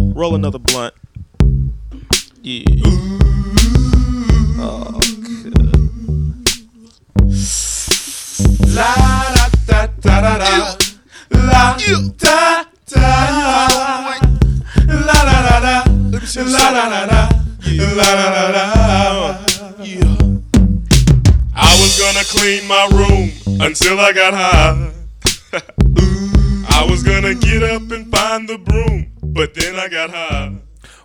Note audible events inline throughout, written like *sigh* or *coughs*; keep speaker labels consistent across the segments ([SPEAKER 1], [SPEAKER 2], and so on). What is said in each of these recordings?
[SPEAKER 1] Roll another blunt. Yeah. Oh, good.
[SPEAKER 2] La da da da da da. La da da. La da da da. La da da da. La da da da. I was gonna clean my room until I got high. *laughs* I was gonna get up and find the broom, but then I got high.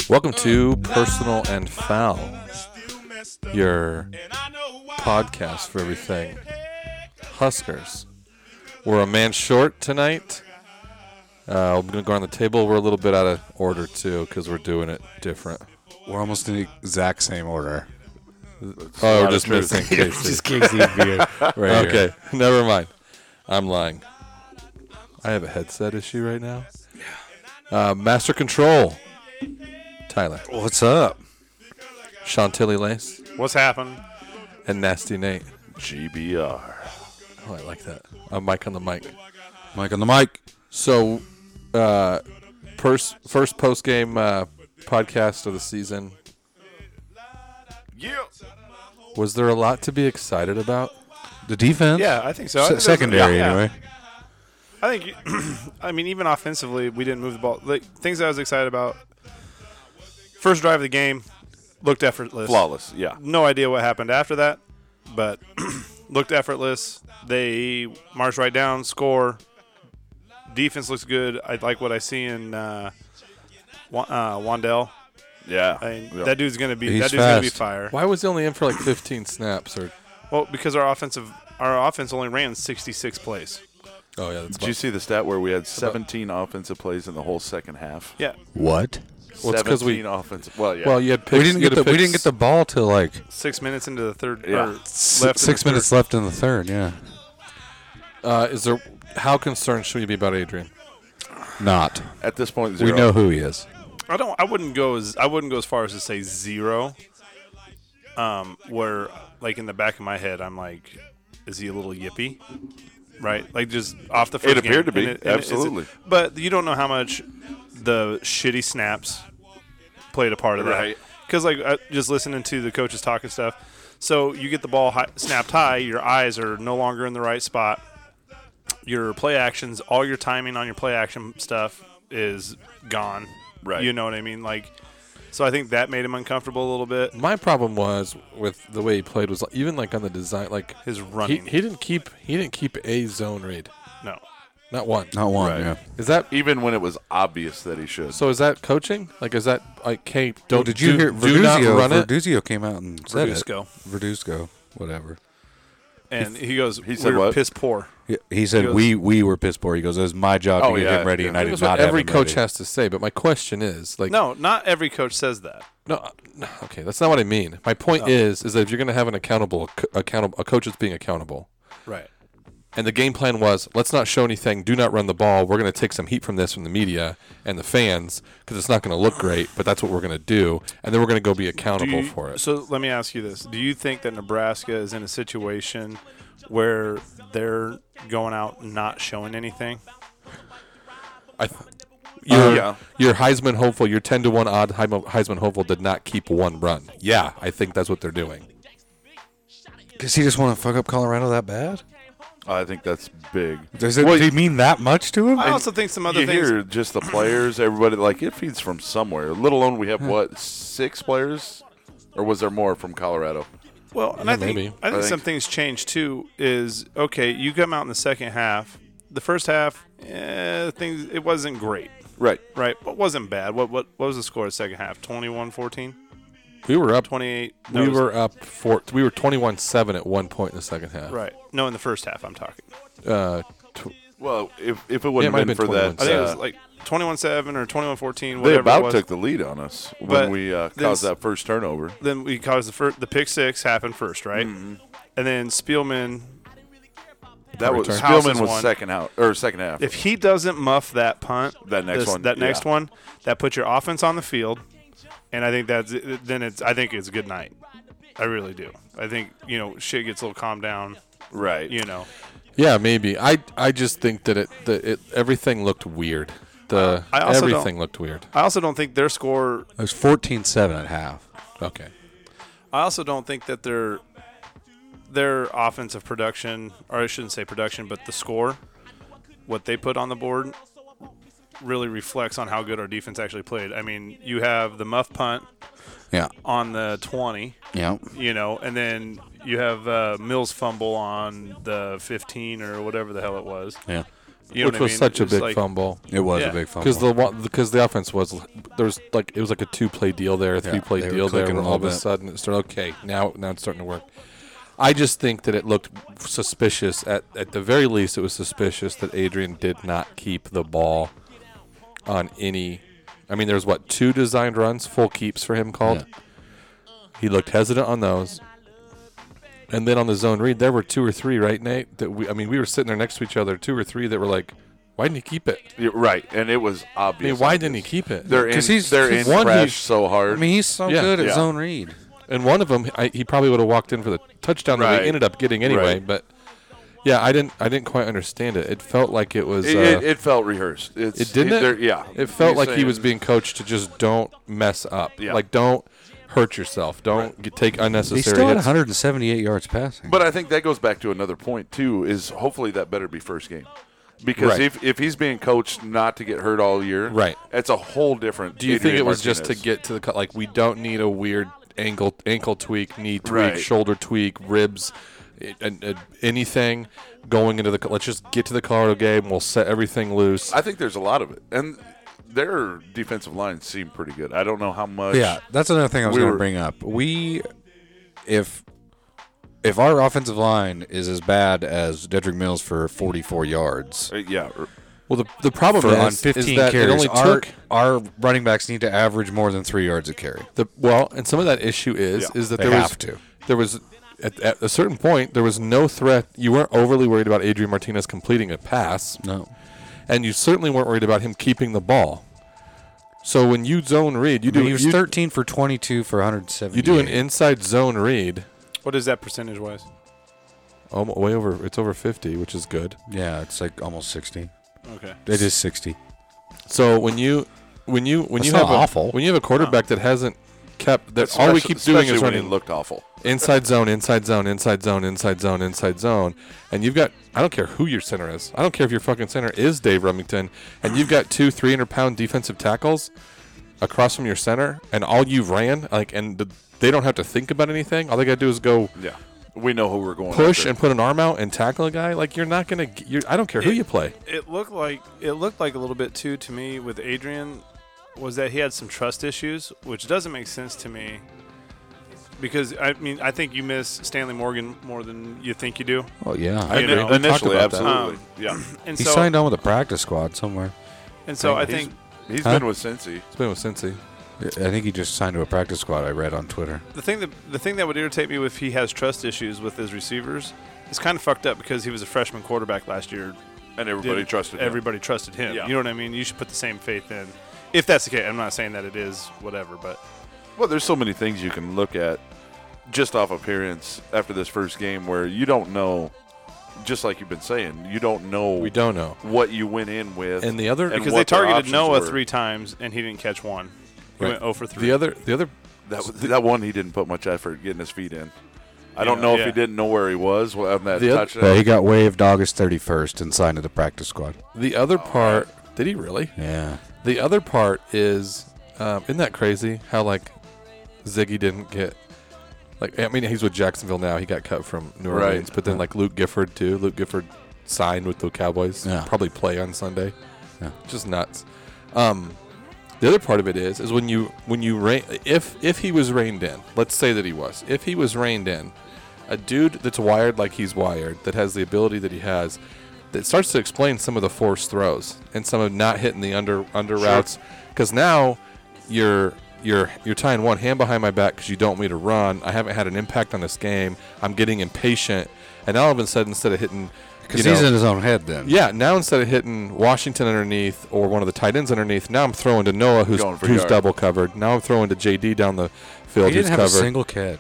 [SPEAKER 3] Welcome to Personal and Foul,
[SPEAKER 2] Still messed up.
[SPEAKER 3] your
[SPEAKER 2] And I know why.
[SPEAKER 3] podcast for everything. Huskers. We're a man short tonight. Uh, we're going to go around the table. We're a little bit out of order, too, because we're doing it different.
[SPEAKER 4] We're almost in the exact same order.
[SPEAKER 3] Oh, we're
[SPEAKER 5] of
[SPEAKER 3] just
[SPEAKER 5] truth.
[SPEAKER 3] missing
[SPEAKER 4] Just Casey
[SPEAKER 3] Casey.
[SPEAKER 4] beer.
[SPEAKER 3] *laughs*
[SPEAKER 4] Right
[SPEAKER 3] okay, never mind. I'm lying. I have a headset issue right now. Uh, Master Control. Tyler.
[SPEAKER 4] What's up?
[SPEAKER 3] Chantilly Lace.
[SPEAKER 5] What's happened?
[SPEAKER 3] And Nasty Nate.
[SPEAKER 5] GBR.
[SPEAKER 3] Oh, I like that. A mic on the mic.
[SPEAKER 4] Mike on the mic.
[SPEAKER 3] So, uh, first first post game uh, podcast of the season.
[SPEAKER 5] Yeah.
[SPEAKER 3] Was there a lot to be excited about?
[SPEAKER 4] The defense.
[SPEAKER 5] Yeah, I think so. I
[SPEAKER 4] Se-
[SPEAKER 5] think there's-
[SPEAKER 4] secondary
[SPEAKER 5] yeah, yeah.
[SPEAKER 4] anyway.
[SPEAKER 5] I think, *clears throat* you- I mean, even offensively, we didn't move the ball. Like, things I was excited about. First drive of the game looked effortless.
[SPEAKER 6] flawless. Yeah,
[SPEAKER 5] No idea what happened after that, but *clears throat* looked effortless. They march right down, score. Defense looks good. I like what I see in uh, Wa- uh, Wandell.
[SPEAKER 6] yeah.
[SPEAKER 5] I mean,
[SPEAKER 6] Yeah.
[SPEAKER 5] That dude's gonna be
[SPEAKER 4] He's
[SPEAKER 5] that dude's gonna be
[SPEAKER 4] fast.
[SPEAKER 5] fire.
[SPEAKER 3] Why was he only in for like 15 snaps? Or
[SPEAKER 5] Well, because our offensive our offense only ran 66 plays.
[SPEAKER 3] oh yeah, that's
[SPEAKER 6] Did you see the stat where we had 17 offensive plays in the whole second half?
[SPEAKER 5] Yeah,
[SPEAKER 4] What?
[SPEAKER 3] Well, it's 'cause we-
[SPEAKER 6] 17 offensive. Well, yeah.
[SPEAKER 3] well you had picks,
[SPEAKER 4] we didn't
[SPEAKER 3] you
[SPEAKER 4] get
[SPEAKER 3] had
[SPEAKER 4] the
[SPEAKER 3] a
[SPEAKER 4] we
[SPEAKER 3] picks-
[SPEAKER 4] didn't get the ball till like
[SPEAKER 5] six minutes into the third. Or
[SPEAKER 6] Yeah.
[SPEAKER 4] s-
[SPEAKER 5] left in
[SPEAKER 4] six
[SPEAKER 5] the
[SPEAKER 4] minutes
[SPEAKER 5] third.
[SPEAKER 4] left in the third. Yeah.
[SPEAKER 3] Uh, is there? How concerned should we be about Adrian?
[SPEAKER 4] Not.
[SPEAKER 6] At this point, zero.
[SPEAKER 4] We know who he is.
[SPEAKER 5] I don't. I wouldn't go as I wouldn't go as far as to say zero. Um, where like in the back of my head, I'm like, is he a little yippy? Right, like just off the first.
[SPEAKER 6] It
[SPEAKER 5] game.
[SPEAKER 6] appeared to be,
[SPEAKER 5] And and it's-
[SPEAKER 6] absolutely.
[SPEAKER 5] but you don't know how much the shitty snaps played a part of
[SPEAKER 6] Right.
[SPEAKER 5] that. Because like uh, just listening to the coaches talk and stuff, so you get the ball high, snapped high, your eyes are no longer in the right spot. Your play actions, all your timing on your play action stuff is gone.
[SPEAKER 6] Right.
[SPEAKER 5] You know what I mean? Like, so I think that made him uncomfortable a little bit.
[SPEAKER 3] My problem was with the way he played was even like on the design, like
[SPEAKER 5] His
[SPEAKER 3] he,
[SPEAKER 5] running.
[SPEAKER 3] he didn't keep he didn't keep a zone read,
[SPEAKER 5] no.
[SPEAKER 3] not one.
[SPEAKER 4] Not one.
[SPEAKER 6] Right.
[SPEAKER 4] Yeah.
[SPEAKER 3] Is that
[SPEAKER 6] Even when it was obvious that he should.
[SPEAKER 3] so? Is that coaching? Like is that like hey,
[SPEAKER 4] Well,
[SPEAKER 3] don't
[SPEAKER 4] did you
[SPEAKER 3] do,
[SPEAKER 4] hear
[SPEAKER 3] do not
[SPEAKER 4] Verduzio?
[SPEAKER 3] run it?
[SPEAKER 4] Verduzio came out and said
[SPEAKER 5] Verduzco.
[SPEAKER 4] it. Verduzco. Whatever.
[SPEAKER 5] And he goes,
[SPEAKER 6] He said
[SPEAKER 5] we were
[SPEAKER 6] what?
[SPEAKER 5] piss poor.
[SPEAKER 4] He, he said
[SPEAKER 5] goes-
[SPEAKER 4] we we were piss poor. He goes, it was my job
[SPEAKER 6] Oh,
[SPEAKER 4] to get
[SPEAKER 6] yeah,
[SPEAKER 4] him ready,
[SPEAKER 6] yeah.
[SPEAKER 4] and I
[SPEAKER 3] It
[SPEAKER 4] did
[SPEAKER 3] was
[SPEAKER 4] not
[SPEAKER 3] what
[SPEAKER 4] have
[SPEAKER 3] every
[SPEAKER 4] him
[SPEAKER 3] coach
[SPEAKER 4] ready.
[SPEAKER 3] has to say, but my question is like
[SPEAKER 5] No, not every coach says that.
[SPEAKER 3] No, no, okay, that's not what I mean. My point is, is that if you're going to have an accountable, co- accountable, a coach that's being accountable,
[SPEAKER 5] Right.
[SPEAKER 3] and the game plan was, let's not show anything, do not run the ball. We're going to take some heat from this from the media and the fans because it's not going to look great, but that's what we're going to do, and then we're going to go be accountable
[SPEAKER 5] you-
[SPEAKER 3] for it.
[SPEAKER 5] So let me ask you this: Do you think that Nebraska is in a situation where they're going out not showing anything?
[SPEAKER 3] I, th- your,
[SPEAKER 6] yeah.
[SPEAKER 3] your Heisman hopeful, your ten to one odd Heim- Heisman hopeful did not keep one run. Yeah, I think that's what they're doing.
[SPEAKER 4] Does he just want to fuck up Colorado that bad?
[SPEAKER 6] I think that's big.
[SPEAKER 4] Does it?
[SPEAKER 6] Well,
[SPEAKER 4] did he mean that much to him?
[SPEAKER 5] I also think some other
[SPEAKER 6] you
[SPEAKER 5] things.
[SPEAKER 6] hear just the players, everybody. Like it feeds from somewhere. Let alone we have what six players, or was there more from Colorado?
[SPEAKER 5] Well, and I think
[SPEAKER 3] maybe.
[SPEAKER 5] I think
[SPEAKER 6] I
[SPEAKER 5] some
[SPEAKER 6] think-
[SPEAKER 5] things change too. Is okay, you come out in the second half. The first half, eh, things it wasn't great,
[SPEAKER 6] Right.
[SPEAKER 5] right? But wasn't bad. What what what was the score of the second half? 21-14?
[SPEAKER 3] We were up.
[SPEAKER 5] 28 no,
[SPEAKER 3] We
[SPEAKER 5] it was-
[SPEAKER 3] were up four. We were twenty-one seven at one point in the second half.
[SPEAKER 5] right. No, in the first half, I'm talking.
[SPEAKER 3] Uh, tw-
[SPEAKER 6] Well, if, if it
[SPEAKER 3] Yeah, it
[SPEAKER 6] wouldn't
[SPEAKER 3] might
[SPEAKER 6] have
[SPEAKER 3] have
[SPEAKER 6] been for
[SPEAKER 3] been
[SPEAKER 6] that,
[SPEAKER 5] I think it was
[SPEAKER 6] uh,
[SPEAKER 5] like 21-7 or 21-14,
[SPEAKER 6] they
[SPEAKER 5] whatever it
[SPEAKER 6] about
[SPEAKER 5] was.
[SPEAKER 6] took the lead on us when
[SPEAKER 5] But
[SPEAKER 6] we uh,
[SPEAKER 5] then
[SPEAKER 6] caused
[SPEAKER 5] s-
[SPEAKER 6] that first turnover.
[SPEAKER 5] then we caused the first, the pick six happened first, right? And then Spielman,
[SPEAKER 6] That was
[SPEAKER 3] Return.
[SPEAKER 5] Houses
[SPEAKER 6] Spielman was
[SPEAKER 5] won.
[SPEAKER 6] second out or second half.
[SPEAKER 5] if he doesn't muff that punt,
[SPEAKER 6] That next one,
[SPEAKER 5] that next
[SPEAKER 6] yeah.
[SPEAKER 5] one, that puts your offense on the field, and I think that's then it's I think it's a good night. I really do. I think you know shit gets a little calmed down.
[SPEAKER 6] right.
[SPEAKER 5] You know,
[SPEAKER 3] Yeah, maybe. I I just think that it that it everything looked weird. looked uh,
[SPEAKER 5] I also don't-
[SPEAKER 3] everything looked weird.
[SPEAKER 5] I also don't think their score.
[SPEAKER 4] It was 14-7 at half.
[SPEAKER 3] Okay.
[SPEAKER 5] I also don't think that their their offensive production, or I shouldn't say production, but the score, what they put on the board, really reflects on how good our defense actually played. I mean, you have the muff punt
[SPEAKER 4] Yeah.
[SPEAKER 5] on the twenty,
[SPEAKER 4] Yeah.
[SPEAKER 5] you know, and then you have uh, Mills fumble on the fifteen or whatever the hell it was.
[SPEAKER 4] Yeah.
[SPEAKER 5] You know
[SPEAKER 3] Which
[SPEAKER 5] what I
[SPEAKER 3] was
[SPEAKER 5] mean?
[SPEAKER 3] such a
[SPEAKER 5] It's
[SPEAKER 3] big
[SPEAKER 5] like-
[SPEAKER 3] fumble.
[SPEAKER 4] It was
[SPEAKER 5] Yeah.
[SPEAKER 4] a big fumble.
[SPEAKER 3] Because the wa- because the offense was there was like it was like a two play deal there, a
[SPEAKER 4] Yeah,
[SPEAKER 3] three play
[SPEAKER 4] they were
[SPEAKER 3] deal there.
[SPEAKER 4] clicking
[SPEAKER 3] Where
[SPEAKER 4] a
[SPEAKER 3] all of
[SPEAKER 4] little
[SPEAKER 3] a
[SPEAKER 4] bit.
[SPEAKER 3] sudden it started okay. Now now it's starting to work. I just think that it looked suspicious. At at the very least, it was suspicious that Adrian did not keep the ball on any. I mean, there's what two designed runs, full keeps for him called. He looked hesitant on those. And then on the zone read, there were two or three, right, Nate? That we, I mean, we were sitting there next to each other, two or three that were like, "Why didn't he keep it?
[SPEAKER 6] Yeah, right, and it was
[SPEAKER 3] I mean,
[SPEAKER 6] obvious.
[SPEAKER 3] why didn't he keep it?"
[SPEAKER 6] They're in.
[SPEAKER 4] 'Cause he's-
[SPEAKER 6] they're in
[SPEAKER 4] he's- one,
[SPEAKER 6] crash
[SPEAKER 4] he's-
[SPEAKER 6] so
[SPEAKER 4] I
[SPEAKER 6] hard.
[SPEAKER 4] mean, he's so
[SPEAKER 3] Yeah.
[SPEAKER 4] good at
[SPEAKER 6] Yeah.
[SPEAKER 4] zone read.
[SPEAKER 3] And one of them, I, he probably would have walked in for the touchdown that
[SPEAKER 6] Right.
[SPEAKER 3] they ended up getting anyway.
[SPEAKER 6] Right.
[SPEAKER 3] But yeah, I didn't, I didn't quite understand it. It felt like it was,
[SPEAKER 6] it,
[SPEAKER 3] uh,
[SPEAKER 6] it, it felt rehearsed. It's,
[SPEAKER 3] it didn't.
[SPEAKER 6] they're- yeah,
[SPEAKER 3] it felt
[SPEAKER 6] He's
[SPEAKER 3] like he was
[SPEAKER 6] saying-
[SPEAKER 3] being coached to just don't mess up.
[SPEAKER 6] Yeah.
[SPEAKER 3] Like don't hurt yourself. Don't get, take unnecessary
[SPEAKER 4] He still had
[SPEAKER 3] hits.
[SPEAKER 4] 178 yards passing.
[SPEAKER 6] But I think that goes back to another point too. Is hopefully that better be first game, because
[SPEAKER 3] Right.
[SPEAKER 6] if, if he's being coached not to get hurt all year,
[SPEAKER 3] Right.
[SPEAKER 6] That's a whole different.
[SPEAKER 3] Do you think
[SPEAKER 6] Adrian
[SPEAKER 3] it was just to
[SPEAKER 6] Martinez.
[SPEAKER 3] get to the cut? Like we don't need a weird ankle ankle tweak, knee tweak,
[SPEAKER 6] Right.
[SPEAKER 3] shoulder tweak, ribs, i- an- an- anything going into the. cu- Let's just get to the Colorado game. We'll set everything loose.
[SPEAKER 6] I think there's a lot of it, and their defensive line seemed pretty good. I don't know how much.
[SPEAKER 4] yeah, that's another thing I was
[SPEAKER 6] We
[SPEAKER 4] going
[SPEAKER 6] were-
[SPEAKER 4] to bring up. We, if if our offensive line is as bad as Dedrick Mills for 44 yards
[SPEAKER 6] Uh, yeah. r-
[SPEAKER 3] Well, the, the problem
[SPEAKER 4] for
[SPEAKER 3] is,
[SPEAKER 4] on
[SPEAKER 3] is
[SPEAKER 4] 15
[SPEAKER 3] that
[SPEAKER 4] carries,
[SPEAKER 3] it only
[SPEAKER 4] our,
[SPEAKER 3] took
[SPEAKER 4] our running backs need to average more than three yards a carry.
[SPEAKER 3] the well, and some of that issue is
[SPEAKER 6] Yeah.
[SPEAKER 3] is that
[SPEAKER 4] They
[SPEAKER 3] there was
[SPEAKER 4] have to.
[SPEAKER 3] there was at, at a certain point there was no threat. You weren't overly worried about Adrian Martinez completing a pass,
[SPEAKER 4] No,
[SPEAKER 3] and you certainly weren't worried about him keeping the ball. So when you zone read, you
[SPEAKER 4] I mean,
[SPEAKER 3] do
[SPEAKER 4] he was
[SPEAKER 3] you,
[SPEAKER 4] 13 for 22 for 170.
[SPEAKER 3] you do an inside zone read.
[SPEAKER 5] What is that percentage wise?
[SPEAKER 3] Um, way over, it's over fifty, which is good.
[SPEAKER 4] yeah, it's like almost 60.
[SPEAKER 5] Okay.
[SPEAKER 4] It is 60.
[SPEAKER 3] So when you when you when
[SPEAKER 4] That's
[SPEAKER 3] you
[SPEAKER 4] not
[SPEAKER 3] have a,
[SPEAKER 4] awful.
[SPEAKER 3] when you have a quarterback that hasn't kept that, all we
[SPEAKER 6] especially-
[SPEAKER 3] keep doing is
[SPEAKER 6] especially when
[SPEAKER 3] running
[SPEAKER 6] It looked awful.
[SPEAKER 3] inside zone, inside zone, inside zone, inside zone, inside zone, and you've got I don't care who your center is. I don't care if your fucking center is Dave Remington, and you've got two 300 pound defensive tackles across from your center, and all you ran like and th- they don't have to think about anything. All they gotta do is go
[SPEAKER 6] Yeah. We know who we're going.
[SPEAKER 3] push
[SPEAKER 6] after.
[SPEAKER 3] and put an arm out and tackle a guy. Like you're not gonna. g- You're, I don't care who you play.
[SPEAKER 5] it looked like it looked like a little bit too to me with Adrian was that he had some trust issues, which doesn't make sense to me. Because I mean, I think you miss Stanley Morgan more than you think you do.
[SPEAKER 4] Oh yeah,
[SPEAKER 5] I
[SPEAKER 6] Ini-
[SPEAKER 5] know. We talked
[SPEAKER 6] initially,
[SPEAKER 3] about that.
[SPEAKER 6] absolutely. yeah.
[SPEAKER 5] And
[SPEAKER 4] he
[SPEAKER 5] so
[SPEAKER 4] signed on with a practice squad somewhere.
[SPEAKER 5] and so I
[SPEAKER 6] He's-
[SPEAKER 5] think
[SPEAKER 6] he's
[SPEAKER 4] Huh?
[SPEAKER 6] been with Cincy.
[SPEAKER 3] It's been with Cincy.
[SPEAKER 4] I think he just signed to a practice squad. I read on Twitter.
[SPEAKER 5] the thing that the thing that would irritate me if he has trust issues with his receivers is kind of fucked up because he was a freshman quarterback last year.
[SPEAKER 6] And everybody
[SPEAKER 5] Did-
[SPEAKER 6] trusted him.
[SPEAKER 5] Everybody trusted him.
[SPEAKER 6] Yeah.
[SPEAKER 5] You know what I mean? You should put the same faith in. If that's the case, I'm not saying that it is whatever, but
[SPEAKER 6] Well, there's so many things you can look at just off appearance after this first game where you don't know, just like you've been saying, you don't know
[SPEAKER 3] We don't know.
[SPEAKER 6] what you went in with.
[SPEAKER 3] And the other-
[SPEAKER 6] and
[SPEAKER 5] because they
[SPEAKER 6] what their
[SPEAKER 5] targeted
[SPEAKER 6] options
[SPEAKER 5] Noah
[SPEAKER 6] were.
[SPEAKER 5] three times and he didn't catch one. He
[SPEAKER 3] Right.
[SPEAKER 5] went 0 for 3.
[SPEAKER 3] The other the other
[SPEAKER 6] That, was- that one, he didn't put much effort getting his feet in. I don't
[SPEAKER 5] Yeah.
[SPEAKER 6] know if
[SPEAKER 5] Yeah.
[SPEAKER 6] he didn't know where he was on that
[SPEAKER 3] The other-
[SPEAKER 6] touchdown.
[SPEAKER 4] But he got waived August 31st and signed to the practice squad.
[SPEAKER 3] the other part. Did he really?
[SPEAKER 4] Yeah.
[SPEAKER 3] The other part is, um, isn't that crazy how like Ziggy didn't get like I mean he's with Jacksonville now. He got cut from New
[SPEAKER 6] Right.
[SPEAKER 3] Orleans, but then like Luke Gifford too. Luke Gifford signed with the Cowboys.
[SPEAKER 4] Yeah.
[SPEAKER 3] Probably play on Sunday.
[SPEAKER 4] Yeah.
[SPEAKER 3] Just nuts. Um, the other part of it is is when you when you rein, if if he was reined in. Let's say that he was. If he was reined in, a dude that's wired like he's wired, that has the ability that he has, that starts to explain some of the forced throws and some of not hitting the under under routes. Because now you're you're you're tying one hand behind my back because you don't want me to run. I haven't had an impact on this game. I'm getting impatient, and now all of a sudden, instead of hitting,
[SPEAKER 4] Because
[SPEAKER 3] you
[SPEAKER 4] he's
[SPEAKER 3] know-
[SPEAKER 4] in his own head then.
[SPEAKER 3] yeah, now instead of hitting Washington underneath or one of the tight ends underneath, now I'm throwing to Noah, who's
[SPEAKER 6] Going for
[SPEAKER 3] who's
[SPEAKER 6] yard.
[SPEAKER 3] double covered. Now I'm throwing to JD down the field,
[SPEAKER 4] He didn't
[SPEAKER 3] who's
[SPEAKER 4] have
[SPEAKER 3] covered.
[SPEAKER 4] a single catch.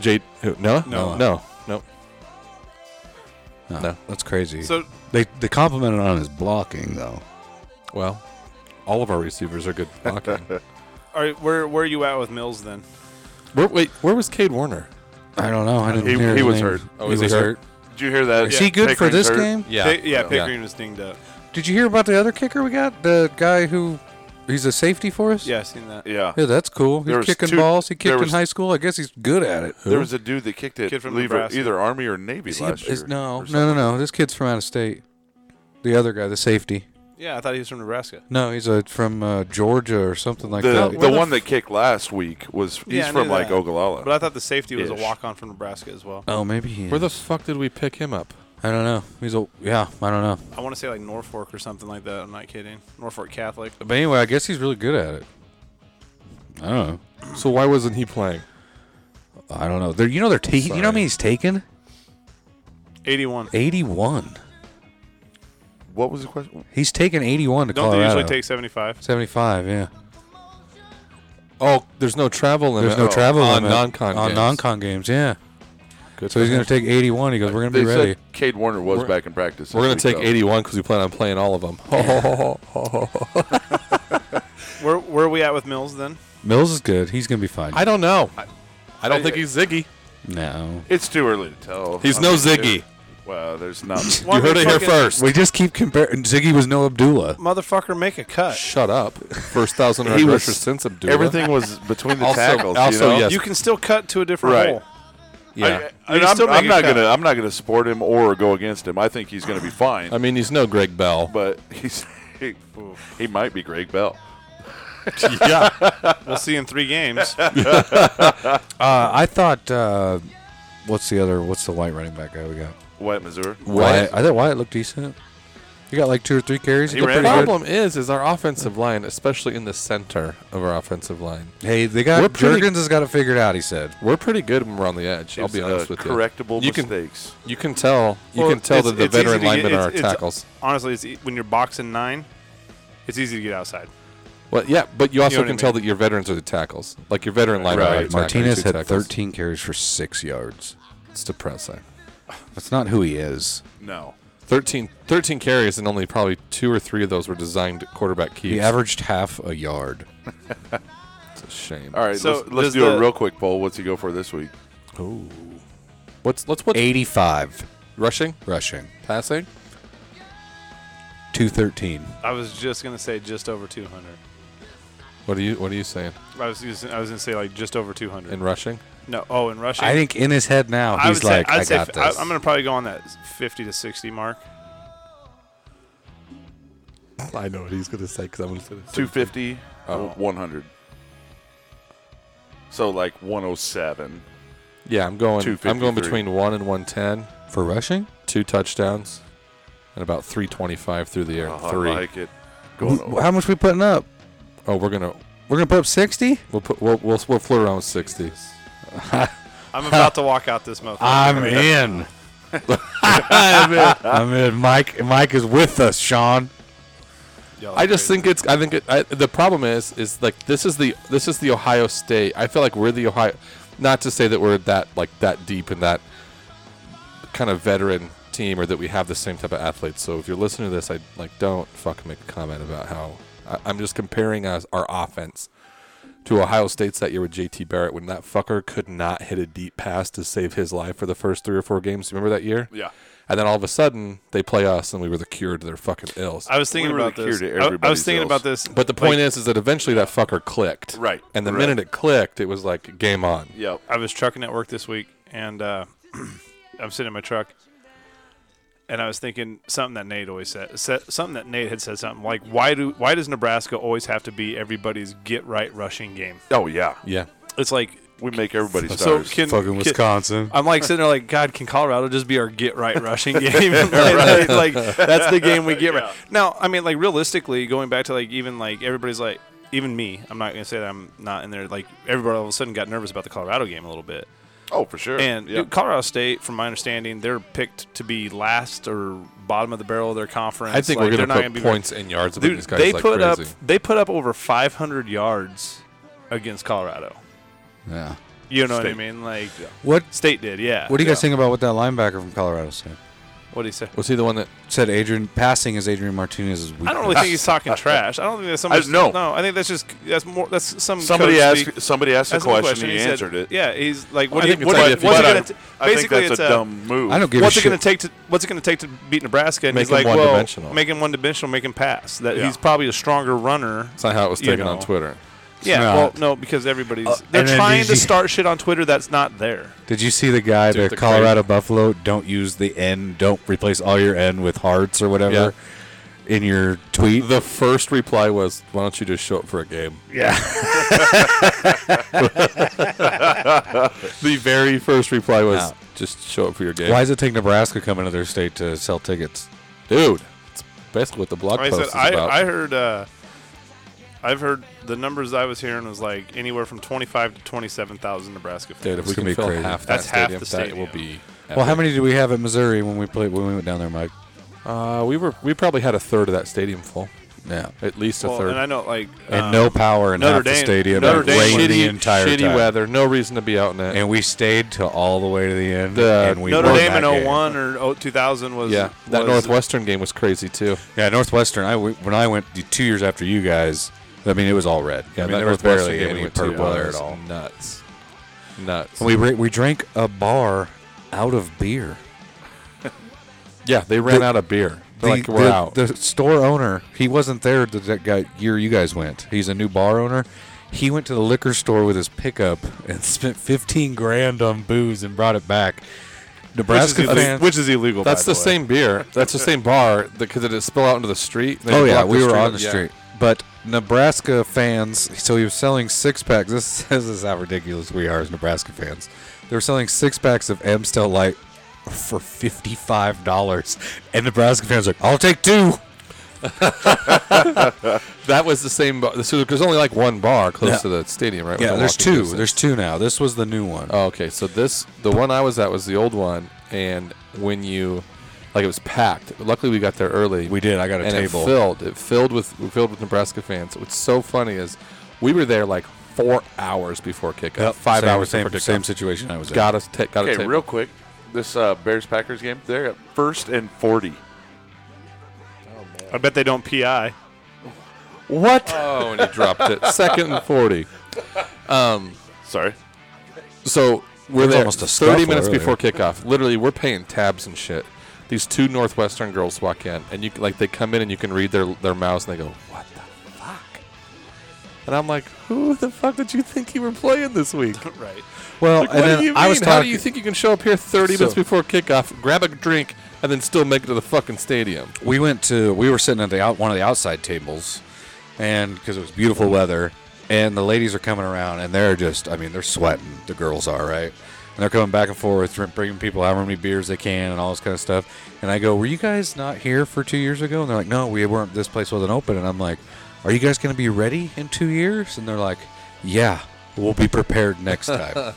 [SPEAKER 3] J who, Noah?
[SPEAKER 5] Noah.
[SPEAKER 3] no, no.
[SPEAKER 4] No,
[SPEAKER 3] No.
[SPEAKER 4] That's crazy.
[SPEAKER 5] So
[SPEAKER 4] they they complimented on his blocking though.
[SPEAKER 3] Well, all of our receivers
[SPEAKER 6] *laughs*
[SPEAKER 3] are good blocking.
[SPEAKER 5] All right, where where are you at with Mills then?
[SPEAKER 3] where, wait, where was Cade Warner?
[SPEAKER 4] I don't know. I didn't
[SPEAKER 6] He-
[SPEAKER 4] hear
[SPEAKER 6] he
[SPEAKER 4] his
[SPEAKER 6] was
[SPEAKER 4] name.
[SPEAKER 6] hurt.
[SPEAKER 3] Oh,
[SPEAKER 4] he
[SPEAKER 3] is
[SPEAKER 4] was
[SPEAKER 3] he hurt?
[SPEAKER 4] hurt.
[SPEAKER 6] Did you hear that?
[SPEAKER 4] Is he good for
[SPEAKER 6] Pickering's
[SPEAKER 4] this
[SPEAKER 6] hurt?
[SPEAKER 4] game?
[SPEAKER 3] Yeah.
[SPEAKER 5] Pick- yeah, Pickering was dinged up.
[SPEAKER 4] Did you hear about the other kicker we got? The guy who he's a safety for us.
[SPEAKER 5] Yeah, I seen that.
[SPEAKER 6] Yeah.
[SPEAKER 4] Yeah, that's cool.
[SPEAKER 6] There
[SPEAKER 4] He's
[SPEAKER 6] was
[SPEAKER 4] kicking
[SPEAKER 6] two-
[SPEAKER 4] balls. He
[SPEAKER 6] there
[SPEAKER 4] kicked in
[SPEAKER 6] was-
[SPEAKER 4] high school. I guess he's good at it.
[SPEAKER 6] There was a dude that kicked it
[SPEAKER 5] Kid from
[SPEAKER 6] leave
[SPEAKER 5] Nebraska.
[SPEAKER 6] either Army or Navy
[SPEAKER 4] Is he a-
[SPEAKER 6] last
[SPEAKER 4] is-
[SPEAKER 6] year.
[SPEAKER 4] no,
[SPEAKER 6] or
[SPEAKER 4] no, no, no. This kid's from out of state. The other guy, the safety.
[SPEAKER 5] Yeah, I thought he was from Nebraska.
[SPEAKER 4] No, he's uh, from uh, Georgia or something like
[SPEAKER 6] the,
[SPEAKER 4] that.
[SPEAKER 6] the
[SPEAKER 5] where the
[SPEAKER 6] one
[SPEAKER 5] f-
[SPEAKER 6] that kicked last week was he's
[SPEAKER 5] Yeah, I knew
[SPEAKER 6] from like
[SPEAKER 5] that.
[SPEAKER 6] Ogallala.
[SPEAKER 5] But I thought the safety was
[SPEAKER 6] Ish.
[SPEAKER 5] a walk on from Nebraska as well.
[SPEAKER 4] oh, maybe he.
[SPEAKER 3] Where the
[SPEAKER 4] is.
[SPEAKER 3] fuck did we pick him up?
[SPEAKER 4] I don't know. He's a yeah. I don't know.
[SPEAKER 5] I want to say like Norfolk or something like that. I'm not kidding. Norfolk Catholic.
[SPEAKER 4] But anyway, I guess he's really good at it. I don't know.
[SPEAKER 3] So why wasn't he playing?
[SPEAKER 4] I don't know. They're, you know they're taking. You know how many he's taken?
[SPEAKER 5] 81.
[SPEAKER 4] Eighty-one.
[SPEAKER 6] what was the question?
[SPEAKER 4] He's taken eighty-one to
[SPEAKER 5] Don't
[SPEAKER 4] Colorado.
[SPEAKER 5] they usually take 75?
[SPEAKER 4] seventy-five? Yeah.
[SPEAKER 3] Oh, there's no travel limit.
[SPEAKER 4] There's no
[SPEAKER 3] Oh,
[SPEAKER 4] travel
[SPEAKER 3] on
[SPEAKER 4] limit
[SPEAKER 3] non-con.
[SPEAKER 4] on
[SPEAKER 3] games.
[SPEAKER 4] non-con games. Yeah.
[SPEAKER 3] Good
[SPEAKER 4] So he's
[SPEAKER 3] for
[SPEAKER 4] going
[SPEAKER 3] him.
[SPEAKER 4] to take eighty-one. He goes, "We're going to
[SPEAKER 6] They
[SPEAKER 4] be ready."
[SPEAKER 6] said Cade Warner was
[SPEAKER 3] We're-
[SPEAKER 6] back in practice.
[SPEAKER 3] We're gonna
[SPEAKER 6] this week,
[SPEAKER 3] take
[SPEAKER 6] though.
[SPEAKER 3] 81 because we plan on playing all
[SPEAKER 6] *laughs*
[SPEAKER 3] of them.
[SPEAKER 6] Oh.
[SPEAKER 5] Where, where are we at with Mills then?
[SPEAKER 4] Mills is good. He's going to be fine.
[SPEAKER 3] I don't know. I don't think he's Ziggy.
[SPEAKER 4] no.
[SPEAKER 6] It's too early to tell.
[SPEAKER 3] He's
[SPEAKER 6] I
[SPEAKER 3] no
[SPEAKER 6] mean,
[SPEAKER 3] Ziggy.
[SPEAKER 6] Well, there's not.
[SPEAKER 3] You heard it here
[SPEAKER 5] Motherfucking-
[SPEAKER 3] first.
[SPEAKER 4] We just keep comparing. Ziggy was no Abdullah.
[SPEAKER 5] Motherfucker, make a cut.
[SPEAKER 3] Shut up. First thousand
[SPEAKER 6] *laughs*
[SPEAKER 3] yard
[SPEAKER 6] He
[SPEAKER 3] rusher
[SPEAKER 6] was-
[SPEAKER 3] since *laughs* Abdullah.
[SPEAKER 6] Everything was between the
[SPEAKER 3] Also-
[SPEAKER 6] tackles.
[SPEAKER 3] also,
[SPEAKER 6] you know?
[SPEAKER 3] yes.
[SPEAKER 5] You can still cut to a different
[SPEAKER 6] Right.
[SPEAKER 5] hole.
[SPEAKER 3] Oh. Yeah.
[SPEAKER 6] I, I,
[SPEAKER 5] You
[SPEAKER 6] am
[SPEAKER 5] still make a
[SPEAKER 6] not
[SPEAKER 5] cut.
[SPEAKER 6] gonna. I'm not gonna support him or go against him. I think he's gonna be fine.
[SPEAKER 3] I, mean, he's no Greg Bell.
[SPEAKER 6] but *laughs* he's he, he might be Greg Bell.
[SPEAKER 3] yeah.
[SPEAKER 5] We'll see in three
[SPEAKER 3] *laughs*
[SPEAKER 5] games.
[SPEAKER 4] Uh, I thought. Uh, what's the other? What's the white running back guy we got?
[SPEAKER 6] Wyatt, Missouri.
[SPEAKER 3] What?
[SPEAKER 4] Wyatt. I thought Wyatt looked decent. He got like two or three carries.
[SPEAKER 6] He
[SPEAKER 4] looked
[SPEAKER 6] ran
[SPEAKER 3] The
[SPEAKER 4] pretty good.
[SPEAKER 3] problem is, is our offensive line, especially in the center of our offensive line,
[SPEAKER 4] Hey, they got
[SPEAKER 3] We're pretty-
[SPEAKER 4] Jurgens has got it figured out. He said.
[SPEAKER 3] we're pretty good when we're on the edge. I'll
[SPEAKER 6] It's,
[SPEAKER 3] be
[SPEAKER 6] uh,
[SPEAKER 3] honest with you.
[SPEAKER 6] Correctable
[SPEAKER 3] You can-
[SPEAKER 6] mistakes.
[SPEAKER 3] You can tell. You
[SPEAKER 5] Well,
[SPEAKER 3] can tell
[SPEAKER 5] it's-
[SPEAKER 3] that the
[SPEAKER 5] it's easy
[SPEAKER 3] veteran
[SPEAKER 5] to get-
[SPEAKER 3] linemen are our
[SPEAKER 5] it's- it's-
[SPEAKER 3] tackles.
[SPEAKER 5] Honestly, it's, e- when you're boxing nine, it's easy to get outside.
[SPEAKER 3] Well, yeah, but you also
[SPEAKER 5] know what
[SPEAKER 3] can
[SPEAKER 5] I
[SPEAKER 3] tell
[SPEAKER 5] mean?
[SPEAKER 3] that your veterans are the tackles. Like your veteran linemen.
[SPEAKER 6] Right.
[SPEAKER 3] are the tackles,
[SPEAKER 4] Martinez
[SPEAKER 3] two
[SPEAKER 4] had
[SPEAKER 3] tackles.
[SPEAKER 4] 13 carries for six yards.
[SPEAKER 3] It's depressing.
[SPEAKER 4] That's not who he is.
[SPEAKER 6] No.
[SPEAKER 3] 13, 13 carries and only probably two or three of those were designed quarterback keeps.
[SPEAKER 4] He averaged half a yard.
[SPEAKER 3] It's a shame.
[SPEAKER 6] All right.
[SPEAKER 5] So,
[SPEAKER 6] let's let's
[SPEAKER 5] does
[SPEAKER 6] do a
[SPEAKER 5] the-
[SPEAKER 6] real quick poll. What's he go for this week?
[SPEAKER 3] What's let's what
[SPEAKER 4] 85
[SPEAKER 3] rushing,
[SPEAKER 4] rushing,
[SPEAKER 3] passing?
[SPEAKER 4] 213.
[SPEAKER 5] I was just gonna say just over 200.
[SPEAKER 3] What are you what are you saying
[SPEAKER 5] I was just, I was gonna say like just over 200.
[SPEAKER 3] in rushing?
[SPEAKER 5] no, oh, in rushing,
[SPEAKER 4] I think in his head now
[SPEAKER 5] I
[SPEAKER 4] he's
[SPEAKER 5] would
[SPEAKER 4] like,
[SPEAKER 5] say, I'd
[SPEAKER 4] I
[SPEAKER 5] say
[SPEAKER 4] got
[SPEAKER 5] f-
[SPEAKER 4] this.
[SPEAKER 5] I, am gonna probably go on that 50 to 60 mark.
[SPEAKER 3] I know what he's gonna say because I'm gonna say this.
[SPEAKER 6] 250, 100. So like 107.
[SPEAKER 3] Yeah, I'm going. I'm going
[SPEAKER 6] 253.
[SPEAKER 3] between one and one ten.
[SPEAKER 4] for rushing?
[SPEAKER 3] Two touchdowns, and about three twenty five through the air.
[SPEAKER 6] Oh,
[SPEAKER 3] three.
[SPEAKER 6] I like it. Going
[SPEAKER 4] Wh-
[SPEAKER 6] over.
[SPEAKER 4] How much we putting up?
[SPEAKER 3] Oh, we're gonna
[SPEAKER 4] We're going to put up 60?
[SPEAKER 3] we'll put we'll we'll, we'll flirt around with sixty. *laughs*
[SPEAKER 5] I'm about to walk out this month.
[SPEAKER 4] I'm in. I'm in. *laughs* I'm in. Mike Mike is with us, Sean.
[SPEAKER 3] I just think it's. I think it, I, the problem is, is like this is the this is the Ohio State. I feel like we're the Ohio. Not to say that we're that like that deep and that kind of veteran team, or that we have the same type of athletes. So if you're listening to this, I like don't fucking make a comment about how I, I'm just comparing us our offense to Ohio State's that year with JT Barrett when that fucker could not hit a deep pass to save his life for the first three or four games. Remember that year?
[SPEAKER 6] Yeah.
[SPEAKER 3] And then all of a sudden they play us, and we were the cure to their fucking ills.
[SPEAKER 5] I was thinking
[SPEAKER 6] We were
[SPEAKER 5] about
[SPEAKER 6] the
[SPEAKER 5] this.
[SPEAKER 6] cure to
[SPEAKER 5] I- I,
[SPEAKER 6] everybody's
[SPEAKER 5] was thinking
[SPEAKER 6] ills.
[SPEAKER 5] about this.
[SPEAKER 3] But the
[SPEAKER 5] like,
[SPEAKER 3] point is, is that eventually that fucker clicked.
[SPEAKER 6] Right,
[SPEAKER 3] And the
[SPEAKER 6] right.
[SPEAKER 3] minute it clicked, it was like game on.
[SPEAKER 6] Yep.
[SPEAKER 5] I was trucking at work this week, and uh, *clears throat* I'm sitting in my truck, and I was thinking something that Nate always said, said, something that Nate had said, something like, "Why do why does Nebraska always have to be everybody's get right rushing game?"
[SPEAKER 6] Oh yeah.
[SPEAKER 3] Yeah.
[SPEAKER 5] It's like
[SPEAKER 6] We make everybody
[SPEAKER 5] so
[SPEAKER 6] stars.
[SPEAKER 5] can,
[SPEAKER 4] Fucking
[SPEAKER 5] can-
[SPEAKER 4] Wisconsin.
[SPEAKER 5] I'm like sitting there like, God, can Colorado just be our get right
[SPEAKER 4] *laughs*
[SPEAKER 5] rushing game? *laughs* like, like, that's the game we get right. Now, I mean, like realistically, going back to like even like everybody's like even me, I'm not gonna say that I'm not in there. Like everybody all of a sudden got nervous about the Colorado game a little bit.
[SPEAKER 6] oh, for sure.
[SPEAKER 5] And
[SPEAKER 6] yeah.
[SPEAKER 5] dude, Colorado State, from my understanding, they're picked to be last or bottom of the barrel of their conference.
[SPEAKER 3] I think
[SPEAKER 5] Like,
[SPEAKER 3] we're
[SPEAKER 5] they're
[SPEAKER 3] going
[SPEAKER 5] not
[SPEAKER 3] to
[SPEAKER 5] gonna
[SPEAKER 3] put
[SPEAKER 5] be very-
[SPEAKER 3] points and yards on
[SPEAKER 5] Dude,
[SPEAKER 3] these guys
[SPEAKER 5] they
[SPEAKER 3] like
[SPEAKER 5] put
[SPEAKER 3] crazy.
[SPEAKER 5] up they put up over 500 yards against Colorado.
[SPEAKER 4] Yeah.
[SPEAKER 5] You know what I
[SPEAKER 6] State.
[SPEAKER 5] mean? Like
[SPEAKER 4] What
[SPEAKER 5] State did, yeah.
[SPEAKER 4] What do you guys think about what that linebacker from Colorado said?
[SPEAKER 5] What do you say?
[SPEAKER 3] Was he the one that?
[SPEAKER 4] Said Adrian passing is Adrian Martinez's weakness.
[SPEAKER 5] I don't really think he's talking
[SPEAKER 6] *laughs*
[SPEAKER 5] trash. I don't think that's somebody.
[SPEAKER 6] I- no.
[SPEAKER 5] no. I think that's just that's more that's some
[SPEAKER 6] Somebody
[SPEAKER 5] coach
[SPEAKER 6] asked.
[SPEAKER 5] speak.
[SPEAKER 6] Somebody asked a
[SPEAKER 5] Asked him
[SPEAKER 6] question.
[SPEAKER 5] and
[SPEAKER 6] he
[SPEAKER 5] said-
[SPEAKER 6] answered it.
[SPEAKER 5] Yeah, he's like, what
[SPEAKER 3] I
[SPEAKER 5] do you?
[SPEAKER 3] think it's
[SPEAKER 5] What,
[SPEAKER 3] like
[SPEAKER 5] what,
[SPEAKER 3] if-
[SPEAKER 5] what's
[SPEAKER 3] but
[SPEAKER 5] it
[SPEAKER 3] I-
[SPEAKER 5] gonna? T-
[SPEAKER 6] I think
[SPEAKER 5] basically,
[SPEAKER 6] that's
[SPEAKER 5] it's
[SPEAKER 6] a dumb move.
[SPEAKER 4] I don't give
[SPEAKER 5] What's
[SPEAKER 4] a
[SPEAKER 5] it
[SPEAKER 4] shit.
[SPEAKER 5] going to take to What's it going to take to beat Nebraska? And
[SPEAKER 3] Make
[SPEAKER 5] he's
[SPEAKER 3] him
[SPEAKER 5] like, well,
[SPEAKER 3] one-dimensional.
[SPEAKER 5] make him one-dimensional, make him pass. That
[SPEAKER 6] Yeah.
[SPEAKER 5] he's probably a stronger runner.
[SPEAKER 3] That's not how it was
[SPEAKER 5] You
[SPEAKER 3] taken on
[SPEAKER 5] know.
[SPEAKER 3] Twitter.
[SPEAKER 5] Yeah.
[SPEAKER 4] not.
[SPEAKER 5] Well, no, because everybody's
[SPEAKER 4] Uh,
[SPEAKER 5] they're
[SPEAKER 4] and then
[SPEAKER 5] trying
[SPEAKER 4] did
[SPEAKER 5] to
[SPEAKER 4] you-
[SPEAKER 5] start shit on Twitter that's not there.
[SPEAKER 4] Did you see the guy,
[SPEAKER 3] Dude,
[SPEAKER 4] the
[SPEAKER 3] they're
[SPEAKER 4] Colorado Buffalo? Don't use the N. Don't replace all your N with hearts or whatever in your tweet.
[SPEAKER 3] The first reply was, "Why don't you just show up for a game?"
[SPEAKER 5] Yeah.
[SPEAKER 3] The very first reply was,
[SPEAKER 4] No.
[SPEAKER 3] "Just show up for your game."
[SPEAKER 4] Why does it take Nebraska coming to their state to sell tickets?
[SPEAKER 3] dude? It's basically what the blog
[SPEAKER 5] I
[SPEAKER 3] post
[SPEAKER 5] said
[SPEAKER 3] is
[SPEAKER 5] *laughs*
[SPEAKER 3] about.
[SPEAKER 5] I, I heard. Uh, I've heard the numbers I was hearing was like anywhere from twenty-five to twenty-seven thousand Nebraska fans.
[SPEAKER 3] dude, if
[SPEAKER 4] It's
[SPEAKER 3] we
[SPEAKER 4] gonna
[SPEAKER 3] can
[SPEAKER 4] be
[SPEAKER 3] fill
[SPEAKER 4] crazy.
[SPEAKER 3] half
[SPEAKER 5] That's
[SPEAKER 3] that
[SPEAKER 5] half
[SPEAKER 3] stadium,
[SPEAKER 5] the
[SPEAKER 3] that will be.
[SPEAKER 4] Well, how many did we have at Missouri when we played when we went down there, Mike?
[SPEAKER 3] Uh, we were we probably had a third of that stadium full,
[SPEAKER 4] Yeah.
[SPEAKER 3] at least a
[SPEAKER 5] Well,
[SPEAKER 3] third.
[SPEAKER 5] and I know like
[SPEAKER 4] And
[SPEAKER 5] um,
[SPEAKER 4] no power in
[SPEAKER 5] Notre
[SPEAKER 4] half the
[SPEAKER 5] Dame-
[SPEAKER 4] stadium.
[SPEAKER 5] Notre
[SPEAKER 4] it
[SPEAKER 5] Dame-
[SPEAKER 4] rained
[SPEAKER 3] shitty,
[SPEAKER 4] the entire
[SPEAKER 3] shitty
[SPEAKER 4] time.
[SPEAKER 3] weather. No reason to be out in it.
[SPEAKER 4] And we stayed till all the way to the end.
[SPEAKER 3] The-
[SPEAKER 4] and we
[SPEAKER 5] Notre
[SPEAKER 4] won
[SPEAKER 5] Dame
[SPEAKER 4] that
[SPEAKER 5] in
[SPEAKER 4] game.
[SPEAKER 5] 01 or oh, 2000 was
[SPEAKER 3] yeah, that
[SPEAKER 5] was-
[SPEAKER 3] Northwestern game was crazy too.
[SPEAKER 4] Yeah, Northwestern. I w- when I went the two years after you guys. I mean, it was all red.
[SPEAKER 3] Yeah,
[SPEAKER 4] I mean,
[SPEAKER 3] that
[SPEAKER 4] there was
[SPEAKER 3] Northwestern
[SPEAKER 4] barely
[SPEAKER 3] game we
[SPEAKER 4] any
[SPEAKER 3] went to
[SPEAKER 4] purple there at
[SPEAKER 3] was
[SPEAKER 4] all.
[SPEAKER 3] Nuts, nuts.
[SPEAKER 4] We ra- we drank a bar out of beer.
[SPEAKER 3] yeah, they ran
[SPEAKER 4] the-
[SPEAKER 3] out of beer. They're like
[SPEAKER 4] the,
[SPEAKER 3] we're
[SPEAKER 4] the-
[SPEAKER 3] out.
[SPEAKER 4] the store owner, he wasn't there the that guy year you guys went. He's a new bar owner. He went to the liquor store with his pickup and *laughs* spent fifteen grand on booze and brought it back. Nebraska
[SPEAKER 5] Which is,
[SPEAKER 4] fans.
[SPEAKER 5] which is illegal.
[SPEAKER 3] That's
[SPEAKER 5] by
[SPEAKER 3] the,
[SPEAKER 5] the, way.
[SPEAKER 3] same beer. That's the same bar because it spill out into the street. and they
[SPEAKER 4] oh yeah,
[SPEAKER 3] blocked
[SPEAKER 4] we were on
[SPEAKER 3] up.
[SPEAKER 4] the
[SPEAKER 3] Yeah.
[SPEAKER 4] street. But Nebraska fans, so he was selling six packs. This, *laughs* this is how ridiculous we are as Nebraska fans. They were selling six packs of Amstel Light for fifty five dollars, and Nebraska fans are like, "I'll take two.
[SPEAKER 3] That was the same. Bar. So there's only like one bar close
[SPEAKER 4] Yeah.
[SPEAKER 3] to the stadium, right?
[SPEAKER 4] Yeah,
[SPEAKER 3] Within
[SPEAKER 4] there's
[SPEAKER 3] walking
[SPEAKER 4] two.
[SPEAKER 3] distance.
[SPEAKER 4] There's two now. This was the new one.
[SPEAKER 3] Oh, okay, so this the one I was at was the old one, and when you like it was packed. Luckily, we got there early.
[SPEAKER 4] We did. I got a
[SPEAKER 3] and
[SPEAKER 4] table.
[SPEAKER 3] it filled. It filled with filled with Nebraska fans. What's so funny is we were there like four hours before kickoff.
[SPEAKER 4] Yep,
[SPEAKER 3] Five
[SPEAKER 4] same-
[SPEAKER 3] hours
[SPEAKER 4] Same,
[SPEAKER 3] before kickoff.
[SPEAKER 4] same situation I was in.
[SPEAKER 3] Got us. ta- got a
[SPEAKER 6] Okay,
[SPEAKER 3] table.
[SPEAKER 6] real quick, this uh, Bears Packers game, they're at first and forty.
[SPEAKER 5] I bet they don't PI.
[SPEAKER 6] What?
[SPEAKER 3] Oh, *laughs* and he dropped it. Second and forty.
[SPEAKER 6] Sorry.
[SPEAKER 3] So we're
[SPEAKER 4] was
[SPEAKER 3] there
[SPEAKER 4] almost a
[SPEAKER 3] 30
[SPEAKER 4] scuffle
[SPEAKER 3] minutes
[SPEAKER 4] earlier.
[SPEAKER 3] before kickoff. Literally, we're paying tabs and shit. These two Northwestern girls walk in, and you can- like they come in and you can read their their mouths, and they go, "What the fuck?" And I'm like, "Who the fuck did you think you were playing this week?"
[SPEAKER 5] Right.
[SPEAKER 4] Well,
[SPEAKER 3] Like,
[SPEAKER 4] and
[SPEAKER 3] what
[SPEAKER 4] then
[SPEAKER 3] do you mean?
[SPEAKER 4] I was talking.
[SPEAKER 3] How do you think you can show up here 30 minutes
[SPEAKER 4] So-
[SPEAKER 3] before kickoff, grab a drink, and then still make it to the fucking stadium?
[SPEAKER 4] we went to we were sitting at the out, one of the outside tables and because it was beautiful weather and the ladies are coming around and they're just i mean they're sweating the girls are right and they're coming back and forth dr- bringing people however many beers they can and all this kind of stuff and i go were you guys not here for two years ago and they're like no we weren't this place wasn't open and i'm like are you guys going to be ready in two years and they're like yeah we'll be prepared next time *laughs*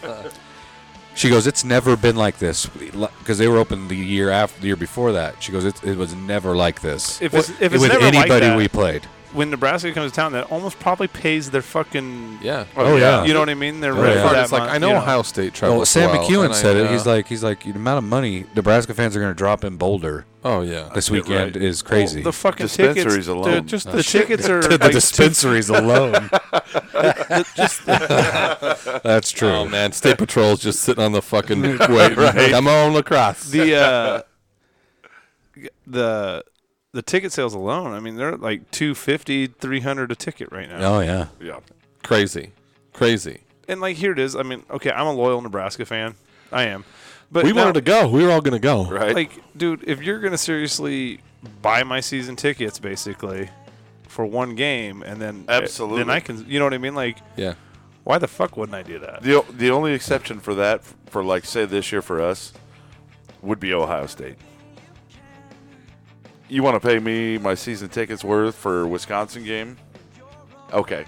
[SPEAKER 4] she goes, it's never been like this because they were open the year after the year before that. She goes, it, it was never like this.
[SPEAKER 5] If it's- if it's
[SPEAKER 4] with
[SPEAKER 5] never like
[SPEAKER 4] anybody
[SPEAKER 5] that-
[SPEAKER 4] we played,
[SPEAKER 5] When Nebraska comes to town, that almost probably pays their fucking.
[SPEAKER 3] Yeah.
[SPEAKER 4] Oh, yeah.
[SPEAKER 5] You know what I mean? They're
[SPEAKER 4] Oh,
[SPEAKER 5] ready
[SPEAKER 4] yeah.
[SPEAKER 5] for that.
[SPEAKER 3] It's like
[SPEAKER 5] mon-
[SPEAKER 3] I know
[SPEAKER 5] you
[SPEAKER 3] Ohio State traveled.
[SPEAKER 4] well, Sam
[SPEAKER 3] well,
[SPEAKER 4] McEwen
[SPEAKER 3] and I
[SPEAKER 4] said it. He's
[SPEAKER 3] know-
[SPEAKER 4] like, he's like, the amount of money Nebraska fans are going to drop in Boulder
[SPEAKER 3] "Oh yeah,
[SPEAKER 4] this weekend
[SPEAKER 6] right.
[SPEAKER 4] is crazy. *laughs*
[SPEAKER 5] The fucking
[SPEAKER 6] Dispensaries
[SPEAKER 5] tickets.
[SPEAKER 6] alone.
[SPEAKER 5] dude, Just the tickets
[SPEAKER 3] *laughs*
[SPEAKER 5] are.
[SPEAKER 4] To the
[SPEAKER 5] like,
[SPEAKER 4] dispensaries
[SPEAKER 6] *laughs*
[SPEAKER 4] alone. That's true.
[SPEAKER 3] Oh man, State Patrol's just sitting on
[SPEAKER 4] *laughs*
[SPEAKER 3] the fucking waiting. I'm on lacrosse.
[SPEAKER 5] the uh, g- the the ticket sales alone. I mean, they're at like 250, 300 a ticket right now.
[SPEAKER 4] oh yeah.
[SPEAKER 6] Yeah.
[SPEAKER 3] Crazy, crazy.
[SPEAKER 5] And like here it is. I mean, okay, I'm a loyal Nebraska fan. I am. But
[SPEAKER 3] We
[SPEAKER 5] now-
[SPEAKER 3] wanted to go. We were all gonna go.
[SPEAKER 6] Right.
[SPEAKER 5] like, dude, if you're gonna seriously buy my season tickets, basically, for one game, and then
[SPEAKER 6] Absolutely.
[SPEAKER 5] then I can, you know what I mean? Like,
[SPEAKER 3] Yeah.
[SPEAKER 5] why the fuck wouldn't I do that?
[SPEAKER 6] the o- the only exception for that, f- for like say this year for us, would be Ohio State. You want to pay me my season tickets worth for Wisconsin game? Okay.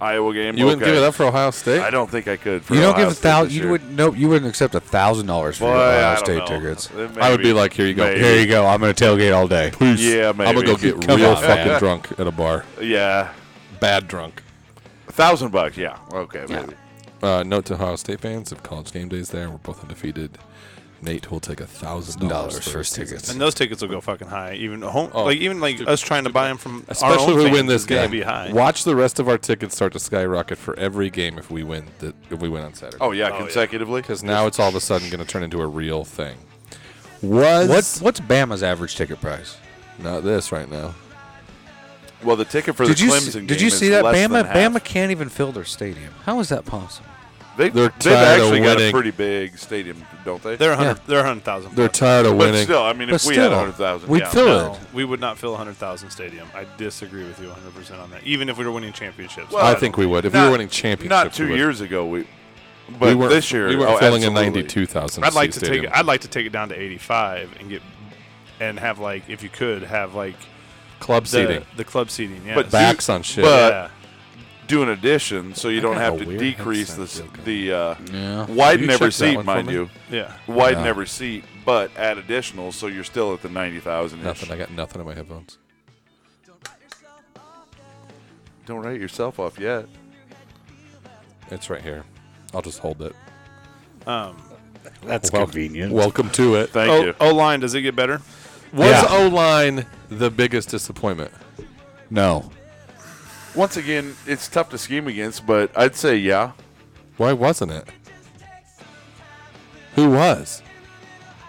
[SPEAKER 6] Iowa game.
[SPEAKER 3] You wouldn't
[SPEAKER 6] Okay.
[SPEAKER 3] give it up for Ohio State.
[SPEAKER 6] I don't think I could. For
[SPEAKER 4] You don't
[SPEAKER 6] Ohio
[SPEAKER 4] give a
[SPEAKER 6] State
[SPEAKER 4] thousand.
[SPEAKER 6] this
[SPEAKER 4] You
[SPEAKER 6] year.
[SPEAKER 4] would no. You wouldn't accept a thousand dollars for
[SPEAKER 6] Boy,
[SPEAKER 4] your
[SPEAKER 6] I
[SPEAKER 4] Ohio
[SPEAKER 6] don't
[SPEAKER 4] State
[SPEAKER 6] know.
[SPEAKER 4] tickets.
[SPEAKER 6] It may
[SPEAKER 3] I would be like, here you go.
[SPEAKER 6] Maybe.
[SPEAKER 4] Here you go. I'm going to tailgate all day.
[SPEAKER 6] Yeah,
[SPEAKER 3] I'm gonna
[SPEAKER 6] maybe.
[SPEAKER 3] go get
[SPEAKER 4] Come
[SPEAKER 3] real
[SPEAKER 4] on, man.
[SPEAKER 3] fucking drunk at a bar.
[SPEAKER 6] *laughs* Yeah,
[SPEAKER 3] Bad drunk.
[SPEAKER 6] a thousand bucks. Yeah. Okay. Maybe.
[SPEAKER 3] Uh, note to Ohio State fans: If college game days there, we're both undefeated. Nate will take a thousand
[SPEAKER 4] Dollars for his tickets.
[SPEAKER 5] And those tickets will go fucking high. Even home,
[SPEAKER 3] Oh,
[SPEAKER 5] like even like us trying to buy them from our
[SPEAKER 3] Especially
[SPEAKER 5] own
[SPEAKER 3] if we
[SPEAKER 5] fans
[SPEAKER 3] win this
[SPEAKER 5] is gonna
[SPEAKER 3] game.
[SPEAKER 5] Be high.
[SPEAKER 3] Watch the rest of our tickets start to skyrocket for every game if we win that if we win on Saturday.
[SPEAKER 6] Oh yeah, consecutively.
[SPEAKER 3] because now it's all of a sudden going to turn into a real thing. Was
[SPEAKER 4] What's what's Bama's average ticket price?
[SPEAKER 3] not this right now?
[SPEAKER 6] well, the ticket for
[SPEAKER 4] did
[SPEAKER 6] the
[SPEAKER 4] you
[SPEAKER 6] Clemson
[SPEAKER 4] see,
[SPEAKER 6] game
[SPEAKER 4] did you
[SPEAKER 6] is
[SPEAKER 4] see that
[SPEAKER 6] less than
[SPEAKER 4] Bama
[SPEAKER 6] half.
[SPEAKER 4] Bama can't even fill their stadium? How is that possible?
[SPEAKER 6] They,
[SPEAKER 3] They're
[SPEAKER 6] they've
[SPEAKER 3] tired of
[SPEAKER 6] actually got a
[SPEAKER 3] winning.
[SPEAKER 6] pretty big stadium, don't they?
[SPEAKER 5] They're a hundred. They're a hundred thousand.
[SPEAKER 3] They're
[SPEAKER 5] plus.
[SPEAKER 3] tired of
[SPEAKER 6] but
[SPEAKER 3] winning.
[SPEAKER 6] still, I mean,
[SPEAKER 4] But
[SPEAKER 6] if we had
[SPEAKER 4] still,
[SPEAKER 6] hundred thousand,
[SPEAKER 4] we'd
[SPEAKER 6] yeah,
[SPEAKER 4] fill
[SPEAKER 6] no.
[SPEAKER 5] No, we would not fill a hundred thousand stadium. I disagree with you hundred percent on that. Even if we were winning championships,
[SPEAKER 6] Well,
[SPEAKER 3] I think we would if we
[SPEAKER 6] Not-
[SPEAKER 3] were winning championships.
[SPEAKER 6] Not two
[SPEAKER 3] we would.
[SPEAKER 6] years ago, we.
[SPEAKER 3] we
[SPEAKER 6] But
[SPEAKER 3] weren't,
[SPEAKER 6] this year,
[SPEAKER 3] we weren't
[SPEAKER 6] oh,
[SPEAKER 3] filling a
[SPEAKER 6] absolutely.
[SPEAKER 3] ninety-two thousand.
[SPEAKER 5] I'd like to take it. I'd like to take it down to eighty-five and get and have like if you could have like
[SPEAKER 3] club
[SPEAKER 5] the
[SPEAKER 3] seating,
[SPEAKER 5] the club seating. Yeah,
[SPEAKER 6] But
[SPEAKER 3] backs on shit.
[SPEAKER 6] but-
[SPEAKER 5] yeah.
[SPEAKER 6] do an addition so you don't
[SPEAKER 3] got
[SPEAKER 6] have
[SPEAKER 3] a
[SPEAKER 6] to
[SPEAKER 3] weird
[SPEAKER 6] decrease
[SPEAKER 3] headset
[SPEAKER 6] the
[SPEAKER 3] deal going.
[SPEAKER 6] the uh,
[SPEAKER 4] Yeah.
[SPEAKER 6] widen
[SPEAKER 3] you
[SPEAKER 6] every
[SPEAKER 3] check that
[SPEAKER 6] seat,
[SPEAKER 3] one for
[SPEAKER 6] mind
[SPEAKER 3] me?
[SPEAKER 6] you.
[SPEAKER 5] yeah.
[SPEAKER 6] Widen
[SPEAKER 4] Yeah.
[SPEAKER 6] every seat, but add additional, so you're still at the ninety thousand.
[SPEAKER 3] nothing. I got nothing in my headphones.
[SPEAKER 6] Don't write yourself off yet.
[SPEAKER 3] It's right here. I'll just hold it.
[SPEAKER 5] Um,
[SPEAKER 4] That's
[SPEAKER 3] Welcome- Welcome to it.
[SPEAKER 6] Thank
[SPEAKER 5] o,
[SPEAKER 6] you.
[SPEAKER 5] o line, does it get better?
[SPEAKER 3] Was
[SPEAKER 4] Yeah.
[SPEAKER 3] O line the biggest disappointment?
[SPEAKER 4] No.
[SPEAKER 6] Once again, it's tough to scheme against, but I'd say yeah.
[SPEAKER 3] Why wasn't it? Who was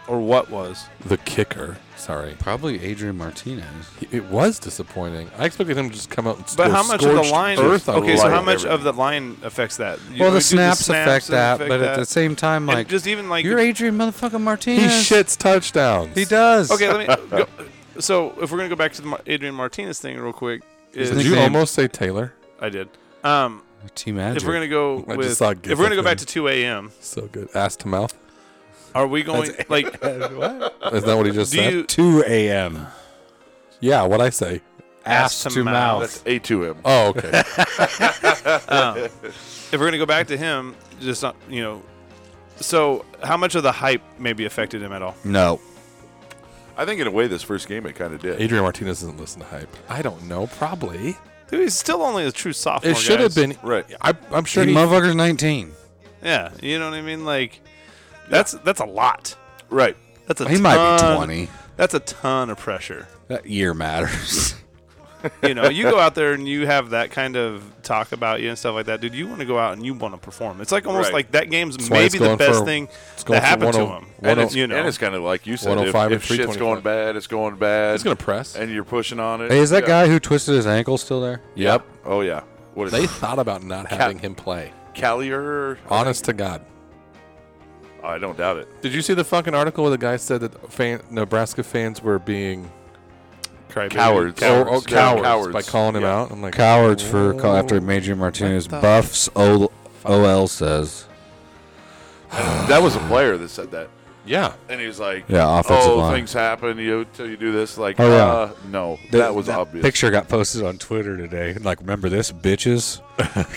[SPEAKER 5] Or what was?
[SPEAKER 3] the kicker? Sorry,
[SPEAKER 4] Probably Adrian Martinez.
[SPEAKER 3] it was disappointing. I expected him to just come out and
[SPEAKER 5] But
[SPEAKER 3] go
[SPEAKER 5] how much of the
[SPEAKER 3] scorched
[SPEAKER 5] line?
[SPEAKER 3] Earth on
[SPEAKER 5] okay, so
[SPEAKER 3] Lyle.
[SPEAKER 5] how much
[SPEAKER 6] everything.
[SPEAKER 5] of the line affects that? You-
[SPEAKER 4] Well,
[SPEAKER 5] we do
[SPEAKER 4] the snaps, affect
[SPEAKER 5] and
[SPEAKER 4] that, but at the same time,
[SPEAKER 5] And
[SPEAKER 4] like
[SPEAKER 5] just even like
[SPEAKER 4] you're Adrian motherfucking
[SPEAKER 3] He
[SPEAKER 4] Martinez.
[SPEAKER 3] shits touchdowns.
[SPEAKER 4] He does.
[SPEAKER 5] okay, let me.
[SPEAKER 4] *laughs*
[SPEAKER 5] Go, so if we're gonna go back to the Mar- Adrian Martinez thing real quick, is,
[SPEAKER 3] Did you
[SPEAKER 4] nickname.
[SPEAKER 3] almost say Taylor?
[SPEAKER 5] I did. Um,
[SPEAKER 4] Team Magic.
[SPEAKER 5] if we're gonna go
[SPEAKER 3] I just
[SPEAKER 5] with,
[SPEAKER 3] saw a
[SPEAKER 5] if
[SPEAKER 3] gif
[SPEAKER 5] we're gonna go
[SPEAKER 3] of
[SPEAKER 5] back
[SPEAKER 3] him.
[SPEAKER 5] to two a.m.,
[SPEAKER 3] So good. Ass to mouth.
[SPEAKER 5] are we going
[SPEAKER 4] *laughs*
[SPEAKER 5] like?
[SPEAKER 3] Isn't that what he just
[SPEAKER 5] Do
[SPEAKER 3] said?
[SPEAKER 5] you
[SPEAKER 4] 2 a.m.
[SPEAKER 3] yeah, what I say.
[SPEAKER 4] Ass to mouth.
[SPEAKER 6] That's A to M.
[SPEAKER 3] Oh, okay. *laughs*
[SPEAKER 5] If we're gonna go back to him, just not you know. So how much of the hype maybe affected him at all?
[SPEAKER 4] No.
[SPEAKER 6] I think in a way, this first game it kind of did.
[SPEAKER 3] Adrian Martinez doesn't listen to hype. I don't know. Probably.
[SPEAKER 5] Dude, he's still only a true sophomore.
[SPEAKER 3] It should have
[SPEAKER 5] guys.
[SPEAKER 3] been.
[SPEAKER 6] Right.
[SPEAKER 3] I, I'm sure
[SPEAKER 4] Dude,
[SPEAKER 3] he,
[SPEAKER 4] motherfucker's 19.
[SPEAKER 5] Yeah, you know what I mean. Like, that's that's a lot.
[SPEAKER 6] Right.
[SPEAKER 5] That's a
[SPEAKER 4] He might be
[SPEAKER 5] ton-
[SPEAKER 4] 20.
[SPEAKER 5] That's a ton of pressure.
[SPEAKER 4] That year matters.
[SPEAKER 5] You know, you go out there and you have that kind of talk about you and stuff like that, dude. You want to go out and you want to perform. It's like almost
[SPEAKER 6] Right.
[SPEAKER 5] like that game's
[SPEAKER 3] why it's
[SPEAKER 5] maybe the
[SPEAKER 3] going
[SPEAKER 5] best
[SPEAKER 3] for-
[SPEAKER 5] thing
[SPEAKER 3] it's going
[SPEAKER 5] that
[SPEAKER 3] for oh-
[SPEAKER 5] happened to
[SPEAKER 3] 10
[SPEAKER 5] him. And
[SPEAKER 3] and it's-
[SPEAKER 5] it's, you know,
[SPEAKER 6] oh And it's kind of like you said, if,
[SPEAKER 3] 105
[SPEAKER 6] if
[SPEAKER 3] and
[SPEAKER 6] shit's going
[SPEAKER 3] 325.
[SPEAKER 6] bad, it's going bad.
[SPEAKER 3] He's going to press.
[SPEAKER 6] and you're pushing on
[SPEAKER 4] *laughs*
[SPEAKER 6] it.
[SPEAKER 4] hey, is that
[SPEAKER 6] Yeah.
[SPEAKER 4] guy who twisted his ankle still there?
[SPEAKER 6] Yep. Oh yeah. What is
[SPEAKER 3] They Uh,
[SPEAKER 6] it?
[SPEAKER 3] thought about not having him play.
[SPEAKER 6] Callier?
[SPEAKER 3] Honest to God.
[SPEAKER 6] I don't doubt it.
[SPEAKER 3] Did you see the fucking article where the guy said that fan, Nebraska fans were being
[SPEAKER 5] crybaby.
[SPEAKER 6] Cowards.
[SPEAKER 3] oh, oh,
[SPEAKER 6] Cowards.
[SPEAKER 3] cowards,
[SPEAKER 6] Cowards.
[SPEAKER 3] by calling him
[SPEAKER 6] Yeah.
[SPEAKER 3] out? I'm like,
[SPEAKER 4] Cowards for call after Major Martinez. Buffs O- OL says.
[SPEAKER 6] That was a player that said that,
[SPEAKER 3] yeah.
[SPEAKER 6] and he was like,
[SPEAKER 4] Yeah, offensive
[SPEAKER 6] oh,
[SPEAKER 4] line.
[SPEAKER 6] things happen. You till you do this, like,
[SPEAKER 4] Oh, yeah.
[SPEAKER 6] uh, no, that was obvious.
[SPEAKER 4] Picture got posted on Twitter today. Like, remember this, bitches?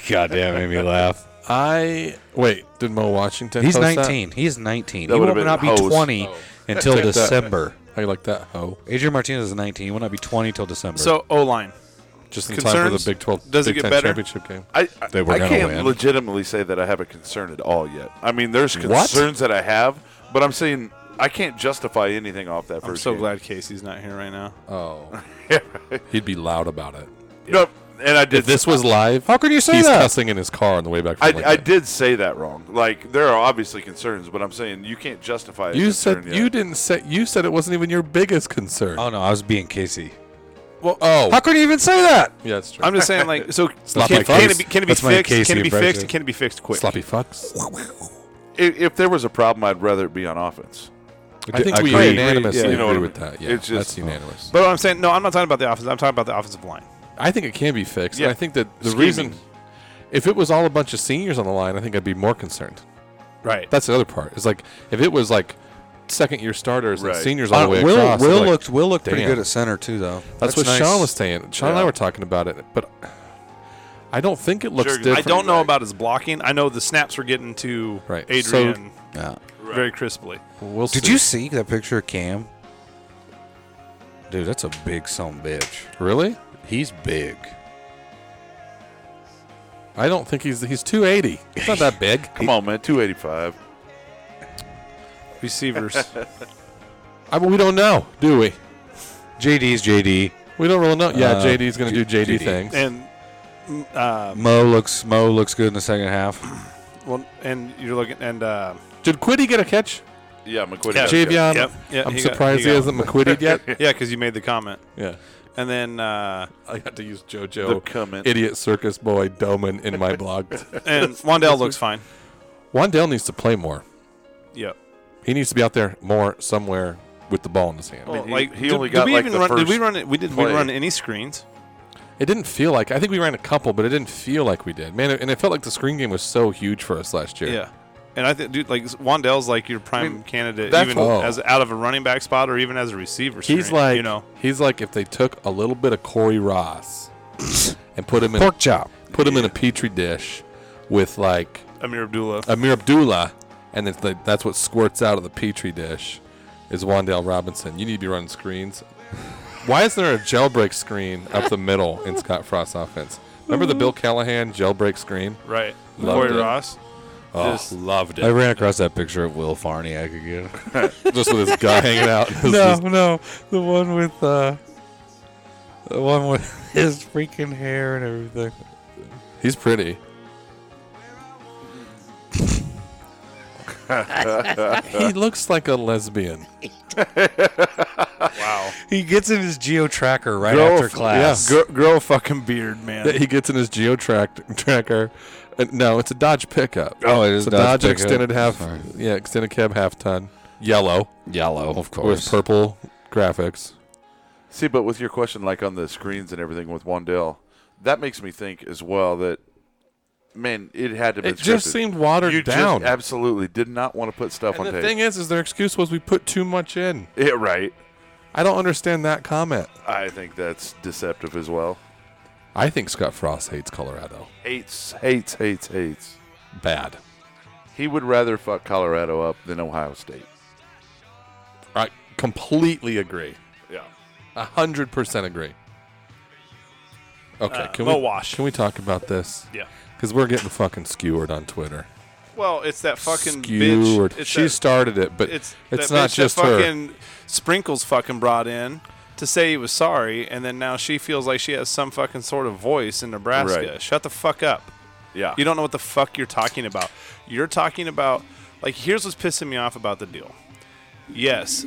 [SPEAKER 4] Goddamn, made me laugh.
[SPEAKER 3] I. Wait, did Mo Washington
[SPEAKER 4] He's
[SPEAKER 3] post that?
[SPEAKER 4] 19. He's 19.
[SPEAKER 6] That
[SPEAKER 4] he
[SPEAKER 6] would've
[SPEAKER 4] will not be
[SPEAKER 6] been hose.
[SPEAKER 4] 20
[SPEAKER 3] *laughs*
[SPEAKER 4] until
[SPEAKER 3] Take that.
[SPEAKER 4] December.
[SPEAKER 3] How you like that? Oh.
[SPEAKER 4] Adrian Martinez is 19. He will not be 20 till December.
[SPEAKER 5] So O line.
[SPEAKER 3] Just in time for
[SPEAKER 5] Concerns?
[SPEAKER 3] the Big 12
[SPEAKER 5] Does it get
[SPEAKER 3] Big 10
[SPEAKER 5] better?
[SPEAKER 3] championship game.
[SPEAKER 6] I, I,
[SPEAKER 4] They were
[SPEAKER 6] I
[SPEAKER 4] gonna
[SPEAKER 6] can't
[SPEAKER 4] win.
[SPEAKER 6] legitimately say that I have a concern at all yet. I mean, there's
[SPEAKER 3] What?
[SPEAKER 6] concerns that I have, but I'm saying I can't justify anything off that first.
[SPEAKER 5] I'm so
[SPEAKER 6] game. *laughs*
[SPEAKER 5] glad Casey's not here right *laughs* now.
[SPEAKER 3] Oh. He'd be loud about it.
[SPEAKER 6] No, and I did
[SPEAKER 3] If this was live,
[SPEAKER 4] can you
[SPEAKER 3] he's cussing in his car on the way back from
[SPEAKER 6] I,
[SPEAKER 3] Lincoln.
[SPEAKER 6] I did say that wrong. Like there are obviously concerns, but I'm saying you can't justify. a
[SPEAKER 3] You
[SPEAKER 6] concern
[SPEAKER 3] said
[SPEAKER 6] yet.
[SPEAKER 3] you didn't say you said it wasn't even your biggest concern.
[SPEAKER 4] Oh, no, I was being Casey.
[SPEAKER 3] well, oh,
[SPEAKER 4] How could you even say that?
[SPEAKER 3] yeah, that's true.
[SPEAKER 5] I'm just saying, like, so
[SPEAKER 3] not
[SPEAKER 5] can,
[SPEAKER 3] my
[SPEAKER 5] can
[SPEAKER 3] case.
[SPEAKER 5] it be, can it be
[SPEAKER 4] That's my
[SPEAKER 5] fixed? Can
[SPEAKER 4] Casey
[SPEAKER 5] it be fixed?
[SPEAKER 4] impression.
[SPEAKER 5] Can it be fixed quick?
[SPEAKER 3] sloppy fucks.
[SPEAKER 6] if, if there was a problem, I'd rather it be on offense.
[SPEAKER 3] I think we
[SPEAKER 4] agree.
[SPEAKER 3] unanimously
[SPEAKER 6] Yeah, you know
[SPEAKER 3] agree
[SPEAKER 6] what I
[SPEAKER 3] with
[SPEAKER 6] mean.
[SPEAKER 3] that. Yeah,
[SPEAKER 6] It's just-
[SPEAKER 3] that's unanimous.
[SPEAKER 4] Uh,
[SPEAKER 5] But what I'm saying, no, I'm not talking about the offense. I'm talking about the offensive line.
[SPEAKER 3] I think it can be fixed.
[SPEAKER 6] Yeah.
[SPEAKER 3] And I think that the
[SPEAKER 6] Scheming.
[SPEAKER 3] reason, if it was all a bunch of seniors on the line, I think I'd be more concerned.
[SPEAKER 5] Right.
[SPEAKER 3] That's the other part. It's like if it was like second year starters
[SPEAKER 6] Right.
[SPEAKER 3] and seniors all the way
[SPEAKER 4] Uh, Will,
[SPEAKER 3] across.
[SPEAKER 4] Will
[SPEAKER 3] like,
[SPEAKER 4] looked Will looked pretty
[SPEAKER 3] damn.
[SPEAKER 4] good at center too, though.
[SPEAKER 3] That's, what
[SPEAKER 4] nice.
[SPEAKER 3] Sean was saying. Sean and I
[SPEAKER 6] Yeah.
[SPEAKER 3] were talking about it, but I don't think it looks
[SPEAKER 6] Jurgen-
[SPEAKER 3] different.
[SPEAKER 5] I don't know about his blocking. I know the snaps were getting to
[SPEAKER 3] Right.
[SPEAKER 5] Adrian
[SPEAKER 4] Yeah.
[SPEAKER 5] very crisply.
[SPEAKER 3] We'll
[SPEAKER 4] Did
[SPEAKER 3] see.
[SPEAKER 4] you see that picture of Cam? Dude, that's a big son of a bitch.
[SPEAKER 3] really?
[SPEAKER 4] He's big.
[SPEAKER 3] I don't think he's he's 280. He's not that big.
[SPEAKER 6] Come on, man, 285.
[SPEAKER 5] *laughs* receivers.
[SPEAKER 3] I mean, we don't know, do we?
[SPEAKER 4] JD's JD.
[SPEAKER 3] We don't really know. Yeah,
[SPEAKER 4] Uh,
[SPEAKER 3] JD's going to
[SPEAKER 4] J-
[SPEAKER 3] do JD,
[SPEAKER 4] JD.
[SPEAKER 3] things.
[SPEAKER 5] and mm, uh,
[SPEAKER 4] Mo looks Mo looks good in the second half.
[SPEAKER 5] well, and you're looking and uh,
[SPEAKER 3] Did Quiddy get a catch?
[SPEAKER 6] Yeah, McQuitty.
[SPEAKER 5] Yeah.
[SPEAKER 3] Javion.
[SPEAKER 5] yep, yep,
[SPEAKER 3] I'm
[SPEAKER 5] he got-
[SPEAKER 3] surprised
[SPEAKER 5] he
[SPEAKER 3] he
[SPEAKER 5] got-
[SPEAKER 3] hasn't McQuitted yet.
[SPEAKER 5] *laughs* yeah, because you made the comment,
[SPEAKER 3] yeah.
[SPEAKER 5] and then uh,
[SPEAKER 3] I got to use
[SPEAKER 6] The
[SPEAKER 3] JoJo,
[SPEAKER 6] comment.
[SPEAKER 3] idiot circus boy Doman, in
[SPEAKER 5] *laughs*
[SPEAKER 3] my blog.
[SPEAKER 5] and Wandell looks fine.
[SPEAKER 3] Wandell needs to play more.
[SPEAKER 5] Yep.
[SPEAKER 3] He needs to be out there more somewhere with the ball in his hand.
[SPEAKER 6] mean, he- he
[SPEAKER 5] did-
[SPEAKER 6] only
[SPEAKER 5] did
[SPEAKER 6] got,
[SPEAKER 5] we
[SPEAKER 6] like,
[SPEAKER 5] even
[SPEAKER 6] the
[SPEAKER 5] run, Did we
[SPEAKER 6] first
[SPEAKER 5] run it? We did. We
[SPEAKER 6] play.
[SPEAKER 5] run any screens?
[SPEAKER 3] It didn't feel like I think we ran a couple, but it didn't feel like we did. Man, it, and it felt like the screen game was so huge for us last year.
[SPEAKER 5] Yeah. And I think, dude, like Wandell's like your prime candidate,
[SPEAKER 3] that's
[SPEAKER 5] even
[SPEAKER 3] what-
[SPEAKER 5] as out of a running back spot or even as a receiver.
[SPEAKER 3] He's
[SPEAKER 5] screen,
[SPEAKER 3] like
[SPEAKER 5] you know,
[SPEAKER 3] he's like if they took a little bit of Corey Ross and put him in
[SPEAKER 4] Pork chop.
[SPEAKER 3] put him in a petri dish with like
[SPEAKER 5] Amir Abdullah.
[SPEAKER 3] Amir Abdullah, and it's like, that's what squirts out of the petri dish is Wandale Robinson. You need to be running screens. Why isn't there a jailbreak screen up the middle in Scott Frost's offense? Remember the Bill Callahan jailbreak screen?
[SPEAKER 5] Right.
[SPEAKER 3] Loved
[SPEAKER 5] Corey
[SPEAKER 3] it.
[SPEAKER 5] Ross.
[SPEAKER 3] Oh,
[SPEAKER 5] Just-
[SPEAKER 3] loved
[SPEAKER 4] I ran across that picture of Will Farniak again.
[SPEAKER 3] Just with his guy hanging out. It was just-
[SPEAKER 4] no, the one with uh, the one with *laughs* his freaking hair and everything. *laughs*
[SPEAKER 3] he's pretty. he looks like a lesbian.
[SPEAKER 5] Wow.
[SPEAKER 4] He gets in his geo tracker right
[SPEAKER 3] Grow
[SPEAKER 4] after
[SPEAKER 3] a-
[SPEAKER 4] class.
[SPEAKER 3] yeah,
[SPEAKER 5] Grow a fucking beard, man.
[SPEAKER 3] that he gets in his Geo tract- tracker. Uh, no, it's a Dodge pickup.
[SPEAKER 4] Oh, it is
[SPEAKER 3] it's a
[SPEAKER 4] Dodge
[SPEAKER 3] Dodge,
[SPEAKER 4] pickup.
[SPEAKER 3] extended half.
[SPEAKER 4] Sorry.
[SPEAKER 3] Yeah, extended cab half ton. Yellow
[SPEAKER 4] Yellow, of
[SPEAKER 3] with
[SPEAKER 4] course.
[SPEAKER 3] purple graphics.
[SPEAKER 6] See, but with your question, like on the screens and everything with Wandell, that makes me think as well that, man, it had to be.
[SPEAKER 3] It just seemed watered
[SPEAKER 6] you
[SPEAKER 3] down.
[SPEAKER 6] Just absolutely did not want to put stuff
[SPEAKER 3] and
[SPEAKER 6] on
[SPEAKER 3] the
[SPEAKER 6] tape.
[SPEAKER 3] thing is, is their excuse was we put too much in.
[SPEAKER 6] yeah, right.
[SPEAKER 3] I don't understand that comment.
[SPEAKER 6] I think that's deceptive as well.
[SPEAKER 3] I think Scott Frost hates Colorado.
[SPEAKER 6] Hates, hates, hates, hates.
[SPEAKER 3] Bad.
[SPEAKER 6] He would rather fuck Colorado up than Ohio State.
[SPEAKER 3] I completely agree.
[SPEAKER 6] Yeah.
[SPEAKER 3] A hundred percent agree. Okay,
[SPEAKER 5] Uh,
[SPEAKER 3] can
[SPEAKER 5] Mo
[SPEAKER 3] we
[SPEAKER 5] Wash.
[SPEAKER 3] can we talk about this?
[SPEAKER 5] Yeah.
[SPEAKER 3] Because we're getting fucking skewered on Twitter.
[SPEAKER 5] Well, it's that fucking
[SPEAKER 3] skewered.
[SPEAKER 5] bitch. It's
[SPEAKER 3] she
[SPEAKER 5] that-
[SPEAKER 3] started it, but
[SPEAKER 5] it's
[SPEAKER 3] it's,
[SPEAKER 5] that
[SPEAKER 3] not
[SPEAKER 5] bitch
[SPEAKER 3] just
[SPEAKER 5] that
[SPEAKER 3] her.
[SPEAKER 5] fucking Sprinkles fucking brought in to say he was sorry, and then now she feels like she has some fucking sort of voice in Nebraska.
[SPEAKER 6] Right.
[SPEAKER 5] Shut the fuck up.
[SPEAKER 6] Yeah.
[SPEAKER 5] You don't know what the fuck you're talking about. You're talking about like here's what's pissing me off about the deal. Yes,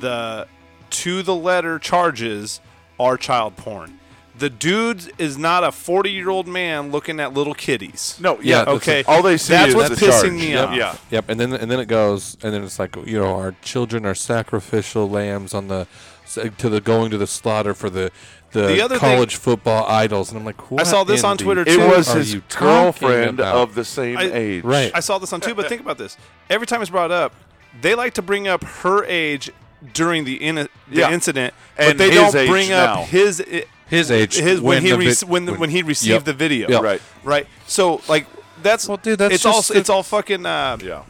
[SPEAKER 5] the to the letter charges are child porn. The dude is not a 40 year old man looking at little kitties.
[SPEAKER 6] No,
[SPEAKER 3] Yeah,
[SPEAKER 6] yeah.
[SPEAKER 3] that's
[SPEAKER 5] Okay.
[SPEAKER 6] All they see
[SPEAKER 5] That's
[SPEAKER 6] is
[SPEAKER 5] what's
[SPEAKER 6] the
[SPEAKER 5] pissing
[SPEAKER 6] charge.
[SPEAKER 5] me
[SPEAKER 6] Yep.
[SPEAKER 5] off.
[SPEAKER 6] Yeah.
[SPEAKER 3] Yep, and then and then it goes, and then it's like you know our children are sacrificial lambs on the to the going to the slaughter for the the,
[SPEAKER 5] The other
[SPEAKER 3] college football idols, and I'm like, what
[SPEAKER 5] I saw this
[SPEAKER 3] in
[SPEAKER 5] on
[SPEAKER 3] the-
[SPEAKER 5] Twitter
[SPEAKER 6] It
[SPEAKER 5] too.
[SPEAKER 6] was
[SPEAKER 3] Are
[SPEAKER 6] his
[SPEAKER 3] you talking
[SPEAKER 6] girlfriend
[SPEAKER 3] about?
[SPEAKER 6] of the same
[SPEAKER 5] I-
[SPEAKER 6] age.
[SPEAKER 3] Right.
[SPEAKER 5] I saw this on too, but think about this. Every time it's brought up, they like to bring up her age during the, in- the
[SPEAKER 6] Yeah.
[SPEAKER 5] incident, but
[SPEAKER 6] And
[SPEAKER 5] they
[SPEAKER 6] his
[SPEAKER 5] don't
[SPEAKER 6] age
[SPEAKER 5] bring
[SPEAKER 6] now.
[SPEAKER 5] up his i-
[SPEAKER 4] his age.
[SPEAKER 5] his when, he
[SPEAKER 4] the vi-
[SPEAKER 5] rec- when, the, when he received
[SPEAKER 3] Yep.
[SPEAKER 5] the video.
[SPEAKER 3] Yep.
[SPEAKER 6] Right.
[SPEAKER 5] Right. So like that's
[SPEAKER 4] Well, dude, that's
[SPEAKER 5] it's all
[SPEAKER 4] just the-
[SPEAKER 5] it's all fucking. Uh,
[SPEAKER 6] Yeah.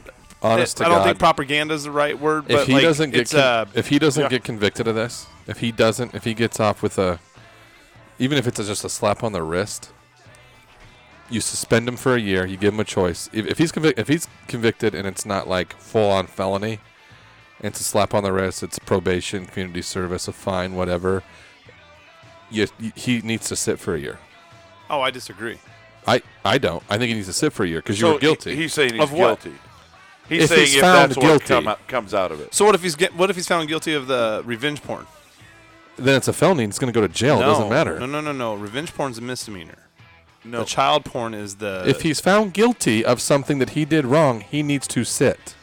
[SPEAKER 3] Honest to
[SPEAKER 5] I don't
[SPEAKER 3] God,
[SPEAKER 5] think propaganda is the right word, but
[SPEAKER 3] if he
[SPEAKER 5] like,
[SPEAKER 3] doesn't get
[SPEAKER 5] it's
[SPEAKER 3] con-
[SPEAKER 5] uh,
[SPEAKER 3] if he doesn't get convicted of this, if he doesn't, if he gets off with a, even if it's just a slap on the wrist, you suspend him for a year. You give him a choice. If, if he's convicted, if he's convicted and it's not like full on felony, and it's a slap on the wrist, it's probation, community service, a fine, whatever. You, you- he needs to sit for a year.
[SPEAKER 5] oh, I disagree.
[SPEAKER 3] I, I don't. I think he needs to sit for a year because you
[SPEAKER 6] So
[SPEAKER 3] were guilty.
[SPEAKER 6] he- he's saying he's
[SPEAKER 5] Of what?
[SPEAKER 6] guilty. He's
[SPEAKER 3] If
[SPEAKER 6] saying
[SPEAKER 3] he's
[SPEAKER 6] if
[SPEAKER 3] found
[SPEAKER 6] that's what
[SPEAKER 3] guilty.
[SPEAKER 6] come out, comes out of it.
[SPEAKER 5] So what if he's get, what if he's found guilty of the revenge porn?
[SPEAKER 3] then it's a felony. and It's going to go to jail. it
[SPEAKER 5] no,
[SPEAKER 3] doesn't matter.
[SPEAKER 5] No, no, no, no. Revenge porn's a misdemeanor.
[SPEAKER 6] No.
[SPEAKER 5] The child porn is the
[SPEAKER 3] if he's found guilty of something that he did wrong, he needs to sit.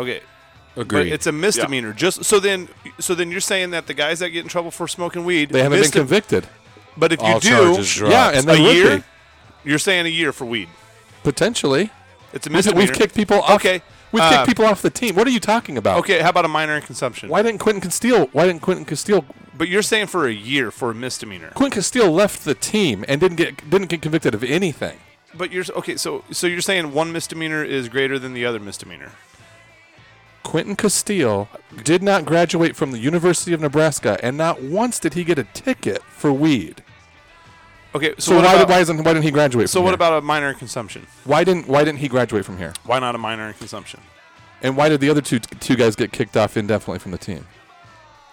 [SPEAKER 5] okay. But
[SPEAKER 4] Agreed.
[SPEAKER 5] it's a misdemeanor. Just so then, so then you're saying that the guys that get in trouble for smoking weed,
[SPEAKER 3] They haven't been
[SPEAKER 5] misde-
[SPEAKER 3] convicted.
[SPEAKER 5] But if you
[SPEAKER 4] All
[SPEAKER 5] do,
[SPEAKER 4] charges
[SPEAKER 3] Yeah,
[SPEAKER 4] dropped.
[SPEAKER 3] and
[SPEAKER 5] a
[SPEAKER 3] they would
[SPEAKER 5] year,
[SPEAKER 3] be,
[SPEAKER 5] you're saying a year for weed.
[SPEAKER 3] potentially.
[SPEAKER 5] It's a
[SPEAKER 3] We've,
[SPEAKER 5] misdemeanor.
[SPEAKER 3] we've kicked people. Off,
[SPEAKER 5] Okay,
[SPEAKER 3] we've
[SPEAKER 5] uh,
[SPEAKER 3] kicked people off the team. What are you talking about?
[SPEAKER 5] Okay, how about a minor in consumption?
[SPEAKER 3] Why didn't Quentin Castile? Why didn't Quentin Castile?
[SPEAKER 5] But you're saying for a year for a misdemeanor.
[SPEAKER 3] Quentin Castile left the team and didn't get didn't get convicted of anything.
[SPEAKER 5] But you're okay. So so you're saying one misdemeanor is greater than the other misdemeanor.
[SPEAKER 3] Quentin Castile did not graduate from the University of Nebraska, and not once did he get a ticket for weed.
[SPEAKER 5] Okay. So,
[SPEAKER 3] So,
[SPEAKER 5] what
[SPEAKER 3] why
[SPEAKER 5] about,
[SPEAKER 3] why isn't why didn't he graduate?
[SPEAKER 5] so
[SPEAKER 3] from
[SPEAKER 5] what
[SPEAKER 3] here?
[SPEAKER 5] about a minor in consumption?
[SPEAKER 3] why didn't why didn't he graduate from here?
[SPEAKER 5] Why not a minor in consumption?
[SPEAKER 3] And why did the other two two guys get kicked off indefinitely from the team?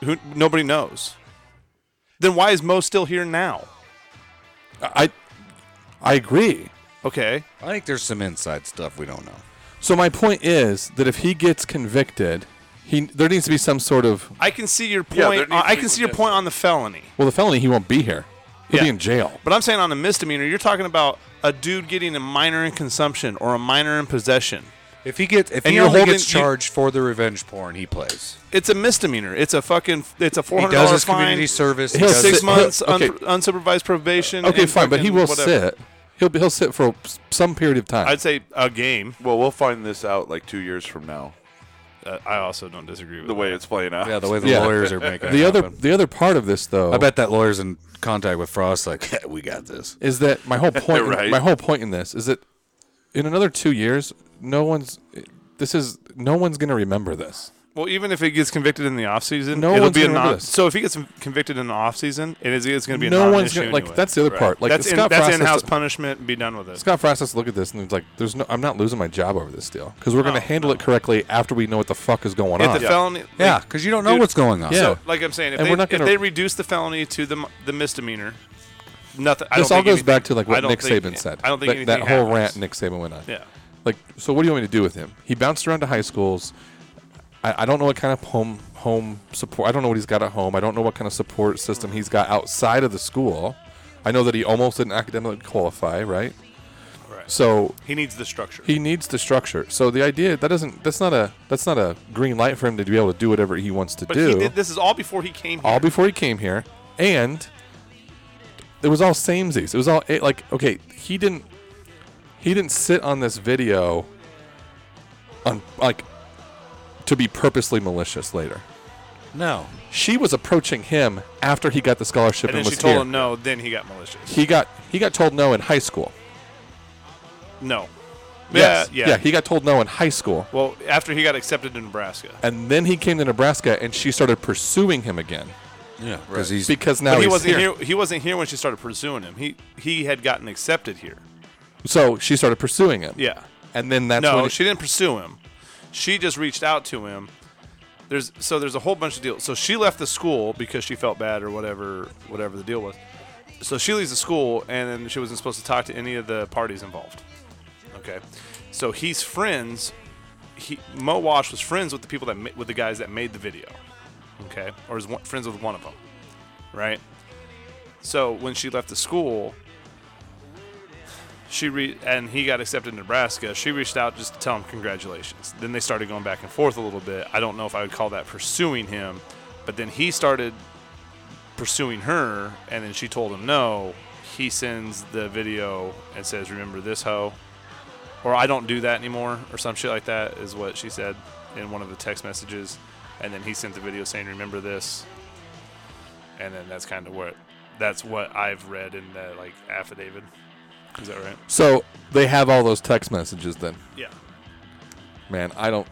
[SPEAKER 5] Who, nobody knows. Then why is Mo still here now?
[SPEAKER 3] I I agree.
[SPEAKER 5] Okay.
[SPEAKER 4] I think there's some inside stuff we don't know.
[SPEAKER 3] So my point is that if he gets convicted, he there needs to be some sort of
[SPEAKER 5] I can see your point.
[SPEAKER 6] Yeah, there needs
[SPEAKER 5] I
[SPEAKER 6] to be
[SPEAKER 5] can see your point on the felony.
[SPEAKER 3] well, the felony he won't be here. He'll be
[SPEAKER 5] Yeah.
[SPEAKER 3] in jail.
[SPEAKER 5] But I'm saying on the misdemeanor, you're talking about a dude getting a minor in consumption or a minor in possession.
[SPEAKER 4] If he gets, if
[SPEAKER 5] And
[SPEAKER 4] he
[SPEAKER 5] you're
[SPEAKER 4] only
[SPEAKER 5] holding-
[SPEAKER 4] gets
[SPEAKER 5] you-
[SPEAKER 4] charged for the revenge porn, he plays.
[SPEAKER 5] It's a misdemeanor. It's a fucking. It's a four
[SPEAKER 4] He
[SPEAKER 5] hundred
[SPEAKER 4] does
[SPEAKER 5] dollars
[SPEAKER 4] his
[SPEAKER 5] fine.
[SPEAKER 4] community service. he
[SPEAKER 3] He'll
[SPEAKER 4] does
[SPEAKER 3] sit-
[SPEAKER 5] Six
[SPEAKER 4] it-
[SPEAKER 5] months
[SPEAKER 3] *laughs* okay.
[SPEAKER 5] un- unsupervised probation.
[SPEAKER 3] Okay,
[SPEAKER 5] and
[SPEAKER 3] fine, but he
[SPEAKER 5] fucking
[SPEAKER 3] will
[SPEAKER 5] whatever.
[SPEAKER 3] sit. He'll be, he'll sit for s- some period of time.
[SPEAKER 5] I'd say a game.
[SPEAKER 6] Well, we'll find this out like two years from now.
[SPEAKER 5] Uh, I also don't disagree with
[SPEAKER 6] The way it's playing out.
[SPEAKER 4] Yeah, the way *laughs* the
[SPEAKER 3] Yeah.
[SPEAKER 4] lawyers are making
[SPEAKER 3] the
[SPEAKER 4] it
[SPEAKER 3] other
[SPEAKER 4] happen. Oh.
[SPEAKER 3] the other part of this though,
[SPEAKER 4] I bet that lawyer's in contact with Frost. Like, *laughs* we got this.
[SPEAKER 3] is that
[SPEAKER 5] *laughs*
[SPEAKER 3] my whole point.
[SPEAKER 6] Right.
[SPEAKER 3] My whole point in this is that in another two years, no one's this is no one's going to remember this.
[SPEAKER 5] Well, even if he gets convicted in the offseason,
[SPEAKER 3] No
[SPEAKER 5] it'll
[SPEAKER 3] one's
[SPEAKER 5] be a
[SPEAKER 3] gonna remember
[SPEAKER 5] non.
[SPEAKER 3] this.
[SPEAKER 5] So if he gets convicted in the offseason, it is it's going to be a
[SPEAKER 3] no one's
[SPEAKER 5] non-issue
[SPEAKER 3] gonna,
[SPEAKER 5] anyway.
[SPEAKER 3] like that's the other part. Like
[SPEAKER 5] that's in,
[SPEAKER 3] Scott
[SPEAKER 5] that's
[SPEAKER 3] Frost has
[SPEAKER 5] in-house
[SPEAKER 3] to-
[SPEAKER 5] punishment. Be done with it.
[SPEAKER 3] Scott Frost has to look at this and he's like, "There's no, I'm not losing my job over this deal because we're going
[SPEAKER 5] No,
[SPEAKER 3] to handle it correctly after we know what the fuck is going
[SPEAKER 5] if
[SPEAKER 3] on."
[SPEAKER 5] the felony,
[SPEAKER 4] Yeah,
[SPEAKER 5] like,
[SPEAKER 4] because you don't know
[SPEAKER 5] dude,
[SPEAKER 4] what's going on.
[SPEAKER 3] Yeah.
[SPEAKER 5] So, like I'm saying, if,
[SPEAKER 3] And
[SPEAKER 5] they,
[SPEAKER 3] we're not
[SPEAKER 5] if
[SPEAKER 3] gonna-
[SPEAKER 5] they reduce the felony to the m- the misdemeanor, nothing. I
[SPEAKER 3] this
[SPEAKER 5] don't
[SPEAKER 3] all
[SPEAKER 5] think
[SPEAKER 3] goes
[SPEAKER 5] anything-
[SPEAKER 3] back to like
[SPEAKER 5] I
[SPEAKER 3] what
[SPEAKER 5] don't
[SPEAKER 3] Nick
[SPEAKER 5] think-
[SPEAKER 3] Saban said.
[SPEAKER 5] I don't think
[SPEAKER 3] like, that
[SPEAKER 5] anything
[SPEAKER 3] whole rant
[SPEAKER 5] happens.
[SPEAKER 3] Nick Saban went on.
[SPEAKER 5] Yeah.
[SPEAKER 3] Like, so what do you want me to do with him? He bounced around to high schools. I, I don't know what kind of home home support. I don't know what he's got at home. I don't know what kind of support system he's got outside of the school. I know that he almost didn't academically qualify, right?
[SPEAKER 5] Right.
[SPEAKER 3] So
[SPEAKER 5] He needs the structure.
[SPEAKER 3] he needs the structure. So the idea that doesn't that's not a that's not a green light for him to be able to do whatever he wants to
[SPEAKER 5] but
[SPEAKER 3] do.
[SPEAKER 5] he did, this is all before he came here.
[SPEAKER 3] all before he came here, and it was all samesies. It was all it, like, okay, he didn't he didn't sit on this video on like to be purposely malicious later.
[SPEAKER 4] No.
[SPEAKER 3] She was approaching him after he got the scholarship
[SPEAKER 5] and
[SPEAKER 3] and,
[SPEAKER 5] then she
[SPEAKER 3] was
[SPEAKER 5] told
[SPEAKER 3] here.
[SPEAKER 5] him no. Then he got malicious.
[SPEAKER 3] He got he got told no in high school.
[SPEAKER 5] No.
[SPEAKER 3] Yes.
[SPEAKER 5] Yeah. Yeah.
[SPEAKER 3] Yeah, he got told no in high school.
[SPEAKER 5] well, after he got accepted to Nebraska,
[SPEAKER 3] And then he came to Nebraska and she started pursuing him again
[SPEAKER 4] Yeah, because he's
[SPEAKER 3] because now
[SPEAKER 5] but he
[SPEAKER 3] he's
[SPEAKER 5] wasn't here. He wasn't here when she started pursuing him. He he had gotten accepted here.
[SPEAKER 3] So she started pursuing him.
[SPEAKER 5] Yeah.
[SPEAKER 3] And then that's
[SPEAKER 5] no,
[SPEAKER 3] when
[SPEAKER 5] she didn't pursue him. She just reached out to him. There's so there's a whole bunch of deals. So she left the school because she felt bad or whatever whatever the deal was. So she leaves the school and then she wasn't supposed to talk to any of the parties involved. Okay. So he's friends. He Mo Wash was friends with the people that ma- with the guys that made the video. Okay, or is one, friends with one of them, right? So when she left the school, she re- and he got accepted in Nebraska. She reached out just to tell him congratulations. Then they started going back and forth a little bit. I don't know if I would call that pursuing him, but then he started pursuing her, and then she told him no. He sends the video and says, "Remember this hoe," or "I don't do that anymore," or some shit like that is what she said in one of the text messages. And then he sent the video saying, "Remember this," and then that's kind of what that's what I've read in the like affidavit. Is that right?
[SPEAKER 3] So they have all those text messages then.
[SPEAKER 5] Yeah.
[SPEAKER 3] Man, I don't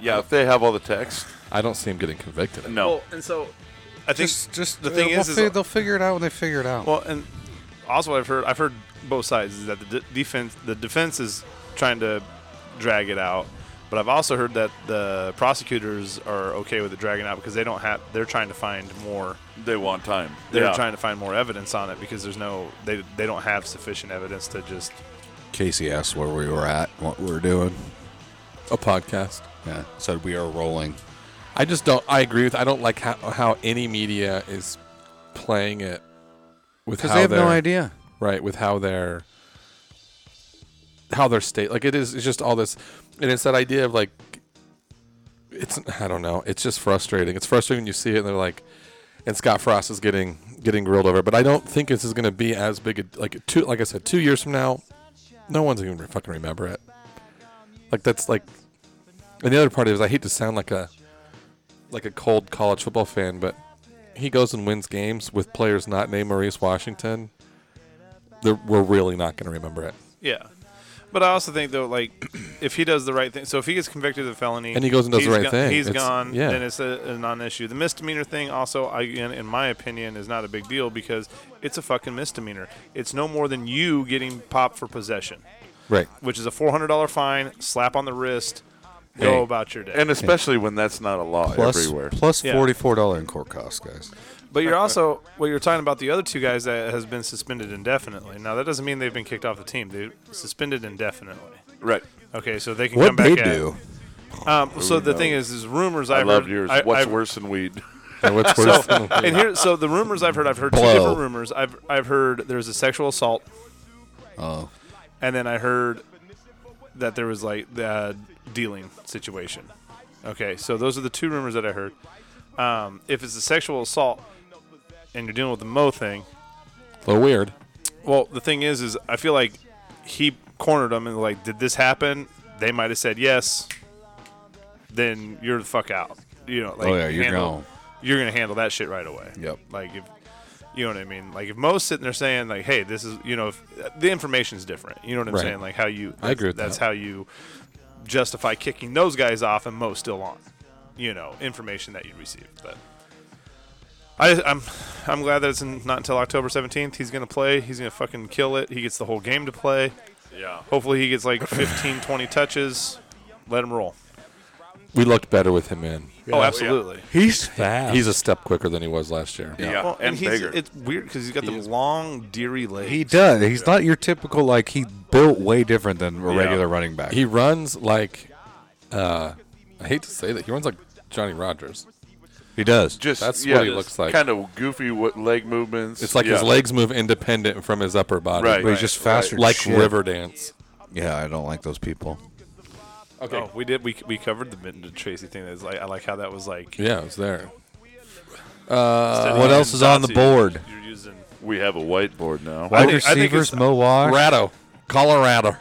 [SPEAKER 6] Yeah, if they have all the text,
[SPEAKER 3] I don't see him getting convicted.
[SPEAKER 6] no.
[SPEAKER 5] Well, and so I think
[SPEAKER 4] just just
[SPEAKER 5] the thing
[SPEAKER 4] they'll
[SPEAKER 5] is- is-
[SPEAKER 4] fi- they'll figure it out when they figure it out.
[SPEAKER 5] well, and also what I've heard I've heard both sides is that the de- defense the defense is trying to drag it out, but I've also heard that the prosecutors are okay with it dragging out because they don't have they're trying to find more
[SPEAKER 6] they want time.
[SPEAKER 5] they're
[SPEAKER 6] yeah.
[SPEAKER 5] trying to find more evidence on it because there's no they they don't have sufficient evidence to just
[SPEAKER 4] Casey asked where we were at, what we were doing.
[SPEAKER 3] A podcast.
[SPEAKER 4] Yeah, said we are rolling.
[SPEAKER 3] I just don't I agree with I don't like how, how any media is playing it with
[SPEAKER 4] Because
[SPEAKER 3] how
[SPEAKER 4] they have no
[SPEAKER 3] they're-
[SPEAKER 4] idea.
[SPEAKER 3] right with how they're how they're state like it is it's just all this and it's that idea of like it's I don't know it's just frustrating it's frustrating when you see it and they're like and Scott Frost is getting getting grilled over it. but I don't think this is going to be as big a like two like I said two years from now no one's even gonna fucking remember it like that's like and the other part is I hate to sound like a like a cold college football fan but he goes and wins games with players not named Maurice Washington they're, we're really not going to remember it.
[SPEAKER 5] yeah. But I also think though, like, *clears throat* if he does the right thing, so if he gets convicted of a felony
[SPEAKER 3] And he goes and does the
[SPEAKER 5] he's
[SPEAKER 3] right
[SPEAKER 5] go-
[SPEAKER 3] thing,
[SPEAKER 5] he's
[SPEAKER 3] it's-
[SPEAKER 5] gone.
[SPEAKER 3] yeah.
[SPEAKER 5] Then it's a, a non-issue. The misdemeanor thing, also, I, in, in my opinion, is not a big deal because it's a fucking misdemeanor. It's no more than you getting popped for possession,
[SPEAKER 3] Right.
[SPEAKER 5] which is a four hundred dollar fine, slap on the wrist, Go
[SPEAKER 4] Hey.
[SPEAKER 5] about your day.
[SPEAKER 6] and especially when that's not a law
[SPEAKER 4] Plus,
[SPEAKER 6] everywhere.
[SPEAKER 4] plus
[SPEAKER 5] Yeah.
[SPEAKER 4] forty-four dollar in court costs, guys.
[SPEAKER 5] But you're *laughs* also well. You're talking about the other two guys that has been suspended indefinitely. Now that doesn't mean they've been kicked off the team. They're suspended indefinitely.
[SPEAKER 6] Right.
[SPEAKER 5] Okay, so they can come
[SPEAKER 4] What
[SPEAKER 5] back.
[SPEAKER 4] they
[SPEAKER 5] at
[SPEAKER 4] do?
[SPEAKER 5] it. Um, so the
[SPEAKER 6] knows?
[SPEAKER 5] thing is, is rumors
[SPEAKER 6] I,
[SPEAKER 5] I've
[SPEAKER 6] love
[SPEAKER 5] heard,
[SPEAKER 6] yours.
[SPEAKER 5] I-
[SPEAKER 6] What's
[SPEAKER 5] I've-
[SPEAKER 6] worse than weed?
[SPEAKER 4] And what's
[SPEAKER 5] *laughs* So
[SPEAKER 4] worse than-
[SPEAKER 5] *laughs* and here, so the rumors I've heard, I've heard
[SPEAKER 4] Blow.
[SPEAKER 5] two different rumors. I've I've heard there's a sexual assault,
[SPEAKER 4] oh,
[SPEAKER 5] and then I heard that there was like the uh, dealing situation. Okay, so those are the two rumors that I heard. Um, if it's a sexual assault, and you're dealing with the Mo thing,
[SPEAKER 4] a little weird.
[SPEAKER 5] Well, the thing is, is I feel like he cornered them and like, did this happen? They might have said yes. Then you're the fuck out. You know, like
[SPEAKER 4] Oh, yeah, you're
[SPEAKER 5] handle-
[SPEAKER 4] gone.
[SPEAKER 5] You're gonna handle that shit right away.
[SPEAKER 4] Yep.
[SPEAKER 5] Like if you know what I mean. Like if Mo's sitting there saying like, hey, this is you know, if, the information's different. You know what I'm
[SPEAKER 4] Right.
[SPEAKER 5] saying? Like how you.
[SPEAKER 4] I agree with
[SPEAKER 5] That's
[SPEAKER 4] that.
[SPEAKER 5] how you justify kicking those guys off and Mo's still on. You know, information that you received, but. I, I'm I'm glad that it's in, not until October 17th. He's going to play. He's going to fucking kill it. He gets the whole game to play.
[SPEAKER 6] Yeah.
[SPEAKER 5] Hopefully, he gets
[SPEAKER 4] *coughs*
[SPEAKER 5] like 15, 20 touches. Let him roll.
[SPEAKER 3] We looked better with him in.
[SPEAKER 5] Oh, absolutely.
[SPEAKER 4] He's fast.
[SPEAKER 3] He's a step quicker than he was last year.
[SPEAKER 6] *laughs* Yeah.
[SPEAKER 5] Well,
[SPEAKER 6] and,
[SPEAKER 5] and he's,
[SPEAKER 6] bigger.
[SPEAKER 5] it's weird because he's got them long, deary legs.
[SPEAKER 4] he does. He's not your typical like. He built way different than a regular running back.
[SPEAKER 3] He runs like, uh, I hate to say that, he runs like Johnny Rogers.
[SPEAKER 4] he does.
[SPEAKER 6] just
[SPEAKER 3] that's
[SPEAKER 6] yeah,
[SPEAKER 3] what he looks like.
[SPEAKER 6] Kind of goofy w- leg movements.
[SPEAKER 3] It's like his
[SPEAKER 6] Yeah.
[SPEAKER 3] legs move independent from his upper body.
[SPEAKER 6] Right.
[SPEAKER 4] but he's just faster. than
[SPEAKER 3] Like
[SPEAKER 4] shit.
[SPEAKER 3] Riverdance.
[SPEAKER 4] Yeah, I don't like those people.
[SPEAKER 5] okay. Oh, we did. We, we covered the Benton Tracy thing. That's like I like how that was like.
[SPEAKER 3] Yeah, it was there.
[SPEAKER 4] Uh, what else is on the board?
[SPEAKER 5] You're using.
[SPEAKER 6] We have a whiteboard now.
[SPEAKER 4] Wide
[SPEAKER 5] think- I think
[SPEAKER 4] receivers,
[SPEAKER 5] it's-
[SPEAKER 4] Mo Wash.
[SPEAKER 3] Colorado. Colorado.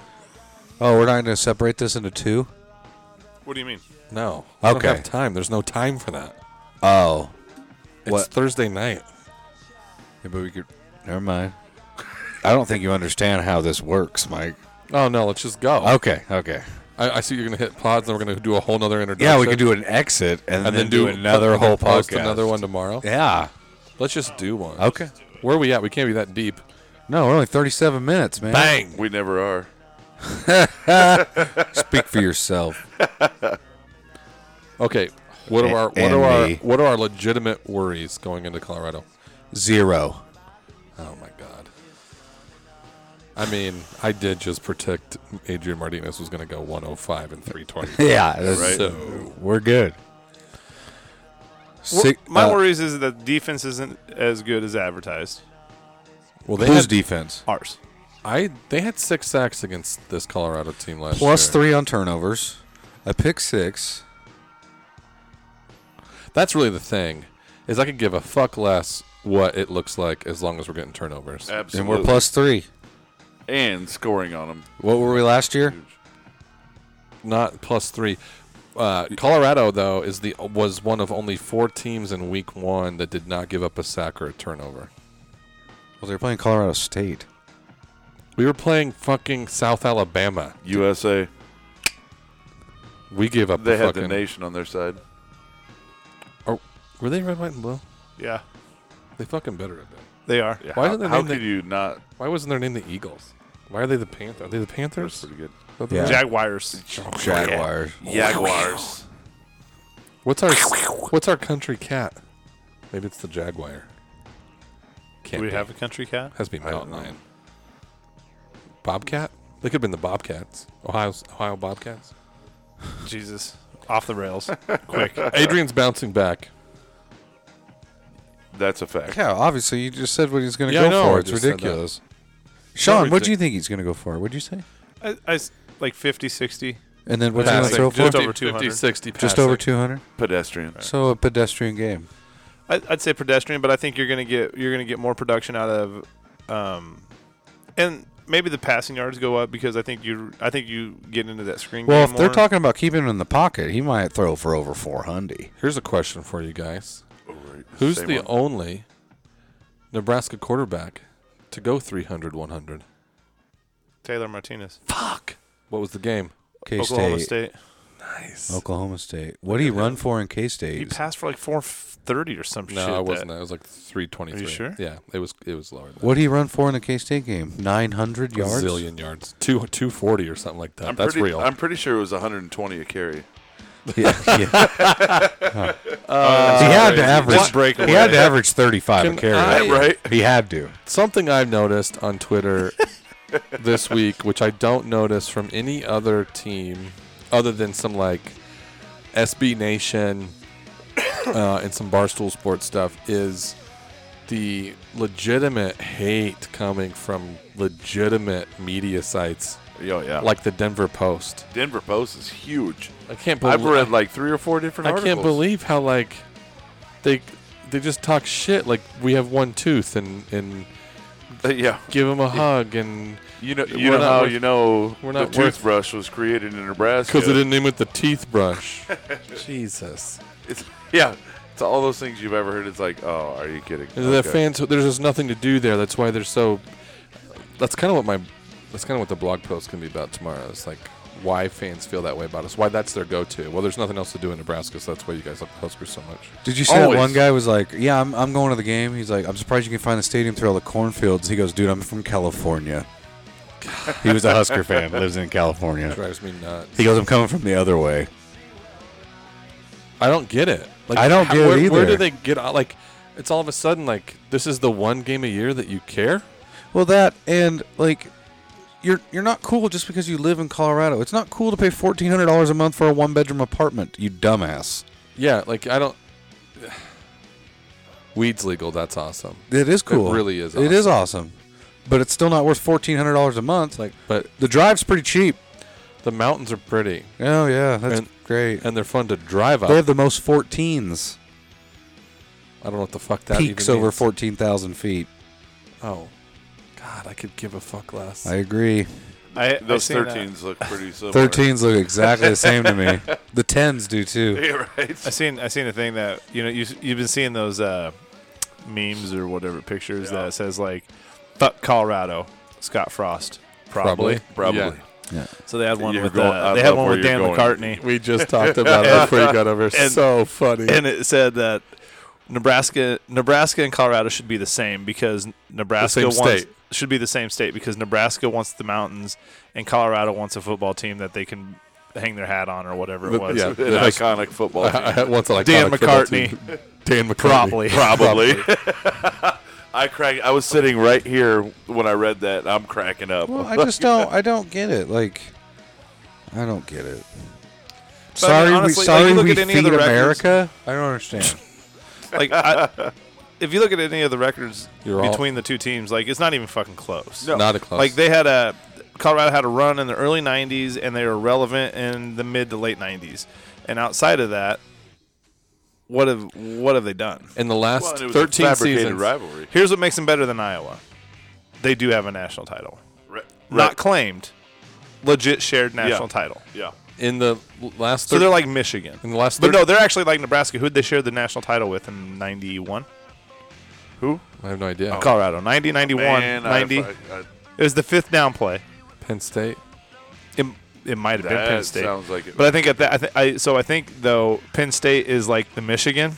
[SPEAKER 4] Oh, we're not going to separate this into two.
[SPEAKER 5] What do you mean?
[SPEAKER 3] No. I don't
[SPEAKER 4] Okay.
[SPEAKER 3] have time. There's no time for that.
[SPEAKER 4] Oh,
[SPEAKER 3] It's
[SPEAKER 4] What?
[SPEAKER 3] Thursday night.
[SPEAKER 4] yeah, but we could. Never mind. I don't think you understand how this works, Mike.
[SPEAKER 3] Oh, no, let's just go.
[SPEAKER 4] Okay, okay.
[SPEAKER 3] I, I see you're going to hit pods and we're going to do a whole nother introduction.
[SPEAKER 4] Yeah, we could do an exit and,
[SPEAKER 3] and
[SPEAKER 4] then, do, another whole
[SPEAKER 3] post
[SPEAKER 4] podcast.
[SPEAKER 3] another one tomorrow.
[SPEAKER 4] Yeah.
[SPEAKER 3] Let's just do one.
[SPEAKER 4] Okay.
[SPEAKER 3] Where are we at? We can't be that deep.
[SPEAKER 4] No, we're only 37 minutes, man.
[SPEAKER 3] Bang.
[SPEAKER 6] We never are.
[SPEAKER 4] Speak for yourself.
[SPEAKER 3] Okay. What are our what
[SPEAKER 4] And
[SPEAKER 3] are our
[SPEAKER 4] me.
[SPEAKER 3] what are our legitimate worries going into Colorado?
[SPEAKER 4] Zero.
[SPEAKER 3] Oh my god. I mean, I did just predict Adrian Martinez was going to go 105
[SPEAKER 4] *laughs*
[SPEAKER 3] and
[SPEAKER 4] *laughs*
[SPEAKER 3] 320.
[SPEAKER 4] Yeah, that's-
[SPEAKER 6] Right.
[SPEAKER 3] So
[SPEAKER 4] we're good. Six,
[SPEAKER 5] My
[SPEAKER 4] uh,
[SPEAKER 5] worries is that defense isn't as good as advertised.
[SPEAKER 3] well, they
[SPEAKER 4] Whose
[SPEAKER 3] had,
[SPEAKER 4] defense?
[SPEAKER 5] Ours.
[SPEAKER 3] I they had six sacks against this Colorado team last
[SPEAKER 4] Plus
[SPEAKER 3] year.
[SPEAKER 4] three on turnovers, a pick six.
[SPEAKER 3] That's really the thing, is I could give a fuck less what it looks like as long as we're getting turnovers.
[SPEAKER 6] Absolutely.
[SPEAKER 4] And we're plus three.
[SPEAKER 6] and scoring on them.
[SPEAKER 4] What were we last year?
[SPEAKER 3] Not plus three. Uh, Colorado though is the was one of only four teams in Week One that did not give up a sack or a turnover.
[SPEAKER 4] Well, they're playing Colorado State.
[SPEAKER 3] We were playing fucking South Alabama.
[SPEAKER 6] USA.
[SPEAKER 3] We gave up.
[SPEAKER 6] They
[SPEAKER 3] the
[SPEAKER 6] had
[SPEAKER 3] fucking,
[SPEAKER 6] the nation on their side.
[SPEAKER 3] Are- were they red, white, and blue?
[SPEAKER 5] Yeah,
[SPEAKER 3] They fucking better have been.
[SPEAKER 5] they are.
[SPEAKER 6] Yeah,
[SPEAKER 3] Why
[SPEAKER 6] how
[SPEAKER 3] did they
[SPEAKER 6] how
[SPEAKER 3] name the-
[SPEAKER 6] could you not?
[SPEAKER 3] Why wasn't their name the Eagles? Why are they the Panthers? Are they the
[SPEAKER 6] That's
[SPEAKER 3] Panthers?
[SPEAKER 6] pretty good.
[SPEAKER 3] Are they
[SPEAKER 4] Yeah.
[SPEAKER 3] the-
[SPEAKER 5] Jaguars.
[SPEAKER 4] Jaguars.
[SPEAKER 3] *laughs*
[SPEAKER 6] Jaguars.
[SPEAKER 3] What's our What's our country cat? Maybe it's the Jaguar.
[SPEAKER 5] Do
[SPEAKER 3] Can't
[SPEAKER 5] we
[SPEAKER 3] be.
[SPEAKER 5] have a country cat?
[SPEAKER 3] has to be
[SPEAKER 6] don't
[SPEAKER 3] Mountain
[SPEAKER 6] know.
[SPEAKER 3] Lion. Bobcat? They could have been the Bobcats. Ohio's Ohio Bobcats.
[SPEAKER 5] Jesus, off the rails, quick.
[SPEAKER 3] Adrian's bouncing back.
[SPEAKER 6] That's a fact.
[SPEAKER 4] Yeah, obviously you just said what he's going to
[SPEAKER 3] Yeah, I
[SPEAKER 4] go
[SPEAKER 3] know,
[SPEAKER 4] for.
[SPEAKER 3] I
[SPEAKER 4] It's
[SPEAKER 3] just said that.
[SPEAKER 4] ridiculous. Sean,
[SPEAKER 3] Yeah,
[SPEAKER 4] what do you
[SPEAKER 3] ridic-
[SPEAKER 4] think he's going to go for? What'd you say?
[SPEAKER 5] I, I s- like 50, 60.
[SPEAKER 4] And then what's he going to
[SPEAKER 5] Passing.
[SPEAKER 4] throw for?
[SPEAKER 5] Just
[SPEAKER 4] Just,
[SPEAKER 5] over 200.
[SPEAKER 3] 60
[SPEAKER 4] over
[SPEAKER 3] passing.
[SPEAKER 4] 200.
[SPEAKER 6] Pedestrian.
[SPEAKER 4] So a pedestrian game.
[SPEAKER 5] I, I'd say pedestrian, but I think you're gonna get you're gonna get more production out of, um, and maybe the passing yards go up because I think you I think you get into that screen.
[SPEAKER 4] Well,
[SPEAKER 5] game
[SPEAKER 4] if they're
[SPEAKER 5] more.
[SPEAKER 4] talking about keeping him in the pocket, he might throw for over 400.
[SPEAKER 3] Here's a question for you guys.
[SPEAKER 6] Right.
[SPEAKER 3] Who's
[SPEAKER 6] Same
[SPEAKER 3] the
[SPEAKER 6] one.
[SPEAKER 3] only Nebraska quarterback to go 300 100?
[SPEAKER 5] Taylor Martinez,
[SPEAKER 3] Fuck. What was the game?
[SPEAKER 5] Oklahoma State.
[SPEAKER 4] K-State.
[SPEAKER 3] Nice.
[SPEAKER 4] Oklahoma State. What do you run for in
[SPEAKER 5] He
[SPEAKER 4] K-State?
[SPEAKER 5] passed for like four thirty or some shit.
[SPEAKER 3] No, it wasn't.
[SPEAKER 5] That.
[SPEAKER 3] That. It was like 323.
[SPEAKER 5] Are you sure?
[SPEAKER 3] Yeah, it was it was lower than that.
[SPEAKER 4] What did he run for in the K-State game? 900 yards?
[SPEAKER 3] A zillion yards. Two, 240 or something like that.
[SPEAKER 6] I'm
[SPEAKER 3] That's
[SPEAKER 6] pretty,
[SPEAKER 3] real.
[SPEAKER 6] I'm pretty sure it was 120 a carry.
[SPEAKER 4] Yeah, yeah. he had to average.
[SPEAKER 6] Just break
[SPEAKER 4] he had
[SPEAKER 6] away.
[SPEAKER 4] to average thirty-five a
[SPEAKER 3] Can
[SPEAKER 4] carry,
[SPEAKER 3] I-
[SPEAKER 6] Right?
[SPEAKER 4] He had to.
[SPEAKER 3] Something I've noticed on Twitter
[SPEAKER 6] *laughs*
[SPEAKER 3] this week, which I don't notice from any other team other than some like
[SPEAKER 6] *coughs*
[SPEAKER 3] SB Nation uh, and some Barstool Sports stuff, is the legitimate hate coming from legitimate media sites
[SPEAKER 6] Yo, yeah. Like
[SPEAKER 3] like the Denver Post.
[SPEAKER 6] Denver Post is huge.
[SPEAKER 3] I can't believe
[SPEAKER 6] I've read like three or four different.
[SPEAKER 3] I
[SPEAKER 6] articles.
[SPEAKER 3] can't believe how like they they just talk shit like we have one tooth and and
[SPEAKER 6] *laughs* yeah,
[SPEAKER 3] give him a hug and
[SPEAKER 6] you know, you
[SPEAKER 3] We're
[SPEAKER 6] know
[SPEAKER 3] not
[SPEAKER 6] how
[SPEAKER 3] worth-
[SPEAKER 6] you know
[SPEAKER 3] we're
[SPEAKER 6] the
[SPEAKER 3] not worth-
[SPEAKER 6] toothbrush was created in Nebraska
[SPEAKER 3] because they didn't name it the teeth brush. Jesus,
[SPEAKER 6] It's, yeah, it's all those things you've ever heard. It's like, oh, are you kidding?
[SPEAKER 3] and the
[SPEAKER 6] Okay.
[SPEAKER 3] fans there's just nothing to do there. That's why they're so. That's kind of what my that's kind of what the blog post can be about tomorrow. It's like why fans feel that way about us. Why that's their go-to. Well, there's nothing else to do in Nebraska, so that's why you guys love the Huskers so much.
[SPEAKER 4] Did you see
[SPEAKER 6] Always.
[SPEAKER 4] that one guy was like, "Yeah, I'm, I'm going to the game." He's like, "I'm surprised you can find the stadium through all the cornfields." He goes, "Dude, I'm from California." he was a Husker fan, lives in California.
[SPEAKER 3] drives me nuts.
[SPEAKER 4] He goes, "I'm coming from the other way."
[SPEAKER 3] I don't get it. Like,
[SPEAKER 4] I don't
[SPEAKER 3] how-
[SPEAKER 4] get it
[SPEAKER 3] where, Where
[SPEAKER 4] either.
[SPEAKER 3] do they get out? Like, it's all of a sudden like this is the one game a year that you care.
[SPEAKER 4] Well, that and like, you're you're not cool just because you live in Colorado. It's not cool to pay fourteen hundred dollars a month for a one bedroom apartment. You dumbass.
[SPEAKER 3] Yeah, like I don't. *sighs* Weed's legal. That's awesome.
[SPEAKER 4] It is cool.
[SPEAKER 3] really is
[SPEAKER 4] It is awesome, but it's still not worth fourteen hundred dollars a month. Like,
[SPEAKER 3] But
[SPEAKER 4] the drive's pretty cheap.
[SPEAKER 3] the mountains are pretty
[SPEAKER 4] Oh yeah, that's
[SPEAKER 3] And-
[SPEAKER 4] great.
[SPEAKER 3] and uh, they're fun to drive up.
[SPEAKER 4] they have the most 14s.
[SPEAKER 3] I don't know what the fuck that
[SPEAKER 4] peaks
[SPEAKER 3] even
[SPEAKER 4] over
[SPEAKER 3] means.
[SPEAKER 4] 14,000 feet.
[SPEAKER 3] Oh, God, I could give a fuck less.
[SPEAKER 4] I agree.
[SPEAKER 5] I,
[SPEAKER 6] Those
[SPEAKER 5] I seen, uh,
[SPEAKER 6] thirteens look pretty similar.
[SPEAKER 4] 13s look exactly the same to
[SPEAKER 3] *laughs*
[SPEAKER 4] me. The 10s do too.
[SPEAKER 6] *laughs* Yeah, right. *laughs*
[SPEAKER 5] I seen I seen a thing that you know you you've been seeing those uh, memes or whatever pictures that says like fuck Colorado Scott Frost probably,
[SPEAKER 6] Probably.
[SPEAKER 3] Yeah.
[SPEAKER 5] so they had one
[SPEAKER 6] You're
[SPEAKER 5] with
[SPEAKER 6] going-
[SPEAKER 5] uh,
[SPEAKER 6] I
[SPEAKER 5] they had
[SPEAKER 6] love
[SPEAKER 5] one
[SPEAKER 6] where
[SPEAKER 5] with
[SPEAKER 6] you're
[SPEAKER 5] Dan
[SPEAKER 6] going.
[SPEAKER 5] McCartney
[SPEAKER 3] We just talked about it before you got *laughs* over. so funny.
[SPEAKER 5] and it said that Nebraska Nebraska and Colorado should be the same because Nebraska
[SPEAKER 3] same
[SPEAKER 5] wants
[SPEAKER 3] state.
[SPEAKER 5] should be the same state because Nebraska wants the mountains and Colorado wants a football team that they can hang their hat on or whatever it
[SPEAKER 3] But-
[SPEAKER 5] was
[SPEAKER 3] yeah.
[SPEAKER 6] An iconic football.
[SPEAKER 3] I
[SPEAKER 6] team.
[SPEAKER 3] had once like
[SPEAKER 5] Dan McCartney
[SPEAKER 3] Dan McCartney.
[SPEAKER 5] *laughs* probably
[SPEAKER 6] Probably. I crack. I was sitting right here when I read that. I'm cracking up.
[SPEAKER 4] Well, I just don't I don't get it. Like I don't get it.
[SPEAKER 5] honestly,
[SPEAKER 4] sorry we
[SPEAKER 5] like, you
[SPEAKER 4] sorry
[SPEAKER 5] look
[SPEAKER 4] we
[SPEAKER 5] at any of
[SPEAKER 4] feed
[SPEAKER 5] the records-
[SPEAKER 4] America? I don't *laughs* understand.
[SPEAKER 5] like I, if you look at any of the records
[SPEAKER 3] You're all-
[SPEAKER 5] between the two teams, like it's not even fucking close.
[SPEAKER 6] No.
[SPEAKER 3] Not a close.
[SPEAKER 5] Like they had a Colorado had a run in the early '90s, and they were relevant in the mid to late '90s. And outside of that, what have what have they done?
[SPEAKER 3] in the last
[SPEAKER 6] Well, and it was a
[SPEAKER 3] 13
[SPEAKER 6] fabricated
[SPEAKER 3] seasons.
[SPEAKER 6] rivalry.
[SPEAKER 5] Here's what makes them better than Iowa: they do have a national title,
[SPEAKER 6] Ri- ri-
[SPEAKER 5] not claimed, legit shared national title.
[SPEAKER 6] yeah.
[SPEAKER 3] In the last
[SPEAKER 5] So
[SPEAKER 3] thir-
[SPEAKER 5] they're like Michigan.
[SPEAKER 3] in the last
[SPEAKER 5] But
[SPEAKER 3] thir-
[SPEAKER 5] no, they're actually like Nebraska. Who'd they share the national title with in 91?
[SPEAKER 3] I have no idea.
[SPEAKER 5] Colorado. 90, 91,
[SPEAKER 6] Man, I-
[SPEAKER 5] 90.
[SPEAKER 6] I- I-
[SPEAKER 5] It was the fifth down play.
[SPEAKER 3] Penn State.
[SPEAKER 5] It, it might have been
[SPEAKER 6] that
[SPEAKER 5] Penn State.
[SPEAKER 6] sounds like it.
[SPEAKER 5] But I think at that, I, th- I so I think though Penn State is like the Michigan,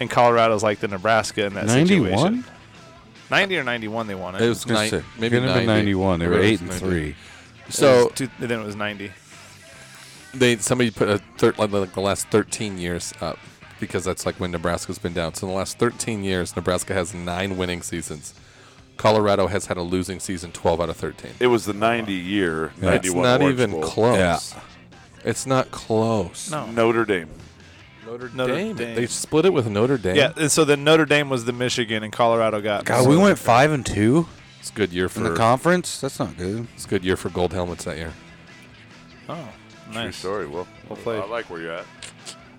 [SPEAKER 5] and Colorado's like the Nebraska in that
[SPEAKER 4] 91?
[SPEAKER 5] situation. Ninety or ninety-one, they won it.
[SPEAKER 3] It was
[SPEAKER 4] Just
[SPEAKER 3] ni-
[SPEAKER 4] say,
[SPEAKER 3] maybe
[SPEAKER 4] couldn't have been 91. They were
[SPEAKER 3] Or it
[SPEAKER 4] 8
[SPEAKER 3] was
[SPEAKER 4] and
[SPEAKER 3] 90.
[SPEAKER 4] 3.
[SPEAKER 5] It
[SPEAKER 3] So
[SPEAKER 5] was two, then it was ninety.
[SPEAKER 3] they somebody put a thir- like, like the last 13 years up because that's like when Nebraska's been down. So in the last 13 years, Nebraska has nine winning seasons. Colorado has had a losing season 12 out of 13.
[SPEAKER 6] It was the 90 year.
[SPEAKER 3] It's
[SPEAKER 6] 91
[SPEAKER 3] not
[SPEAKER 6] Orange
[SPEAKER 3] even
[SPEAKER 6] Bowl.
[SPEAKER 3] close.
[SPEAKER 4] Yeah.
[SPEAKER 3] It's not close.
[SPEAKER 5] No.
[SPEAKER 6] Notre Dame.
[SPEAKER 3] Notre, Dame,
[SPEAKER 5] Notre Dame.
[SPEAKER 3] They split it with Notre Dame.
[SPEAKER 5] Yeah, and so then Notre Dame was the Michigan, and Colorado got.
[SPEAKER 4] God, we went 5 and 2
[SPEAKER 3] It's a good year for
[SPEAKER 4] in the conference. That's not good.
[SPEAKER 3] it's a good year for gold helmets that year.
[SPEAKER 5] Oh,
[SPEAKER 6] True
[SPEAKER 5] nice.
[SPEAKER 6] story. Well,
[SPEAKER 5] Well played.
[SPEAKER 6] I like where you're at.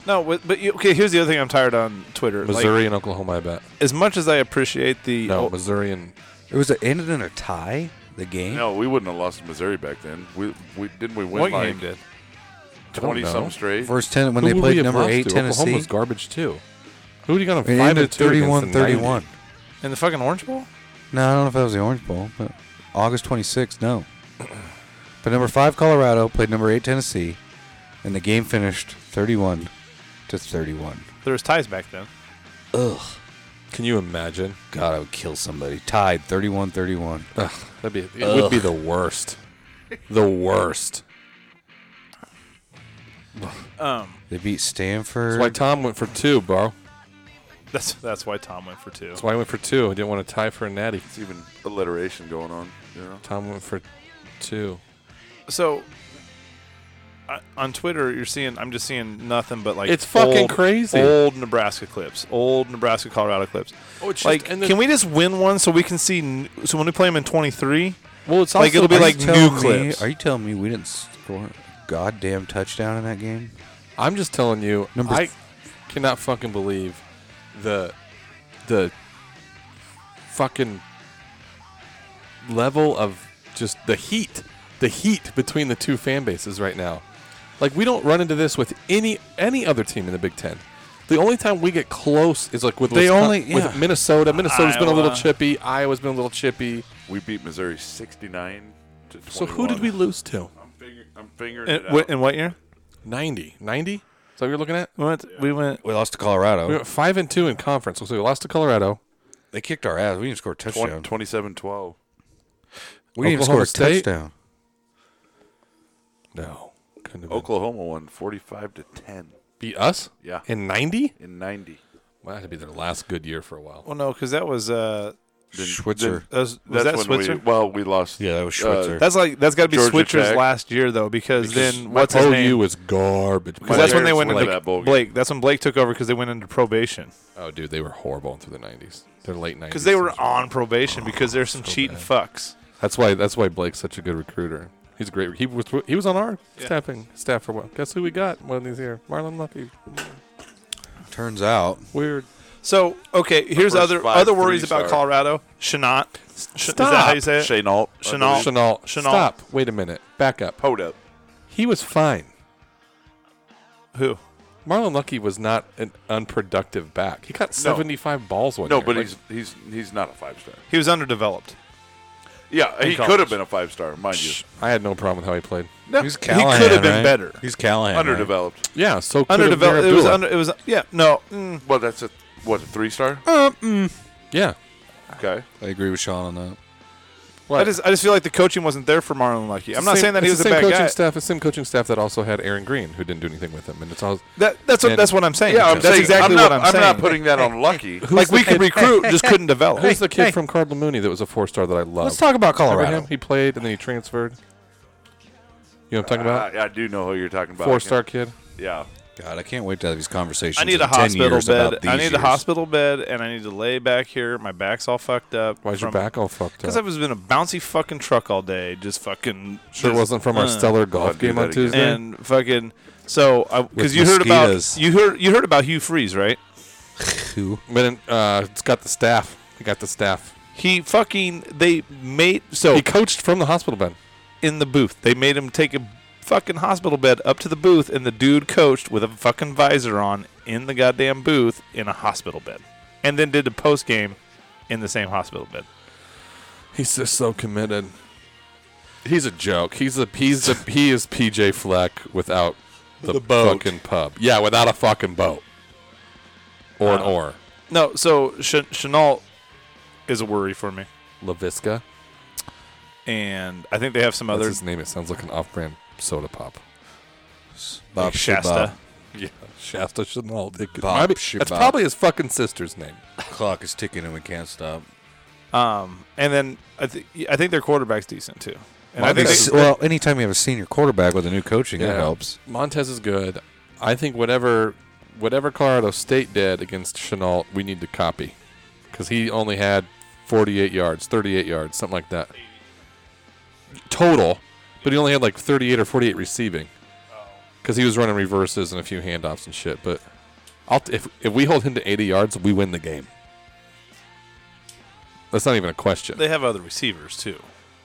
[SPEAKER 5] No, but, but you, okay. Here's the other thing I'm tired on Twitter. Like,
[SPEAKER 3] Missouri and Oklahoma, I bet.
[SPEAKER 5] as much as I appreciate the
[SPEAKER 3] No,
[SPEAKER 5] oh,
[SPEAKER 3] Missouri and
[SPEAKER 4] It was it ended in a tie the game.
[SPEAKER 6] No, we wouldn't have lost to Missouri back then. We we didn't we win
[SPEAKER 5] what
[SPEAKER 6] like
[SPEAKER 5] game did?
[SPEAKER 6] 20
[SPEAKER 3] know.
[SPEAKER 6] some straight.
[SPEAKER 4] First 10 when
[SPEAKER 3] Who
[SPEAKER 4] they
[SPEAKER 3] would we
[SPEAKER 4] played
[SPEAKER 3] have
[SPEAKER 4] number
[SPEAKER 3] lost
[SPEAKER 4] 8
[SPEAKER 3] to?
[SPEAKER 4] Tennessee.
[SPEAKER 3] Oklahoma's garbage too. Who do you got on
[SPEAKER 4] It
[SPEAKER 3] five to
[SPEAKER 4] ended
[SPEAKER 3] two against
[SPEAKER 4] 31
[SPEAKER 3] the 90?
[SPEAKER 4] 31.
[SPEAKER 5] In the fucking Orange Bowl?
[SPEAKER 4] No, I don't know if that was the Orange Bowl, but August 26th, no. But number five Colorado played number eight Tennessee, and the game finished 31 to 31.
[SPEAKER 5] There was ties back then.
[SPEAKER 4] Ugh,
[SPEAKER 3] Can you imagine?
[SPEAKER 4] God, I would kill somebody. Tied 31-31.
[SPEAKER 3] Ugh, that'd be it. Would be
[SPEAKER 4] Ugh.
[SPEAKER 3] the worst. The worst.
[SPEAKER 5] Um,
[SPEAKER 4] They beat
[SPEAKER 3] That's
[SPEAKER 4] Stanford.
[SPEAKER 3] why Tom went for two, bro.
[SPEAKER 5] that's that's why Tom went for two.
[SPEAKER 3] That's why I went for two. I didn't want to tie for a natty.
[SPEAKER 6] It's even alliteration going on. You know,
[SPEAKER 3] Tom went for two.
[SPEAKER 5] So I, on Twitter, you're seeing I'm just seeing nothing but like
[SPEAKER 3] It's fucking
[SPEAKER 5] old-
[SPEAKER 3] crazy.
[SPEAKER 5] Old Nebraska clips, old Nebraska Colorado clips.
[SPEAKER 3] Oh, it's
[SPEAKER 5] like, can we just win one so we can see? n- So when we play them in 23,
[SPEAKER 3] Well, it's
[SPEAKER 5] like, it'll be
[SPEAKER 4] Are you
[SPEAKER 5] like new
[SPEAKER 4] telling me-
[SPEAKER 5] clips.
[SPEAKER 4] Are you telling me we didn't score a goddamn touchdown in that game?
[SPEAKER 3] I'm just telling you.
[SPEAKER 4] Number
[SPEAKER 3] I
[SPEAKER 4] th-
[SPEAKER 3] cannot fucking believe the the fucking level of just the heat, the heat between the two fan bases right now. Like we don't run into this with any any other team in the Big Ten. The only time we get close is like with
[SPEAKER 4] They
[SPEAKER 3] Wisconsin-
[SPEAKER 4] only- yeah.
[SPEAKER 3] with Minnesota. Minnesota's been a little
[SPEAKER 5] Iowa.
[SPEAKER 3] chippy. Iowa's been a little chippy.
[SPEAKER 6] we beat Missouri 69 to 21.
[SPEAKER 3] So who did we lose to?
[SPEAKER 6] I'm, finger, I'm fingering
[SPEAKER 5] in,
[SPEAKER 6] it
[SPEAKER 5] wh-
[SPEAKER 6] out.
[SPEAKER 5] in what year?
[SPEAKER 3] 90. 90? Is that what you're looking at?
[SPEAKER 5] We went. We went.
[SPEAKER 4] We lost to
[SPEAKER 3] We
[SPEAKER 4] Colorado.
[SPEAKER 3] went five and two in conference. So we lost to Colorado.
[SPEAKER 4] They kicked our ass. We didn't score a touchdown.
[SPEAKER 6] 27-12.
[SPEAKER 4] we didn't
[SPEAKER 3] Oklahoma
[SPEAKER 4] even score a
[SPEAKER 3] State?
[SPEAKER 4] touchdown.
[SPEAKER 3] No. Couldn't have been.
[SPEAKER 6] Oklahoma won 45 to 10
[SPEAKER 3] Beat us?
[SPEAKER 6] Oh. Yeah.
[SPEAKER 3] In 90?
[SPEAKER 6] in 90.
[SPEAKER 3] Well, that'd be their last good year for a while.
[SPEAKER 5] Well, no, because that was uh,
[SPEAKER 6] Then-
[SPEAKER 4] Schwitzer.
[SPEAKER 5] that was, was
[SPEAKER 6] That's
[SPEAKER 5] that
[SPEAKER 6] when
[SPEAKER 5] Switzer?
[SPEAKER 6] We, well, we lost.
[SPEAKER 4] Yeah, that was
[SPEAKER 6] uh,
[SPEAKER 4] Schwitzer.
[SPEAKER 5] that's like that's got to be
[SPEAKER 6] Georgia
[SPEAKER 5] Switzer's
[SPEAKER 6] Tech.
[SPEAKER 5] last year though, because, then
[SPEAKER 6] my
[SPEAKER 5] what's his name?
[SPEAKER 3] was garbage.
[SPEAKER 5] Because that's when they
[SPEAKER 6] Bears
[SPEAKER 5] went
[SPEAKER 6] won
[SPEAKER 5] into
[SPEAKER 6] that bowl game.
[SPEAKER 5] Blake. That's when Blake took over because they went into probation.
[SPEAKER 3] oh, dude, they were horrible through the 90s. They're late 90s.
[SPEAKER 5] Because they were on probation because there's some cheating fucks.
[SPEAKER 3] That's why. That's why Blake's such a good recruiter. He's a great. He was. He was on our staffing staff for a while. Guess who we got when he's here? Marlon Lucky.
[SPEAKER 4] Turns out
[SPEAKER 3] Weird.
[SPEAKER 5] So okay, here's
[SPEAKER 6] first
[SPEAKER 5] other
[SPEAKER 6] five
[SPEAKER 5] other worries
[SPEAKER 6] threes
[SPEAKER 5] about
[SPEAKER 6] are-
[SPEAKER 5] Colorado. Chenot. Sh- Is that how you say it?
[SPEAKER 6] Shane Alt. I
[SPEAKER 5] Chenault.
[SPEAKER 6] believe.
[SPEAKER 3] Chanel.
[SPEAKER 5] Chenault.
[SPEAKER 3] Stop. Wait a minute. Back up.
[SPEAKER 6] Hold up.
[SPEAKER 3] He was fine.
[SPEAKER 5] Who?
[SPEAKER 3] Marlon Lucky was not an unproductive back. He got 75 balls one
[SPEAKER 6] No,
[SPEAKER 3] year.
[SPEAKER 6] but
[SPEAKER 3] Like,
[SPEAKER 6] he's he's he's not a five star.
[SPEAKER 5] He was underdeveloped.
[SPEAKER 6] Yeah, he
[SPEAKER 5] college.
[SPEAKER 6] could have been a five star, mind you.
[SPEAKER 3] I had no problem with how he played.
[SPEAKER 5] No,
[SPEAKER 4] he's Callahan.
[SPEAKER 5] He could have been
[SPEAKER 4] right?
[SPEAKER 5] better.
[SPEAKER 4] He's Callahan. right?
[SPEAKER 6] Underdeveloped.
[SPEAKER 3] Yeah, so could have
[SPEAKER 5] Underdeveloped. It was
[SPEAKER 3] Mirabella.
[SPEAKER 5] under. It was yeah. No. Mm,
[SPEAKER 6] Well, that's a what a three star.
[SPEAKER 5] Uh,
[SPEAKER 3] Yeah.
[SPEAKER 6] Okay.
[SPEAKER 4] I agree with Sean on that.
[SPEAKER 3] What?
[SPEAKER 5] I just I just feel like the coaching wasn't there for Marlon Lucky. I'm not
[SPEAKER 3] Same-
[SPEAKER 5] saying that he was
[SPEAKER 3] it's
[SPEAKER 5] a
[SPEAKER 3] the same
[SPEAKER 5] bad
[SPEAKER 3] coaching
[SPEAKER 5] guy.
[SPEAKER 3] staff. It's the same coaching staff that also had Aaron Green, who didn't do anything with him, and it's all.
[SPEAKER 5] That, that's what
[SPEAKER 3] And-
[SPEAKER 5] that's what I'm saying.
[SPEAKER 6] Yeah, I'm
[SPEAKER 5] that's
[SPEAKER 6] saying-
[SPEAKER 5] exactly
[SPEAKER 6] I'm not,
[SPEAKER 5] what I'm, saying.
[SPEAKER 6] not putting that on Lucky.
[SPEAKER 5] like we could recruit, just couldn't develop.
[SPEAKER 3] Who's the kid from Cardinal Mooney that was a four star that I love?
[SPEAKER 4] Let's talk about
[SPEAKER 3] Remember
[SPEAKER 4] Colorado.
[SPEAKER 3] him? He played and then he transferred. You know what I'm talking about?
[SPEAKER 6] I, I do know who you're talking about.
[SPEAKER 3] Four star kid.
[SPEAKER 6] Yeah.
[SPEAKER 4] God, I can't wait to have these conversations.
[SPEAKER 5] I need a
[SPEAKER 4] in 10
[SPEAKER 5] hospital
[SPEAKER 4] years about
[SPEAKER 5] bed.
[SPEAKER 4] these
[SPEAKER 5] I need a
[SPEAKER 4] years.
[SPEAKER 5] hospital bed, and I need to lay back here. My back's all fucked up.
[SPEAKER 3] Why's your back all fucked
[SPEAKER 5] Because
[SPEAKER 3] up?
[SPEAKER 5] I've been a bouncy fucking truck all day, just fucking.
[SPEAKER 3] sure
[SPEAKER 5] just,
[SPEAKER 3] wasn't from our
[SPEAKER 5] uh,
[SPEAKER 3] stellar golf
[SPEAKER 6] I'd do
[SPEAKER 3] game on
[SPEAKER 6] that again.
[SPEAKER 3] Tuesday.
[SPEAKER 5] And fucking. So, because you heard
[SPEAKER 4] mosquitoes.
[SPEAKER 5] about you heard you heard about Hugh Freeze, right?
[SPEAKER 4] Who?
[SPEAKER 3] but uh, it's got the staff. He got the staff.
[SPEAKER 5] He fucking they made so
[SPEAKER 3] He coached from the hospital bed.
[SPEAKER 5] in the booth. They made him take a fucking hospital bed up to the booth, and the dude coached with a fucking visor on in the goddamn booth in a hospital bed, and then did the post game in the same hospital bed.
[SPEAKER 3] He's just so committed. He's a joke. He's a he's a he is PJ Fleck without the,
[SPEAKER 5] boat.
[SPEAKER 3] fucking pub. Yeah, without a fucking boat or an
[SPEAKER 5] Uh,
[SPEAKER 3] oar.
[SPEAKER 5] No, so Ch- Chenault is a worry for me,
[SPEAKER 3] Lavisca.
[SPEAKER 5] and I think they have some
[SPEAKER 3] That's
[SPEAKER 5] other
[SPEAKER 3] his name. It sounds like an off-brand soda pop.
[SPEAKER 4] Bob
[SPEAKER 5] Shasta.
[SPEAKER 3] Yeah, Shasta Chenault. It could,
[SPEAKER 4] Bop,
[SPEAKER 3] might be-
[SPEAKER 4] shibop.
[SPEAKER 3] that's probably his fucking sister's name.
[SPEAKER 4] Clock is ticking and we can't stop.
[SPEAKER 5] Um, and then I, th- I think their quarterback's decent too. And
[SPEAKER 3] Well,
[SPEAKER 5] I think
[SPEAKER 3] they-
[SPEAKER 5] they-
[SPEAKER 4] well, anytime you have a senior quarterback with a new coaching,
[SPEAKER 3] Yeah.
[SPEAKER 4] that helps.
[SPEAKER 3] Montez is good. I think whatever whatever Colorado State did against Chenault, we need to copy because he only had 48 yards, 38 yards, something like that total, but he only had like 38 or 48 receiving because he was running reverses and a few handoffs and shit. But I'll t- if if we hold him to 80 yards, we win the game. That's not even a question.
[SPEAKER 5] they have other receivers too.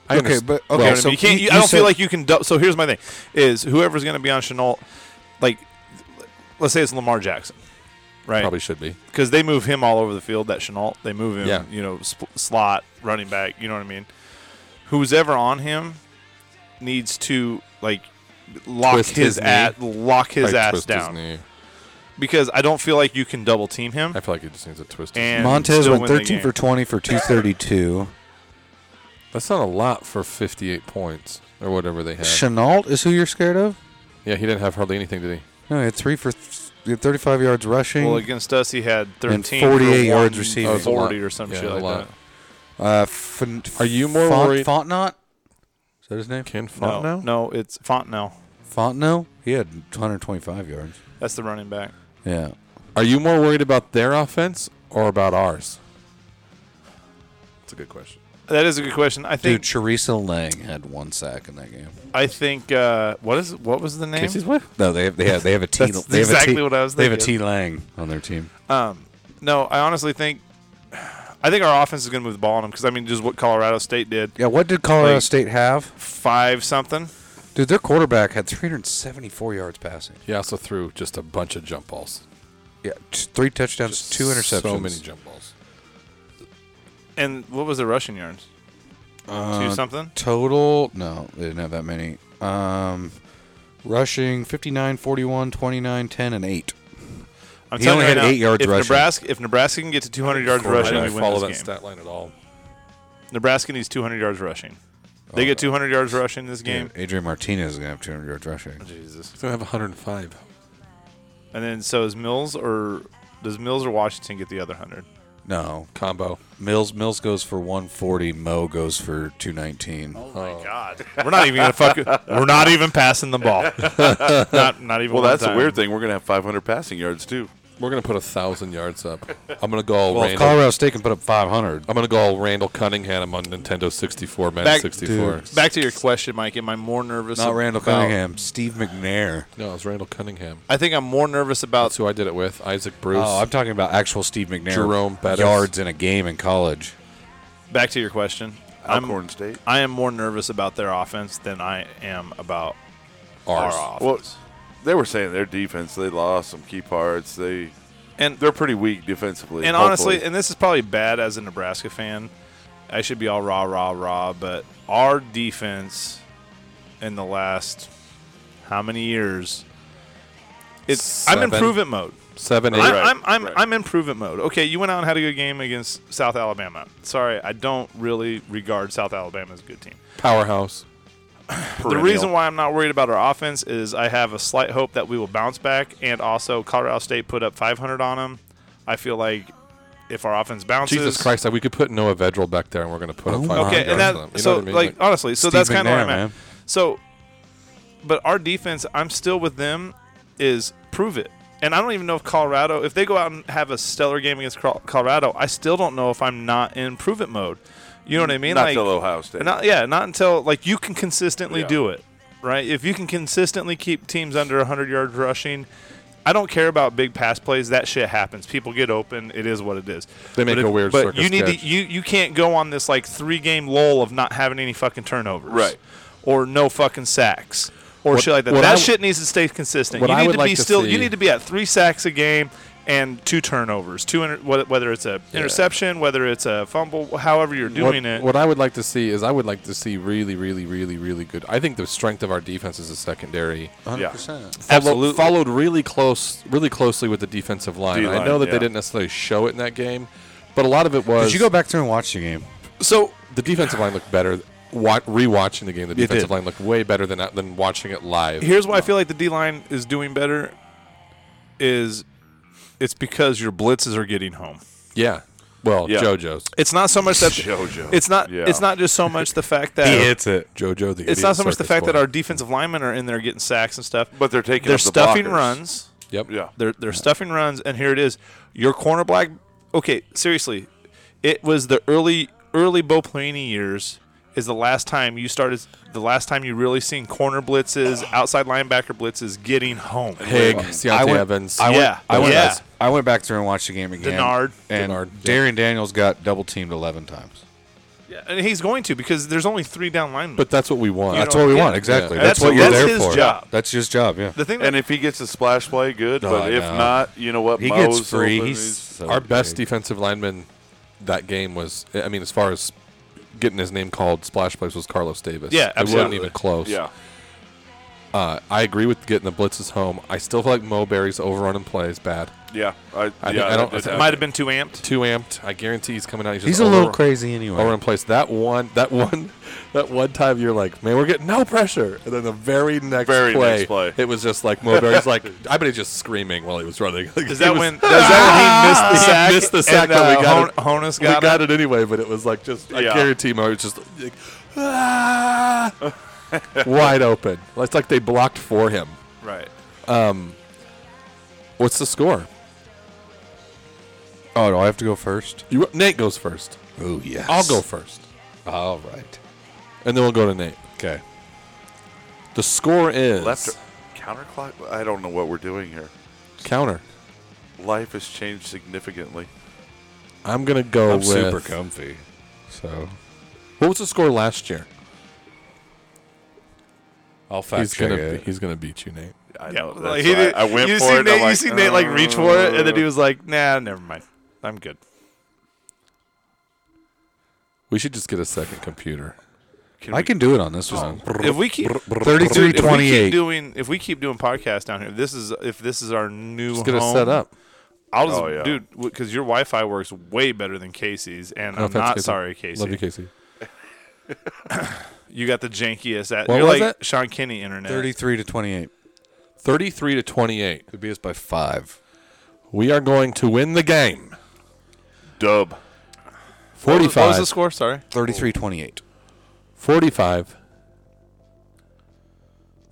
[SPEAKER 3] I
[SPEAKER 4] okay,
[SPEAKER 3] underst-
[SPEAKER 4] but
[SPEAKER 3] well,
[SPEAKER 4] okay,
[SPEAKER 5] You know what I
[SPEAKER 4] so
[SPEAKER 5] mean? You can't-
[SPEAKER 4] you-
[SPEAKER 5] you- I don't
[SPEAKER 4] you said-
[SPEAKER 5] feel like you can. dou- so here's my thing: is whoever's going to be on Chenault, like, let's say it's Lamar Jackson, right?
[SPEAKER 3] probably should be.
[SPEAKER 5] because they move him all over the field. That Chenault, they move him.
[SPEAKER 3] Yeah.
[SPEAKER 5] You know, sp- slot running back. You know what I mean? Who's ever on him needs to like lock
[SPEAKER 3] Twist his
[SPEAKER 5] his,
[SPEAKER 3] knee.
[SPEAKER 5] ass, lock his
[SPEAKER 3] Probably
[SPEAKER 5] ass
[SPEAKER 3] twist his
[SPEAKER 5] down
[SPEAKER 3] knee.
[SPEAKER 5] because I don't feel like you can double team him.
[SPEAKER 3] I feel like he just needs to twist. his
[SPEAKER 5] And
[SPEAKER 4] Montez
[SPEAKER 5] still
[SPEAKER 4] went
[SPEAKER 5] win the
[SPEAKER 4] 13
[SPEAKER 5] game.
[SPEAKER 4] for 20 for 232.
[SPEAKER 3] That's not a lot for 58 points or whatever they had.
[SPEAKER 4] Chenault is who you're scared of?
[SPEAKER 3] Yeah, he didn't have hardly anything, did he?
[SPEAKER 4] No, he had three for th- he had 35 yards rushing.
[SPEAKER 5] Well, against us, he had 13
[SPEAKER 4] 48
[SPEAKER 5] for
[SPEAKER 4] yards receiving.
[SPEAKER 3] Oh, it's a lot.
[SPEAKER 5] 40 or some
[SPEAKER 3] Yeah,
[SPEAKER 5] shit
[SPEAKER 3] a
[SPEAKER 5] like
[SPEAKER 3] lot.
[SPEAKER 5] that.
[SPEAKER 4] uh, Fon-
[SPEAKER 3] Are you more
[SPEAKER 4] Font-
[SPEAKER 3] worried-
[SPEAKER 4] Fontenot? Is that his name?
[SPEAKER 3] Ken Fontenot.
[SPEAKER 5] No, no, it's Fontenot.
[SPEAKER 4] Fontenot? He had 125 yards.
[SPEAKER 5] That's the running back.
[SPEAKER 4] Yeah.
[SPEAKER 3] Are you more worried about their offense or about ours? That's a good question.
[SPEAKER 5] That is a good question. I
[SPEAKER 4] Dude,
[SPEAKER 5] think.
[SPEAKER 4] Charissa Lang had one sack in that game.
[SPEAKER 5] I think. Uh, what is? What was the name?
[SPEAKER 3] Casey's what?
[SPEAKER 4] No, they have, they have, they have a T.
[SPEAKER 5] That's
[SPEAKER 4] they have
[SPEAKER 5] exactly
[SPEAKER 4] a T,
[SPEAKER 5] what I was
[SPEAKER 4] They have a
[SPEAKER 5] thinking.
[SPEAKER 4] T Lang on their team.
[SPEAKER 5] Um, no, I honestly think. I think our offense is going to move the ball on them because I mean, just what Colorado State did,
[SPEAKER 4] Yeah, what did Colorado
[SPEAKER 5] Like-
[SPEAKER 4] State have?
[SPEAKER 5] five something.
[SPEAKER 4] Dude, their quarterback had 374 yards passing.
[SPEAKER 3] He also threw just a bunch of jump balls.
[SPEAKER 4] Yeah, t- three touchdowns,
[SPEAKER 3] Just
[SPEAKER 4] two interceptions.
[SPEAKER 3] So many jump balls.
[SPEAKER 5] And what was the rushing yards?
[SPEAKER 4] Uh,
[SPEAKER 5] Two something.
[SPEAKER 4] total no they didn't have that many um rushing 59 41 29 10 and 8
[SPEAKER 5] I'm
[SPEAKER 4] he
[SPEAKER 5] telling
[SPEAKER 4] only
[SPEAKER 5] you
[SPEAKER 4] had
[SPEAKER 5] right now,
[SPEAKER 4] eight yards
[SPEAKER 5] if
[SPEAKER 4] rushing.
[SPEAKER 5] Nebraska, if Nebraska can get to 200 yards
[SPEAKER 3] Of course,
[SPEAKER 5] rushing,
[SPEAKER 3] I
[SPEAKER 5] we
[SPEAKER 3] didn't
[SPEAKER 5] win
[SPEAKER 3] follow
[SPEAKER 5] this
[SPEAKER 3] that
[SPEAKER 5] game.
[SPEAKER 3] stat line at all.
[SPEAKER 5] Nebraska needs 200 yards rushing. They get 200 yards rushing this game,
[SPEAKER 4] Dude, adrian martinez is gonna have 200 yards rushing
[SPEAKER 3] He's gonna have 105.
[SPEAKER 5] and then so is Mills or does Mills or Washington get the other 100?
[SPEAKER 4] no
[SPEAKER 3] Combo.
[SPEAKER 4] mills mills goes for 140 mo goes for 219
[SPEAKER 5] my God, we're not even gonna fuck. We're not even passing the ball. *laughs* not, not even.
[SPEAKER 6] Well,
[SPEAKER 5] one
[SPEAKER 6] that's the
[SPEAKER 5] time.
[SPEAKER 6] weird thing. We're gonna have 500 passing yards too.
[SPEAKER 3] We're gonna put a thousand
[SPEAKER 5] *laughs*
[SPEAKER 3] yards up. I'm gonna go all
[SPEAKER 4] well if
[SPEAKER 3] Randall.
[SPEAKER 4] colorado state can put up 500
[SPEAKER 3] I'm gonna go all Randall Cunningham on Nintendo 64, man.
[SPEAKER 5] Back-
[SPEAKER 3] 64.
[SPEAKER 5] Back to your question, Mike. Am I more nervous?
[SPEAKER 4] not randall
[SPEAKER 5] about-
[SPEAKER 4] cunningham steve mcnair
[SPEAKER 3] No, it's Randall Cunningham.
[SPEAKER 5] I think I'm more nervous about
[SPEAKER 3] That's who I did it with. Isaac Bruce.
[SPEAKER 4] oh i'm talking about actual steve mcnair
[SPEAKER 3] Jerome Bettis.
[SPEAKER 4] yards in a game in college
[SPEAKER 5] back to your question.
[SPEAKER 6] Alcorn
[SPEAKER 5] I'm,
[SPEAKER 6] State.
[SPEAKER 5] I am more nervous about their offense than I am about
[SPEAKER 3] Ours.
[SPEAKER 5] our offense.
[SPEAKER 6] Well, they were saying their defense. They lost some key parts. They
[SPEAKER 5] and
[SPEAKER 6] they're pretty weak defensively.
[SPEAKER 5] and
[SPEAKER 6] hopefully.
[SPEAKER 5] honestly, and this is probably bad as a Nebraska fan. I should be all rah rah rah, but our defense in the last how many years? It's I'm
[SPEAKER 3] Seven.
[SPEAKER 5] in improvement mode.
[SPEAKER 3] Seven, eight.
[SPEAKER 5] I'm,
[SPEAKER 6] Right,
[SPEAKER 5] I'm, I'm,
[SPEAKER 6] right.
[SPEAKER 5] I'm improvement mode. Okay, you went out and had a good game against South Alabama. Sorry, I don't really regard South Alabama as a good team.
[SPEAKER 3] Powerhouse.
[SPEAKER 6] Perennial.
[SPEAKER 5] The reason why I'm not worried about our offense is I have a slight hope that we will bounce back, and also Colorado State put up 500 on them. I feel like if our offense bounces,
[SPEAKER 3] Jesus Christ, like, we could put Noah Vedral back there and we're going to put
[SPEAKER 4] Oh
[SPEAKER 3] up
[SPEAKER 4] my
[SPEAKER 3] 500
[SPEAKER 5] okay, and
[SPEAKER 3] yards
[SPEAKER 5] that
[SPEAKER 3] on him. You know
[SPEAKER 5] so
[SPEAKER 3] what I mean?
[SPEAKER 5] like, honestly, so
[SPEAKER 4] Steve
[SPEAKER 5] that's kind of where I'm
[SPEAKER 4] McNair,
[SPEAKER 5] at.
[SPEAKER 4] man.
[SPEAKER 5] So, but our defense, I'm still with them, is prove it. And I don't even know if Colorado, if they go out and have a stellar game against Col- Colorado, I still don't know if I'm not in prove it mode. You know what I mean?
[SPEAKER 6] not
[SPEAKER 5] like,
[SPEAKER 6] till Ohio State. *laughs*
[SPEAKER 5] not yeah, not until like you can consistently
[SPEAKER 6] Yeah.
[SPEAKER 5] do it, right? If you can consistently keep teams under 100 yards rushing, I don't care about big pass plays. That shit happens. People get open. It is what it is.
[SPEAKER 3] They make
[SPEAKER 5] but
[SPEAKER 3] a weird
[SPEAKER 5] But
[SPEAKER 3] circus
[SPEAKER 5] you need
[SPEAKER 3] catch.
[SPEAKER 5] to you you can't go on this like three game lull of not having any fucking turnovers,
[SPEAKER 6] Right.
[SPEAKER 5] Or no fucking sacks. Or shit like that.
[SPEAKER 3] what
[SPEAKER 5] That
[SPEAKER 3] I w-
[SPEAKER 5] shit needs to stay consistent.
[SPEAKER 3] what
[SPEAKER 5] You
[SPEAKER 3] I
[SPEAKER 5] need
[SPEAKER 3] would
[SPEAKER 5] to be
[SPEAKER 3] like to
[SPEAKER 5] still.
[SPEAKER 3] see-
[SPEAKER 5] You need to be at three sacks a game and two turnovers. Two inter- wh- whether it's a interception, whether it's a fumble, however you're doing
[SPEAKER 3] what,
[SPEAKER 5] it.
[SPEAKER 3] what I would like to see is I would like to see really, really, really, really good. I think the strength of our defense is the secondary.
[SPEAKER 4] 100%
[SPEAKER 3] Follow-
[SPEAKER 5] Uh, Absolutely.
[SPEAKER 3] followed really close, really closely with the defensive line.
[SPEAKER 6] D-line,
[SPEAKER 3] I know that
[SPEAKER 6] yeah.
[SPEAKER 3] they didn't necessarily show it in that game, but a lot of it was.
[SPEAKER 4] did you go back through and watch the game
[SPEAKER 3] So the defensive line looked better. Wa- rewatching the game, the defensive
[SPEAKER 4] did.
[SPEAKER 3] line looked way better than than watching it live.
[SPEAKER 5] Here's why I feel like the D line is doing better. Is it's because your blitzes are getting home.
[SPEAKER 3] yeah. Well,
[SPEAKER 6] Yeah.
[SPEAKER 3] JoJo's
[SPEAKER 5] It's not so much
[SPEAKER 3] *laughs*
[SPEAKER 5] that
[SPEAKER 6] JoJo.
[SPEAKER 5] it's not
[SPEAKER 6] Yeah.
[SPEAKER 5] it's not just so much the fact that
[SPEAKER 4] it
[SPEAKER 3] JoJo. The
[SPEAKER 5] it's not so much the fact that our
[SPEAKER 3] our
[SPEAKER 5] defensive linemen are in there getting sacks and stuff.
[SPEAKER 6] but they're taking
[SPEAKER 5] they're
[SPEAKER 6] up the
[SPEAKER 5] stuffing
[SPEAKER 6] blockers.
[SPEAKER 5] runs.
[SPEAKER 3] yep.
[SPEAKER 6] Yeah,
[SPEAKER 5] They're they're stuffing runs, and here it is. Your corner black. Okay, seriously, it was the early early Bo Pelini years is the last time you started. The last time you really seen corner blitzes, outside linebacker blitzes getting home.
[SPEAKER 3] Pig, Siante
[SPEAKER 4] I went-
[SPEAKER 3] Evans.
[SPEAKER 4] I went,
[SPEAKER 5] Yeah.
[SPEAKER 4] I went,
[SPEAKER 5] Yeah.
[SPEAKER 4] I went back through and watched the game again.
[SPEAKER 5] Denard.
[SPEAKER 4] and
[SPEAKER 3] Denard, yeah.
[SPEAKER 4] Darian Daniels got double teamed eleven times.
[SPEAKER 5] Yeah, and he's going to because there's only three down linemen.
[SPEAKER 3] but that's what we want.
[SPEAKER 5] You
[SPEAKER 4] That's
[SPEAKER 5] know,
[SPEAKER 4] what we
[SPEAKER 5] yeah.
[SPEAKER 4] want, exactly.
[SPEAKER 5] Yeah.
[SPEAKER 4] That's,
[SPEAKER 5] That's-
[SPEAKER 4] what you're
[SPEAKER 5] that's
[SPEAKER 4] there
[SPEAKER 5] his
[SPEAKER 4] for.
[SPEAKER 5] job.
[SPEAKER 4] That's his job. Yeah,
[SPEAKER 5] the thing that
[SPEAKER 6] and if he gets a splash play, good.
[SPEAKER 4] No, Oh, I
[SPEAKER 6] but if
[SPEAKER 4] know.
[SPEAKER 6] not, you know what?
[SPEAKER 4] he
[SPEAKER 6] Moe's
[SPEAKER 4] gets free.
[SPEAKER 6] open.
[SPEAKER 4] He's so
[SPEAKER 3] our best
[SPEAKER 4] big.
[SPEAKER 3] defensive lineman that game was. I mean, as far as getting his name called, splash plays was Carlos Davis.
[SPEAKER 5] Yeah,
[SPEAKER 3] It wasn't
[SPEAKER 5] absolutely.
[SPEAKER 3] even close.
[SPEAKER 6] yeah,
[SPEAKER 3] Uh, I agree with getting the blitzes home. I still feel like Mo Berry's overrun and play is bad.
[SPEAKER 6] Yeah, I,
[SPEAKER 3] I
[SPEAKER 6] yeah,
[SPEAKER 3] don't- I don't-
[SPEAKER 6] that did
[SPEAKER 3] it
[SPEAKER 5] It
[SPEAKER 6] happen.
[SPEAKER 5] might have been too
[SPEAKER 3] *laughs*
[SPEAKER 5] amped.
[SPEAKER 3] Too amped. I guarantee he's coming out. He's, just
[SPEAKER 4] He's a little
[SPEAKER 3] over-
[SPEAKER 4] crazy anyway.
[SPEAKER 3] over in place. That one, that one, *laughs* that one time you're like, man, we're getting no pressure, and then the very next
[SPEAKER 6] Very
[SPEAKER 3] play,
[SPEAKER 6] next play.
[SPEAKER 3] it was just like Mulberry's like, *laughs* I bet he's just screaming while he was running. Like,
[SPEAKER 5] Is
[SPEAKER 3] he
[SPEAKER 5] that
[SPEAKER 3] was-
[SPEAKER 5] when? Is that when
[SPEAKER 4] Ah.
[SPEAKER 5] he missed the sack?
[SPEAKER 3] He missed the sack,
[SPEAKER 5] and,
[SPEAKER 3] but we
[SPEAKER 5] uh,
[SPEAKER 3] got it.
[SPEAKER 5] Hon- Honus
[SPEAKER 3] we
[SPEAKER 5] got,
[SPEAKER 3] got it anyway? But it was like just, I
[SPEAKER 6] Yeah.
[SPEAKER 3] guarantee, Mo, it's just like, ah, *laughs* wide open. It's like they blocked for him.
[SPEAKER 5] it. Right.
[SPEAKER 3] What's the score?
[SPEAKER 4] Oh, do I have to go first?
[SPEAKER 3] You, Nate goes first.
[SPEAKER 4] Oh yes.
[SPEAKER 3] I'll go first,
[SPEAKER 4] All right.
[SPEAKER 3] and then we'll go to Nate.
[SPEAKER 4] Okay.
[SPEAKER 3] The score is
[SPEAKER 6] left or- counterclock. I don't know what we're doing here.
[SPEAKER 3] counter.
[SPEAKER 6] Life has changed significantly.
[SPEAKER 3] I'm gonna go
[SPEAKER 4] I'm
[SPEAKER 3] with
[SPEAKER 4] super comfy. So
[SPEAKER 3] What was the score last year?
[SPEAKER 4] I'll fact
[SPEAKER 3] he's
[SPEAKER 4] check
[SPEAKER 3] gonna
[SPEAKER 4] it.
[SPEAKER 3] be- he's gonna beat you, Nate.
[SPEAKER 6] I
[SPEAKER 5] Yeah,
[SPEAKER 6] know.
[SPEAKER 5] like,
[SPEAKER 6] That's
[SPEAKER 5] he
[SPEAKER 6] why
[SPEAKER 5] did-
[SPEAKER 6] I went
[SPEAKER 5] you
[SPEAKER 6] for
[SPEAKER 5] see
[SPEAKER 6] it. and
[SPEAKER 5] Nate,
[SPEAKER 6] I'm
[SPEAKER 5] you
[SPEAKER 6] like, "Uh,
[SPEAKER 5] see Nate like reach for it, and then he was like, "Nah, never mind. I'm good."
[SPEAKER 3] We should just get a second computer.
[SPEAKER 6] Can
[SPEAKER 4] I
[SPEAKER 6] we-
[SPEAKER 4] can do it on this one.
[SPEAKER 5] If we keep
[SPEAKER 4] Thirty-three
[SPEAKER 5] if we keep
[SPEAKER 4] twenty-eight.
[SPEAKER 5] doing if we keep doing podcasts down here, this is if this is our new
[SPEAKER 3] Just get us
[SPEAKER 5] home,
[SPEAKER 3] set up.
[SPEAKER 5] I'll just,
[SPEAKER 6] Oh, yeah.
[SPEAKER 5] dude, because your Wi-Fi works way better than Casey's, and
[SPEAKER 3] No
[SPEAKER 5] I'm
[SPEAKER 3] offense,
[SPEAKER 5] not
[SPEAKER 3] Casey.
[SPEAKER 5] sorry, Casey.
[SPEAKER 3] Love you,
[SPEAKER 5] you,
[SPEAKER 3] Casey.
[SPEAKER 5] got the jankiest at
[SPEAKER 3] What
[SPEAKER 5] you're
[SPEAKER 3] was
[SPEAKER 5] like
[SPEAKER 3] it?
[SPEAKER 5] Sean Kinney internet.
[SPEAKER 4] Thirty-three to twenty-eight.
[SPEAKER 3] Thirty-three to twenty-eight.
[SPEAKER 4] Could be us by five.
[SPEAKER 3] We are going to win the game.
[SPEAKER 6] dub.
[SPEAKER 5] What was- What was
[SPEAKER 3] 45,
[SPEAKER 5] the score?
[SPEAKER 6] *laughs*
[SPEAKER 5] Sorry,
[SPEAKER 4] Thirty-three twenty-eight.
[SPEAKER 3] 45,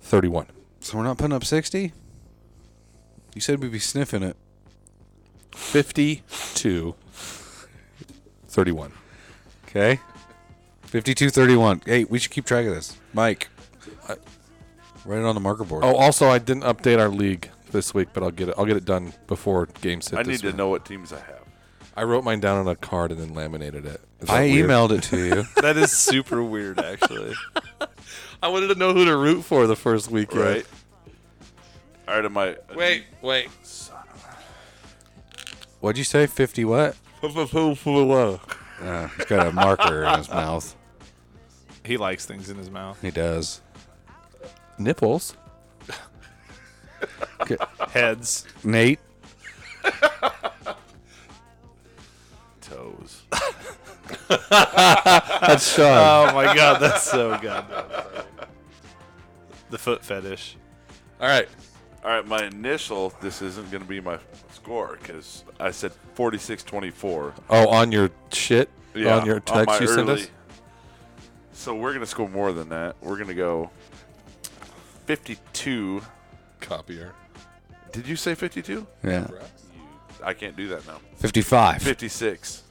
[SPEAKER 3] 31.
[SPEAKER 4] So we're not putting up sixty. You said we'd be sniffing it.
[SPEAKER 3] 52, 31.
[SPEAKER 4] Okay. Fifty-two thirty-one. Hey, we should keep track of this, Mike. Write it on the marker board.
[SPEAKER 3] Oh, also, I didn't update our league this week, but I'll get it. I'll get it done before game set.
[SPEAKER 6] I
[SPEAKER 3] this
[SPEAKER 6] need to
[SPEAKER 3] week.
[SPEAKER 6] know what teams I have.
[SPEAKER 3] I wrote mine down on a card and then laminated it. Is that
[SPEAKER 4] I
[SPEAKER 3] weird?
[SPEAKER 4] emailed it to *laughs* you.
[SPEAKER 5] that is super weird, actually.
[SPEAKER 3] I wanted to know who to root for the first weekend.
[SPEAKER 6] Right. All right, am I?
[SPEAKER 3] Wait, wait.
[SPEAKER 4] What'd you say? Fifty what? Uh, he's got a marker in his mouth.
[SPEAKER 5] he likes things in his mouth.
[SPEAKER 4] He does.
[SPEAKER 3] Nipples.
[SPEAKER 5] Heads.
[SPEAKER 4] Nate.
[SPEAKER 6] toes.
[SPEAKER 3] That's Sean.
[SPEAKER 5] Oh my god, that's so good. The foot fetish.
[SPEAKER 3] All right.
[SPEAKER 6] All right, my initial. This isn't going to be my score because I said 46-24.
[SPEAKER 3] Oh, on your shit? on your text
[SPEAKER 6] my
[SPEAKER 3] you sent
[SPEAKER 6] early-
[SPEAKER 3] us?
[SPEAKER 6] So we're going to score more than that. We're going to go 52.
[SPEAKER 3] Copier.
[SPEAKER 6] Did you say 52?
[SPEAKER 4] Yeah.
[SPEAKER 6] I can't do that now.
[SPEAKER 4] 55.
[SPEAKER 6] 56.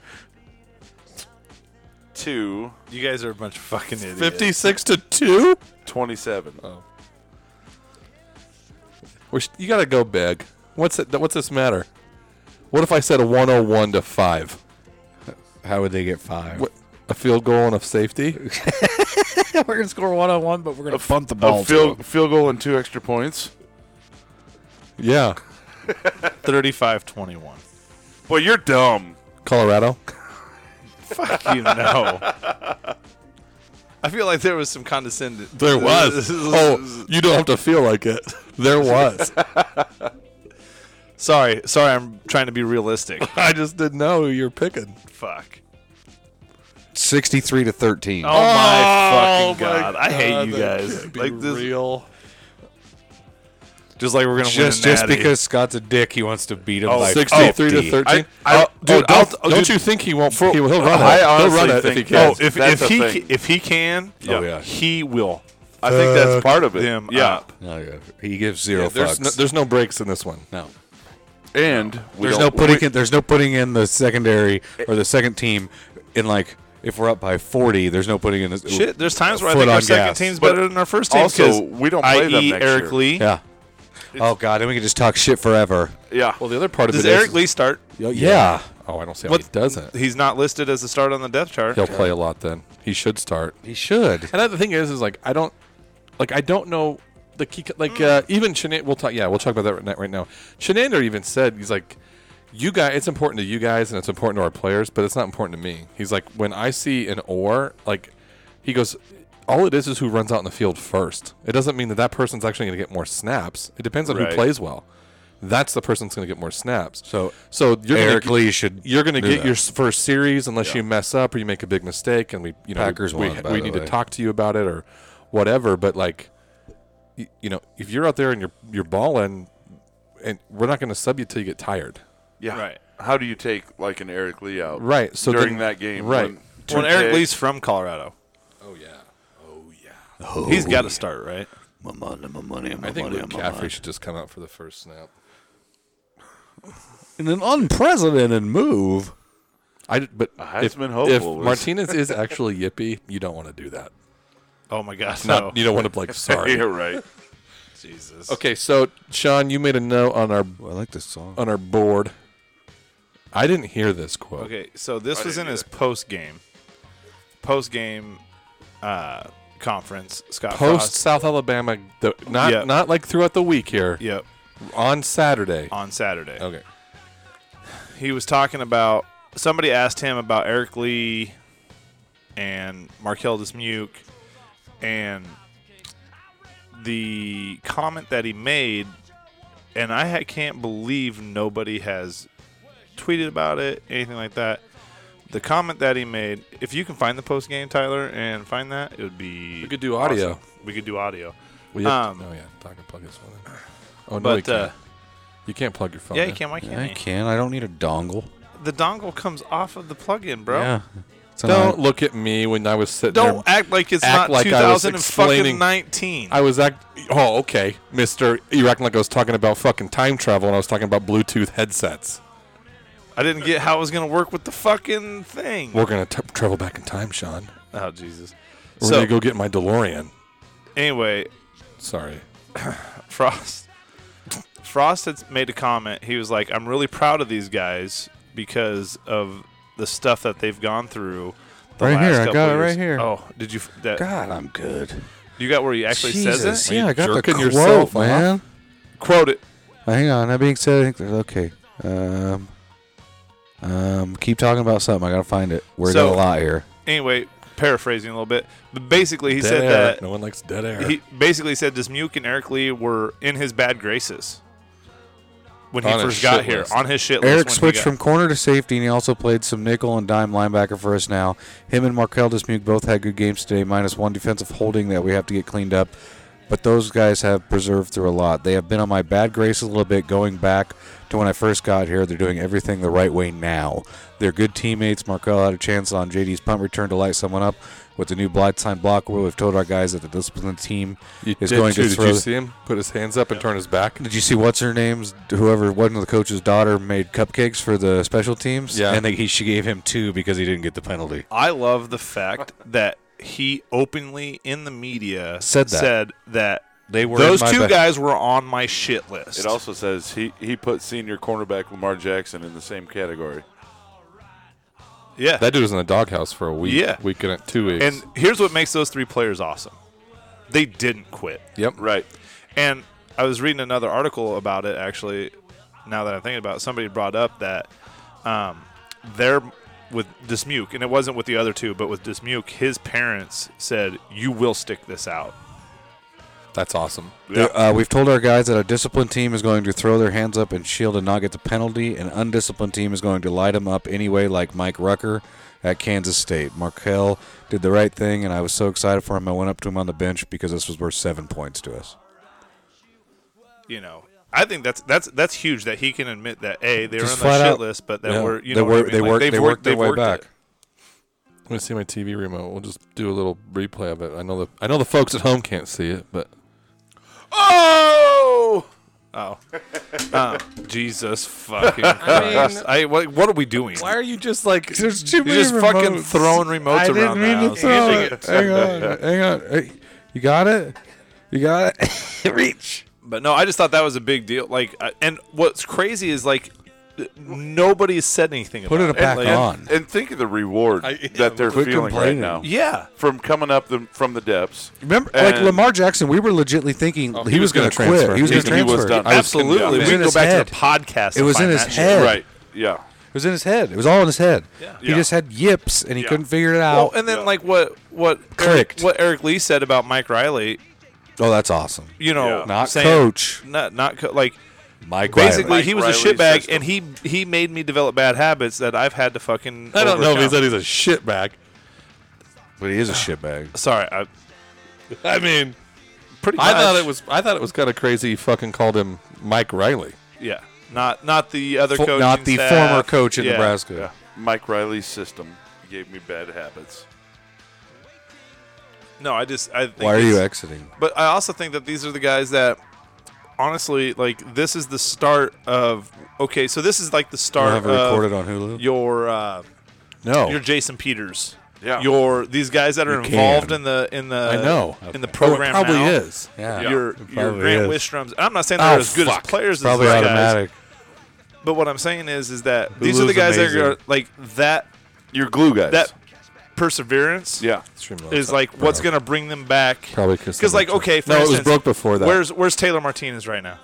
[SPEAKER 6] Two.
[SPEAKER 5] You guys are a bunch of fucking idiots.
[SPEAKER 3] 56 to 2?
[SPEAKER 5] Oh.
[SPEAKER 6] 27.
[SPEAKER 3] Or sh- You got to go big. What's it, What's this matter? What if I said a 101 to 5?
[SPEAKER 4] How would they get five?
[SPEAKER 3] What, a field goal and a safety?
[SPEAKER 4] We're going to score one on one, but we're going to bump the
[SPEAKER 6] A field, field goal and two extra points.
[SPEAKER 3] yeah.
[SPEAKER 5] 35 21.
[SPEAKER 6] Well, you're dumb.
[SPEAKER 3] Colorado?
[SPEAKER 5] You know. *laughs* I feel like there was some condescending.
[SPEAKER 3] There was. oh, you don't have to feel like it. There was.
[SPEAKER 5] Sorry, sorry, I'm trying to be realistic.
[SPEAKER 3] I just didn't know who you're picking.
[SPEAKER 5] *laughs* Fuck.
[SPEAKER 4] 63 to 13.
[SPEAKER 5] Oh, my
[SPEAKER 3] Oh
[SPEAKER 5] fucking
[SPEAKER 3] my
[SPEAKER 5] god. I hate
[SPEAKER 3] God,
[SPEAKER 5] you
[SPEAKER 3] that
[SPEAKER 5] guys.
[SPEAKER 3] can't be
[SPEAKER 5] Like this
[SPEAKER 3] real.
[SPEAKER 5] just like we're going to win
[SPEAKER 4] just
[SPEAKER 5] a
[SPEAKER 4] just
[SPEAKER 5] natty.
[SPEAKER 4] because Scott's a dick, he wants to beat him
[SPEAKER 5] Oh,
[SPEAKER 4] like
[SPEAKER 3] 63
[SPEAKER 4] 50.
[SPEAKER 3] to 13.
[SPEAKER 5] I- I-
[SPEAKER 3] oh, dude,
[SPEAKER 5] oh, don't-
[SPEAKER 3] I'll- don't
[SPEAKER 5] dude.
[SPEAKER 3] you think he won't? he, will run it.
[SPEAKER 6] I
[SPEAKER 3] He'll
[SPEAKER 6] honestly
[SPEAKER 3] run it if he
[SPEAKER 6] think-
[SPEAKER 3] can.
[SPEAKER 5] Oh, if,
[SPEAKER 6] That's
[SPEAKER 5] if
[SPEAKER 6] a
[SPEAKER 5] he
[SPEAKER 6] thing.
[SPEAKER 5] ca- if he can,
[SPEAKER 6] Oh,
[SPEAKER 4] yeah.
[SPEAKER 5] he will.
[SPEAKER 6] I think that's part of it.
[SPEAKER 5] them
[SPEAKER 6] yeah.
[SPEAKER 5] up.
[SPEAKER 4] Oh, yeah. He gives zero
[SPEAKER 3] there's,
[SPEAKER 4] fucks.
[SPEAKER 3] no, there's no breaks in this one.
[SPEAKER 4] no.
[SPEAKER 6] And we
[SPEAKER 4] There's no
[SPEAKER 6] don't-
[SPEAKER 4] putting in, there's no putting in the secondary or the second team in like if we're up by 40, there's no putting in this
[SPEAKER 5] Shit, there's times where I
[SPEAKER 4] Foot
[SPEAKER 5] think our
[SPEAKER 4] on
[SPEAKER 5] second
[SPEAKER 4] gas.
[SPEAKER 5] team's
[SPEAKER 6] But
[SPEAKER 5] better than our first team.
[SPEAKER 6] also,
[SPEAKER 5] 'cause
[SPEAKER 6] we don't play them
[SPEAKER 5] i.e.
[SPEAKER 6] next
[SPEAKER 5] E Eric
[SPEAKER 6] year.
[SPEAKER 5] Lee.
[SPEAKER 4] Yeah. Oh god, then we can just talk shit forever.
[SPEAKER 6] Yeah.
[SPEAKER 3] Well, the other part of
[SPEAKER 5] Does
[SPEAKER 3] it is-
[SPEAKER 5] Eric Lee start?
[SPEAKER 3] Oh, yeah.
[SPEAKER 4] Yeah.
[SPEAKER 3] Oh, I don't see how
[SPEAKER 5] What-
[SPEAKER 3] he doesn't.
[SPEAKER 5] He's not listed as a start on the depth chart.
[SPEAKER 3] He'll play a lot then. He should start.
[SPEAKER 4] He should.
[SPEAKER 3] And the thing is, is like I don't, like I don't know the key. Like
[SPEAKER 4] Mm.
[SPEAKER 3] uh, even Chenander, we'll talk. Yeah, we'll talk about that right, right now. Chenander even said he's like, you guys. It's important to you guys and it's important to our players, but it's not important to me. He's like, when I see an or, like, he goes, all it is is who runs out in the field first. It doesn't mean that that person's actually going to get more snaps. It depends on
[SPEAKER 6] Right.
[SPEAKER 3] who plays well. that's the person that's going to get more snaps.
[SPEAKER 4] So
[SPEAKER 3] So you're
[SPEAKER 4] Eric
[SPEAKER 3] gonna,
[SPEAKER 4] Lee should.
[SPEAKER 3] you're going to
[SPEAKER 4] do
[SPEAKER 3] get
[SPEAKER 4] that.
[SPEAKER 3] your s- first series unless you mess up or you make a big mistake, and we you know
[SPEAKER 4] Packers
[SPEAKER 3] we,
[SPEAKER 4] won,
[SPEAKER 3] we,
[SPEAKER 4] by
[SPEAKER 3] we
[SPEAKER 4] the
[SPEAKER 3] need to
[SPEAKER 4] way.
[SPEAKER 3] talk to you about it or whatever. But like, you, you know, if you're out there and you're you're balling, and we're not going to sub you till you get tired.
[SPEAKER 6] Yeah.
[SPEAKER 5] Right.
[SPEAKER 6] How do you take like an Eric Lee out?
[SPEAKER 3] Right, so
[SPEAKER 6] during
[SPEAKER 3] then-
[SPEAKER 6] that game,
[SPEAKER 3] right.
[SPEAKER 6] when
[SPEAKER 5] Well,
[SPEAKER 6] two
[SPEAKER 5] and Eric
[SPEAKER 6] picks-
[SPEAKER 5] Lee's from Colorado.
[SPEAKER 3] Oh yeah. Oh,
[SPEAKER 5] He's got to start, right?
[SPEAKER 4] My money, my money, my
[SPEAKER 3] I think
[SPEAKER 4] money,
[SPEAKER 3] Luke
[SPEAKER 4] my
[SPEAKER 3] Caffrey
[SPEAKER 4] money.
[SPEAKER 3] should just come out for the first snap.
[SPEAKER 4] In an unprecedented move.
[SPEAKER 3] I but if,
[SPEAKER 6] Heisman
[SPEAKER 3] if
[SPEAKER 6] hopeful is-
[SPEAKER 3] Martinez is actually yippy, you don't want to do that.
[SPEAKER 5] Oh my gosh,
[SPEAKER 3] Not
[SPEAKER 5] no.
[SPEAKER 3] you don't want to be
[SPEAKER 6] *laughs*
[SPEAKER 3] like
[SPEAKER 6] Yeah,
[SPEAKER 3] sorry.
[SPEAKER 6] right.
[SPEAKER 5] Jesus.
[SPEAKER 3] okay, so Sean, you made a note on our
[SPEAKER 4] Well, I like this song.
[SPEAKER 3] on our board. I didn't hear this quote.
[SPEAKER 5] Okay, so this
[SPEAKER 6] I
[SPEAKER 5] was in
[SPEAKER 6] didn't
[SPEAKER 5] his post game, post game uh, conference. Scott
[SPEAKER 3] Post
[SPEAKER 5] Frost,
[SPEAKER 3] South Alabama, the, not
[SPEAKER 5] Yeah.
[SPEAKER 3] not like throughout the week here
[SPEAKER 5] yep,
[SPEAKER 3] on Saturday.
[SPEAKER 5] on Saturday.
[SPEAKER 3] Okay,
[SPEAKER 5] he was talking about somebody asked him about Eric Lee and Markel Dismuke and the comment that he made and I ha- can't believe nobody has tweeted about it anything like that the comment that he made if you can find the post game Tyler and find that it would be
[SPEAKER 3] We could do audio.
[SPEAKER 5] awesome. we could do audio
[SPEAKER 3] we have
[SPEAKER 5] Um,
[SPEAKER 3] to, oh yeah, I can plug this one. In. Oh no, you
[SPEAKER 5] but
[SPEAKER 3] can't.
[SPEAKER 5] uh,
[SPEAKER 3] you can't plug your phone.
[SPEAKER 5] yeah
[SPEAKER 3] in.
[SPEAKER 5] you can why can't
[SPEAKER 4] I
[SPEAKER 5] you?
[SPEAKER 4] can. I don't need a dongle.
[SPEAKER 5] the dongle comes off of the plug-in bro
[SPEAKER 4] Yeah. It's an
[SPEAKER 3] Don't
[SPEAKER 4] i-
[SPEAKER 3] look at me when I was sitting.
[SPEAKER 5] Don't
[SPEAKER 3] there.
[SPEAKER 5] act like it's not
[SPEAKER 3] act like I was
[SPEAKER 5] 2019.
[SPEAKER 3] I was act. Oh, okay, Mister. You're acting like I was talking about fucking time travel, and I was talking about Bluetooth headsets.
[SPEAKER 5] I didn't get how it was going to work with the fucking thing.
[SPEAKER 3] We're gonna t- travel back in time, Sean.
[SPEAKER 5] Oh, Jesus.
[SPEAKER 3] We're
[SPEAKER 5] So,
[SPEAKER 3] gonna go get my DeLorean.
[SPEAKER 5] anyway, *laughs*
[SPEAKER 3] Sorry.
[SPEAKER 5] Frost. Frost had made a comment. He was like, "I'm really proud of these guys because of the stuff that they've gone through." The
[SPEAKER 4] Right
[SPEAKER 5] last
[SPEAKER 4] here, I
[SPEAKER 5] couple
[SPEAKER 4] got it
[SPEAKER 5] years.
[SPEAKER 4] right here.
[SPEAKER 5] Oh, did you? f- That
[SPEAKER 4] God, I'm good.
[SPEAKER 5] you got where he actually
[SPEAKER 4] Jesus,
[SPEAKER 5] says it?
[SPEAKER 4] Yeah, I got the
[SPEAKER 3] jerking
[SPEAKER 4] quote,
[SPEAKER 3] yourself off?
[SPEAKER 4] man.
[SPEAKER 5] Quote it.
[SPEAKER 4] Uh, Hang on. That being said, I think there's okay. Um, um, keep talking about something. I gotta find it. We're
[SPEAKER 5] So-
[SPEAKER 4] doing a lot here.
[SPEAKER 5] Anyway, paraphrasing a little bit, but basically he
[SPEAKER 3] dead
[SPEAKER 5] said
[SPEAKER 3] air.
[SPEAKER 5] that
[SPEAKER 3] no one likes dead air.
[SPEAKER 5] he basically said Dismuke and Eric Lee were in his bad graces when he
[SPEAKER 3] On his
[SPEAKER 5] first got
[SPEAKER 3] shit
[SPEAKER 5] here
[SPEAKER 3] list.
[SPEAKER 5] on his shit list.
[SPEAKER 4] Eric
[SPEAKER 5] when he
[SPEAKER 4] switched
[SPEAKER 5] got-
[SPEAKER 4] from corner to safety, and he also played some nickel and dime linebacker for us now. Him and Markel Dismuke both had good games today, minus one defensive holding that we have to get cleaned up. But those guys have preserved through a lot. They have been on my bad grace a little bit going back to when I first got here. They're doing everything the right way now. They're good teammates. Markel had a chance on JD's punt return to light someone up with the new blindside block where we've told our guys that the discipline team
[SPEAKER 3] You
[SPEAKER 4] is
[SPEAKER 3] did
[SPEAKER 4] going
[SPEAKER 3] too.
[SPEAKER 4] to
[SPEAKER 3] Did
[SPEAKER 4] throw.
[SPEAKER 3] you see him put his hands up and turn his back?
[SPEAKER 4] Did you see what's her name's? Whoever one of the coach's daughter made cupcakes for the special teams.
[SPEAKER 3] Yeah.
[SPEAKER 4] and they, he, she gave him two because he didn't get the penalty.
[SPEAKER 5] I love the fact that he openly in the media
[SPEAKER 4] Said that.
[SPEAKER 5] that
[SPEAKER 4] They were
[SPEAKER 5] those
[SPEAKER 4] in my
[SPEAKER 5] two
[SPEAKER 4] ba-
[SPEAKER 5] guys were on my shit list.
[SPEAKER 6] It also says he he put senior cornerback Lamar Jackson in the same category.
[SPEAKER 5] yeah.
[SPEAKER 3] That dude was in the doghouse for a week.
[SPEAKER 5] Yeah.
[SPEAKER 3] week and a- two weeks.
[SPEAKER 5] and here's what makes those three players awesome: they didn't quit.
[SPEAKER 3] yep.
[SPEAKER 6] Right.
[SPEAKER 5] And I was reading another article about it actually. Now that I'm thinking about it, somebody brought up that um, their with Dismuke, and it wasn't with the other two, but with Dismuke, his parents said, "You will stick this out."
[SPEAKER 3] That's awesome.
[SPEAKER 4] They're- Uh, we've told our guys that a disciplined team is going to throw their hands up and shield and not get the penalty. An undisciplined team is going to light them up anyway, like Mike Rucker at Kansas State. Markel did the right thing, and I was so excited for him. I went up to him on the bench because this was worth seven points to us.
[SPEAKER 5] You know, I think that's that's that's huge that he can admit that a they
[SPEAKER 4] Just
[SPEAKER 5] were on
[SPEAKER 4] flat
[SPEAKER 5] the shit
[SPEAKER 4] out-
[SPEAKER 5] list, but that
[SPEAKER 3] Yeah.
[SPEAKER 5] were you
[SPEAKER 4] they
[SPEAKER 5] know what I
[SPEAKER 4] work.
[SPEAKER 5] mean?
[SPEAKER 4] They
[SPEAKER 5] Like,
[SPEAKER 4] work.
[SPEAKER 5] they've
[SPEAKER 4] they
[SPEAKER 5] worked
[SPEAKER 4] worked their
[SPEAKER 5] they've
[SPEAKER 4] way
[SPEAKER 5] worked
[SPEAKER 4] back.
[SPEAKER 5] it.
[SPEAKER 3] I'm gonna see my TV remote. We'll just do a little replay of it. I know the I know the folks at home can't see it, but
[SPEAKER 6] Oh!
[SPEAKER 5] *laughs* Uh, Jesus fucking Christ! I, what, what are we doing?
[SPEAKER 3] why are you just like
[SPEAKER 4] There's too
[SPEAKER 5] You're just fucking throwing remotes
[SPEAKER 4] I
[SPEAKER 5] around
[SPEAKER 4] didn't mean
[SPEAKER 5] the
[SPEAKER 4] to
[SPEAKER 5] house.
[SPEAKER 4] throw
[SPEAKER 5] Using
[SPEAKER 4] it. Hang on, hang on. Hey, you got it. You got
[SPEAKER 5] *laughs*
[SPEAKER 4] it. Reach.
[SPEAKER 5] But no, I just thought that was a big deal. Like, uh, and what's crazy is like nobody has said anything.
[SPEAKER 4] Put
[SPEAKER 5] about
[SPEAKER 4] it back
[SPEAKER 5] Like,
[SPEAKER 4] on.
[SPEAKER 6] And think of the reward that they're
[SPEAKER 4] Quit
[SPEAKER 6] feeling right
[SPEAKER 4] complaining.
[SPEAKER 6] now
[SPEAKER 5] Yeah,
[SPEAKER 6] from coming up the, from the depths.
[SPEAKER 4] Remember, like
[SPEAKER 6] And-
[SPEAKER 4] Lamar Jackson, we were legitly thinking
[SPEAKER 5] Oh,
[SPEAKER 4] he,
[SPEAKER 3] he
[SPEAKER 4] was,
[SPEAKER 3] was
[SPEAKER 4] going
[SPEAKER 3] gonna
[SPEAKER 4] to quit.
[SPEAKER 3] transfer.
[SPEAKER 4] He was
[SPEAKER 3] He-
[SPEAKER 4] going to
[SPEAKER 6] he was
[SPEAKER 4] transfer.
[SPEAKER 6] done. I was
[SPEAKER 5] absolutely.
[SPEAKER 6] convinced.
[SPEAKER 5] We
[SPEAKER 4] It was
[SPEAKER 5] can
[SPEAKER 4] in
[SPEAKER 5] go
[SPEAKER 4] his
[SPEAKER 5] back
[SPEAKER 4] head.
[SPEAKER 5] to the podcast.
[SPEAKER 4] It
[SPEAKER 5] to
[SPEAKER 4] was in
[SPEAKER 5] find
[SPEAKER 4] his
[SPEAKER 5] that shit.
[SPEAKER 4] head.
[SPEAKER 6] Right. Yeah.
[SPEAKER 4] It was in his head. It was all in his head.
[SPEAKER 5] Yeah.
[SPEAKER 4] He
[SPEAKER 6] Yeah.
[SPEAKER 4] just had yips and he
[SPEAKER 6] Yeah.
[SPEAKER 4] couldn't figure it
[SPEAKER 5] Well,
[SPEAKER 4] out.
[SPEAKER 5] and then like what what Eric,
[SPEAKER 4] Clicked.
[SPEAKER 5] what Eric Lee said about Mike Riley.
[SPEAKER 4] oh, that's awesome.
[SPEAKER 5] You know,
[SPEAKER 6] Yeah.
[SPEAKER 4] Not
[SPEAKER 5] saying,
[SPEAKER 4] coach.
[SPEAKER 5] not not co- like
[SPEAKER 4] Mike
[SPEAKER 5] Basically,
[SPEAKER 4] Riley.
[SPEAKER 5] he was a
[SPEAKER 6] Riley's
[SPEAKER 5] shitbag,
[SPEAKER 6] system.
[SPEAKER 5] and he he made me develop bad habits that I've had to fucking.
[SPEAKER 3] I don't know if he
[SPEAKER 5] overcome.
[SPEAKER 3] said he's a shitbag.
[SPEAKER 4] but he is a shitbag.
[SPEAKER 5] Sorry, I,
[SPEAKER 3] I mean,
[SPEAKER 5] pretty.
[SPEAKER 3] I thought
[SPEAKER 5] much.
[SPEAKER 3] it was I thought it was kind of crazy. He fucking called him *laughs* Mike Riley.
[SPEAKER 5] Yeah, not not the other
[SPEAKER 4] Fo-
[SPEAKER 5] coach.
[SPEAKER 4] not the former coach in Nebraska.
[SPEAKER 6] Mike Riley's system gave me bad habits.
[SPEAKER 5] No, I just I. Think
[SPEAKER 4] Why are
[SPEAKER 5] it's-
[SPEAKER 4] you exiting?
[SPEAKER 5] But I also think that these are the guys that, honestly, like this is the start of. Okay, so this is like the
[SPEAKER 4] You don't
[SPEAKER 5] start
[SPEAKER 4] have it
[SPEAKER 5] of
[SPEAKER 4] recorded on Hulu?
[SPEAKER 5] your uh,
[SPEAKER 3] No,
[SPEAKER 5] your Jason Peters.
[SPEAKER 6] Yeah.
[SPEAKER 5] Your these guys that are
[SPEAKER 4] You
[SPEAKER 5] involved
[SPEAKER 4] can.
[SPEAKER 5] in the in the
[SPEAKER 3] I know
[SPEAKER 5] in the program
[SPEAKER 3] Oh, it probably
[SPEAKER 5] now,
[SPEAKER 3] is.
[SPEAKER 4] yeah.
[SPEAKER 5] Your,
[SPEAKER 4] It
[SPEAKER 5] your
[SPEAKER 4] probably
[SPEAKER 5] Grant
[SPEAKER 4] is.
[SPEAKER 5] Wistroms. I'm not saying they're
[SPEAKER 4] Oh,
[SPEAKER 5] as good
[SPEAKER 4] fuck.
[SPEAKER 5] as players
[SPEAKER 4] Probably
[SPEAKER 5] as these guys,
[SPEAKER 4] automatic.
[SPEAKER 5] but what I'm saying is is that these are the
[SPEAKER 4] Hulu's
[SPEAKER 5] guys that are
[SPEAKER 4] amazing.
[SPEAKER 5] like that
[SPEAKER 6] Your glue guys.
[SPEAKER 5] that perseverance
[SPEAKER 6] yeah.
[SPEAKER 3] Streamlabs.
[SPEAKER 5] is like what's going to bring them back.
[SPEAKER 3] probably because
[SPEAKER 5] Because like okay, for
[SPEAKER 3] no, it was
[SPEAKER 5] instance,
[SPEAKER 3] broke before that.
[SPEAKER 5] Where's Where's Taylor Martinez right now?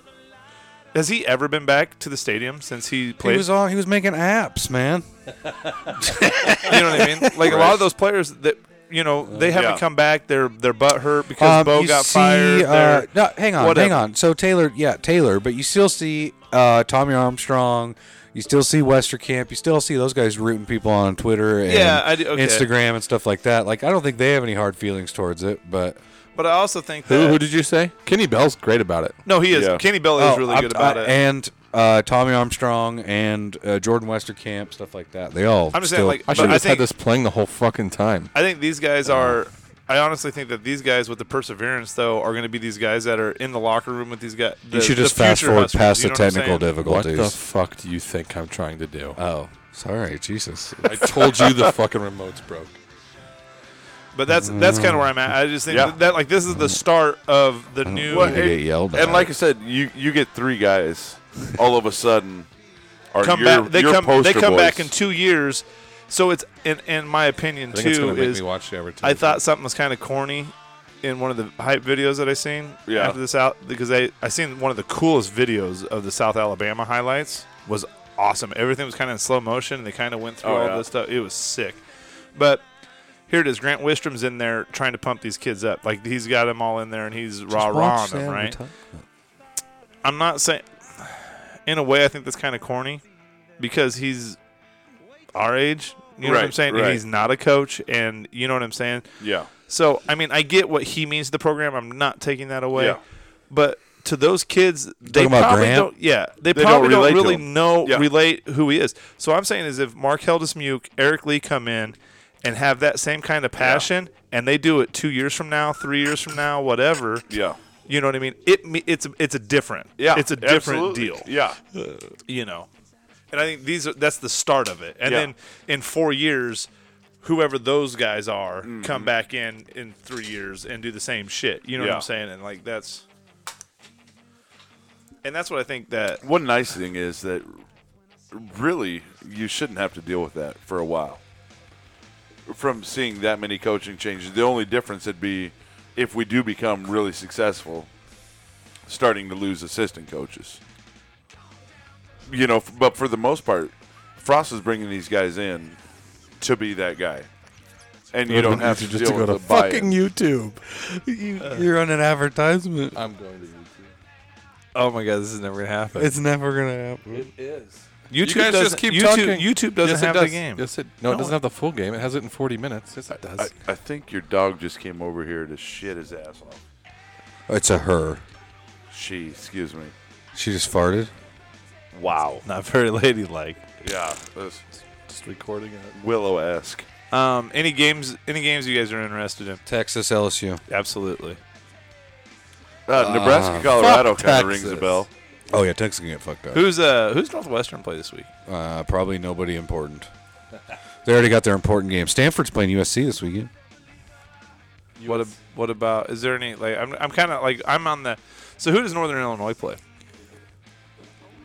[SPEAKER 5] Has he ever been back to the stadium since he
[SPEAKER 4] He
[SPEAKER 5] played?
[SPEAKER 4] was on. He was making apps, man.
[SPEAKER 5] you know what
[SPEAKER 4] *laughs*
[SPEAKER 5] I mean? Like a lot of those players that you know they haven't
[SPEAKER 6] yeah.
[SPEAKER 5] come back. Their their butt hurt because
[SPEAKER 4] Um,
[SPEAKER 5] Bo
[SPEAKER 4] you
[SPEAKER 5] got
[SPEAKER 4] see,
[SPEAKER 5] fired.
[SPEAKER 4] uh,
[SPEAKER 5] They're-
[SPEAKER 4] no, hang on, hang
[SPEAKER 5] whatever.
[SPEAKER 4] on. So Taylor, yeah, Taylor, but you still see uh, Tommy Armstrong. You still see Westerkamp. You still see those guys rooting people on Twitter and
[SPEAKER 5] Yeah, I do- okay.
[SPEAKER 4] Instagram and stuff like that. Like, I don't think they have any hard feelings towards it, but
[SPEAKER 5] But I also think that
[SPEAKER 3] who,
[SPEAKER 4] Uh,
[SPEAKER 3] who did you say? Kenny Bell's great about it.
[SPEAKER 5] no, he is.
[SPEAKER 6] Yeah.
[SPEAKER 5] Kenny Bell is
[SPEAKER 4] Oh,
[SPEAKER 5] really
[SPEAKER 4] I-
[SPEAKER 5] good about
[SPEAKER 4] I-
[SPEAKER 5] it.
[SPEAKER 4] And uh, Tommy Armstrong and uh, Jordan Westerkamp, stuff like that. They all.
[SPEAKER 5] I'm just
[SPEAKER 4] still,
[SPEAKER 5] saying, like,
[SPEAKER 3] I
[SPEAKER 5] but
[SPEAKER 3] should have
[SPEAKER 5] I
[SPEAKER 3] just
[SPEAKER 5] think
[SPEAKER 3] had this playing the whole fucking time.
[SPEAKER 5] I think these guys are. I honestly think that these guys with the perseverance though are going to be these guys that are in the locker room with these guys.
[SPEAKER 4] you should just fast forward past the technical
[SPEAKER 3] What
[SPEAKER 4] difficulties.
[SPEAKER 3] the fuck do you think I'm trying to do?
[SPEAKER 4] oh, sorry, Jesus.
[SPEAKER 3] I told you the fucking remote's broke.
[SPEAKER 5] But that's that's kind of where I'm at. I just think
[SPEAKER 6] Yeah.
[SPEAKER 5] that like this is the start of the new.
[SPEAKER 4] Well,
[SPEAKER 6] Well,
[SPEAKER 4] need to
[SPEAKER 6] it-
[SPEAKER 4] get yelled at.
[SPEAKER 6] and like I said, you you get three guys all of a sudden are
[SPEAKER 5] come
[SPEAKER 6] your,
[SPEAKER 5] back. They
[SPEAKER 6] your
[SPEAKER 5] come. They
[SPEAKER 6] poster
[SPEAKER 5] come back
[SPEAKER 6] boys.
[SPEAKER 5] in two years. So it's in in my opinion
[SPEAKER 3] I think it's gonna
[SPEAKER 5] too
[SPEAKER 3] make
[SPEAKER 5] is
[SPEAKER 3] me watch the advertisement.
[SPEAKER 5] I thought something was kind of corny in one of the hype videos that I seen
[SPEAKER 6] Yeah.
[SPEAKER 5] after this out because I I seen one of the coolest videos of the South Alabama highlights was awesome. Everything was kind of in slow motion. and They kind of went through
[SPEAKER 6] Oh,
[SPEAKER 5] all
[SPEAKER 6] yeah.
[SPEAKER 5] this stuff. It was sick. But here it is. Grant Wistrom's in there trying to pump these kids up. Like he's got them all in there and he's rah rah on them, right? I'm not saying. In a way, I think that's kind of corny because he's our age. You know what I'm
[SPEAKER 6] Right,
[SPEAKER 5] saying?
[SPEAKER 6] right.
[SPEAKER 5] And he's not a coach, and you know what I'm saying.
[SPEAKER 6] Yeah.
[SPEAKER 5] So I mean, I get what he means to the program. I'm not taking that away.
[SPEAKER 6] Yeah.
[SPEAKER 5] But to those kids, they
[SPEAKER 4] talking about
[SPEAKER 5] probably
[SPEAKER 4] Grant?
[SPEAKER 5] don't. Yeah, they,
[SPEAKER 6] They
[SPEAKER 5] probably don't,
[SPEAKER 6] don't relate to
[SPEAKER 5] really
[SPEAKER 6] him.
[SPEAKER 5] know
[SPEAKER 6] Yeah.
[SPEAKER 5] relate who he is. So I'm saying is if Mark Heldesmuke, Eric Lee come in and have that same kind of passion, and they do it two years from now, three years from now, whatever.
[SPEAKER 6] Yeah.
[SPEAKER 5] You know what I mean? It me- it's it's a different
[SPEAKER 6] Yeah.
[SPEAKER 5] it's a different
[SPEAKER 6] absolutely.
[SPEAKER 5] deal
[SPEAKER 6] Yeah.
[SPEAKER 5] you know. And I think these are that's the start of it. And
[SPEAKER 6] Yeah.
[SPEAKER 5] then in four years, whoever those guys are
[SPEAKER 3] Mm-hmm.
[SPEAKER 5] come back in in three years and do the same shit. You know what
[SPEAKER 6] Yeah.
[SPEAKER 5] I'm saying? And like that's and that's what I think that
[SPEAKER 6] One nice thing is that really you shouldn't have to deal with that for a while. From seeing that many coaching changes, the only difference would be if we do become really successful, starting to lose assistant coaches. You know, f- but for the most part, Frost is bringing these guys in to be that guy, and you don't have to
[SPEAKER 3] just
[SPEAKER 6] deal
[SPEAKER 3] go
[SPEAKER 6] with
[SPEAKER 3] to
[SPEAKER 6] the buy-in.
[SPEAKER 3] fucking YouTube.
[SPEAKER 4] you, you're on an advertisement.
[SPEAKER 3] I'm going to YouTube.
[SPEAKER 5] Oh my god, this is never gonna happen.
[SPEAKER 4] It's never gonna happen.
[SPEAKER 3] It is.
[SPEAKER 5] YouTube
[SPEAKER 3] you guys
[SPEAKER 5] doesn't,
[SPEAKER 3] just keep
[SPEAKER 5] YouTube,
[SPEAKER 3] talking.
[SPEAKER 5] YouTube doesn't
[SPEAKER 3] Yes, it
[SPEAKER 5] have
[SPEAKER 3] does.
[SPEAKER 5] the game.
[SPEAKER 3] Yes, it no, it doesn't have the full game. It has it in 40 minutes. Yes, it does.
[SPEAKER 6] I, I think your dog just came over here to shit his ass off.
[SPEAKER 4] It's a her.
[SPEAKER 6] She, excuse me.
[SPEAKER 4] She just farted.
[SPEAKER 5] Wow, not very *laughs* ladylike.
[SPEAKER 6] Yeah, that's
[SPEAKER 3] just recording it.
[SPEAKER 6] Willow esque.
[SPEAKER 5] Um, any games? Any games you guys are interested in?
[SPEAKER 4] Texas LSU.
[SPEAKER 5] Absolutely.
[SPEAKER 6] Uh, Nebraska, Colorado kind of rings a
[SPEAKER 3] Texas.
[SPEAKER 6] bell.
[SPEAKER 4] Oh yeah, Texas can get fucked up.
[SPEAKER 5] Who's uh Who's Northwestern play this week?
[SPEAKER 4] Uh, probably nobody important. They already got their important game. Stanford's playing USC this weekend.
[SPEAKER 5] What ab- what about is there any like I'm I'm kind of like I'm on the so who does Northern Illinois play?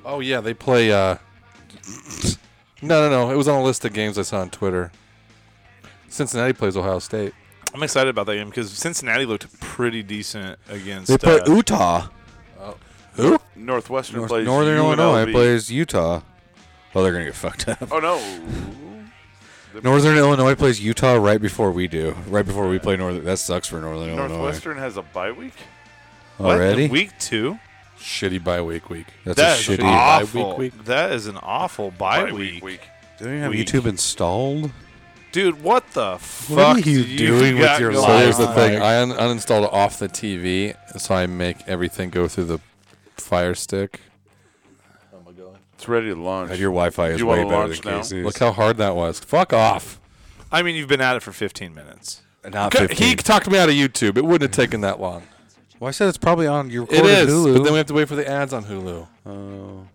[SPEAKER 3] Oh yeah, they play. uh *sniffs* No, no, no. It was on a list of games I saw on Twitter. Cincinnati plays Ohio State.
[SPEAKER 5] I'm excited about that game because Cincinnati looked pretty decent against.
[SPEAKER 4] They play
[SPEAKER 5] uh,
[SPEAKER 4] Utah.
[SPEAKER 3] Who?
[SPEAKER 6] Northwestern
[SPEAKER 4] North-
[SPEAKER 6] plays
[SPEAKER 4] Northern
[SPEAKER 6] UNLV.
[SPEAKER 4] Illinois plays Utah. Well, they're gonna get fucked up.
[SPEAKER 6] Oh no,
[SPEAKER 4] Northern Illinois plays Utah right before we do. Right before we play Northern. That sucks for Northern Illinois.
[SPEAKER 6] Northwestern has a bye week.
[SPEAKER 5] what, in
[SPEAKER 4] already.
[SPEAKER 5] week two.
[SPEAKER 3] Shitty bye week week.
[SPEAKER 4] That's
[SPEAKER 5] That
[SPEAKER 4] a
[SPEAKER 5] is
[SPEAKER 4] shitty.
[SPEAKER 5] awful.
[SPEAKER 3] bye week
[SPEAKER 5] That is an awful bye,
[SPEAKER 6] Bye
[SPEAKER 5] week.
[SPEAKER 4] Do you have
[SPEAKER 5] week.
[SPEAKER 4] YouTube installed?
[SPEAKER 5] dude. What the fuck
[SPEAKER 4] What are you
[SPEAKER 5] do
[SPEAKER 4] doing with
[SPEAKER 5] got
[SPEAKER 4] your
[SPEAKER 5] going
[SPEAKER 3] So here's
[SPEAKER 4] life?
[SPEAKER 3] the
[SPEAKER 4] Wow.
[SPEAKER 3] thing. I un- uninstalled it off the TV, so I make everything go through the Fire Stick.
[SPEAKER 6] It's ready to launch.
[SPEAKER 4] God, your Wi-Fi is
[SPEAKER 6] You
[SPEAKER 4] way
[SPEAKER 6] wanna
[SPEAKER 4] better than
[SPEAKER 6] launch now?
[SPEAKER 4] Casey's.
[SPEAKER 3] Look how hard that was. Fuck off.
[SPEAKER 5] I mean, you've been at it for 15 minutes.
[SPEAKER 4] not
[SPEAKER 3] He talked me out of YouTube. It wouldn't have taken that long.
[SPEAKER 4] Well, I said it's probably on your
[SPEAKER 3] It
[SPEAKER 4] recorded
[SPEAKER 3] is,
[SPEAKER 4] Hulu. Oh.
[SPEAKER 3] but then we have to wait for the ads on Hulu.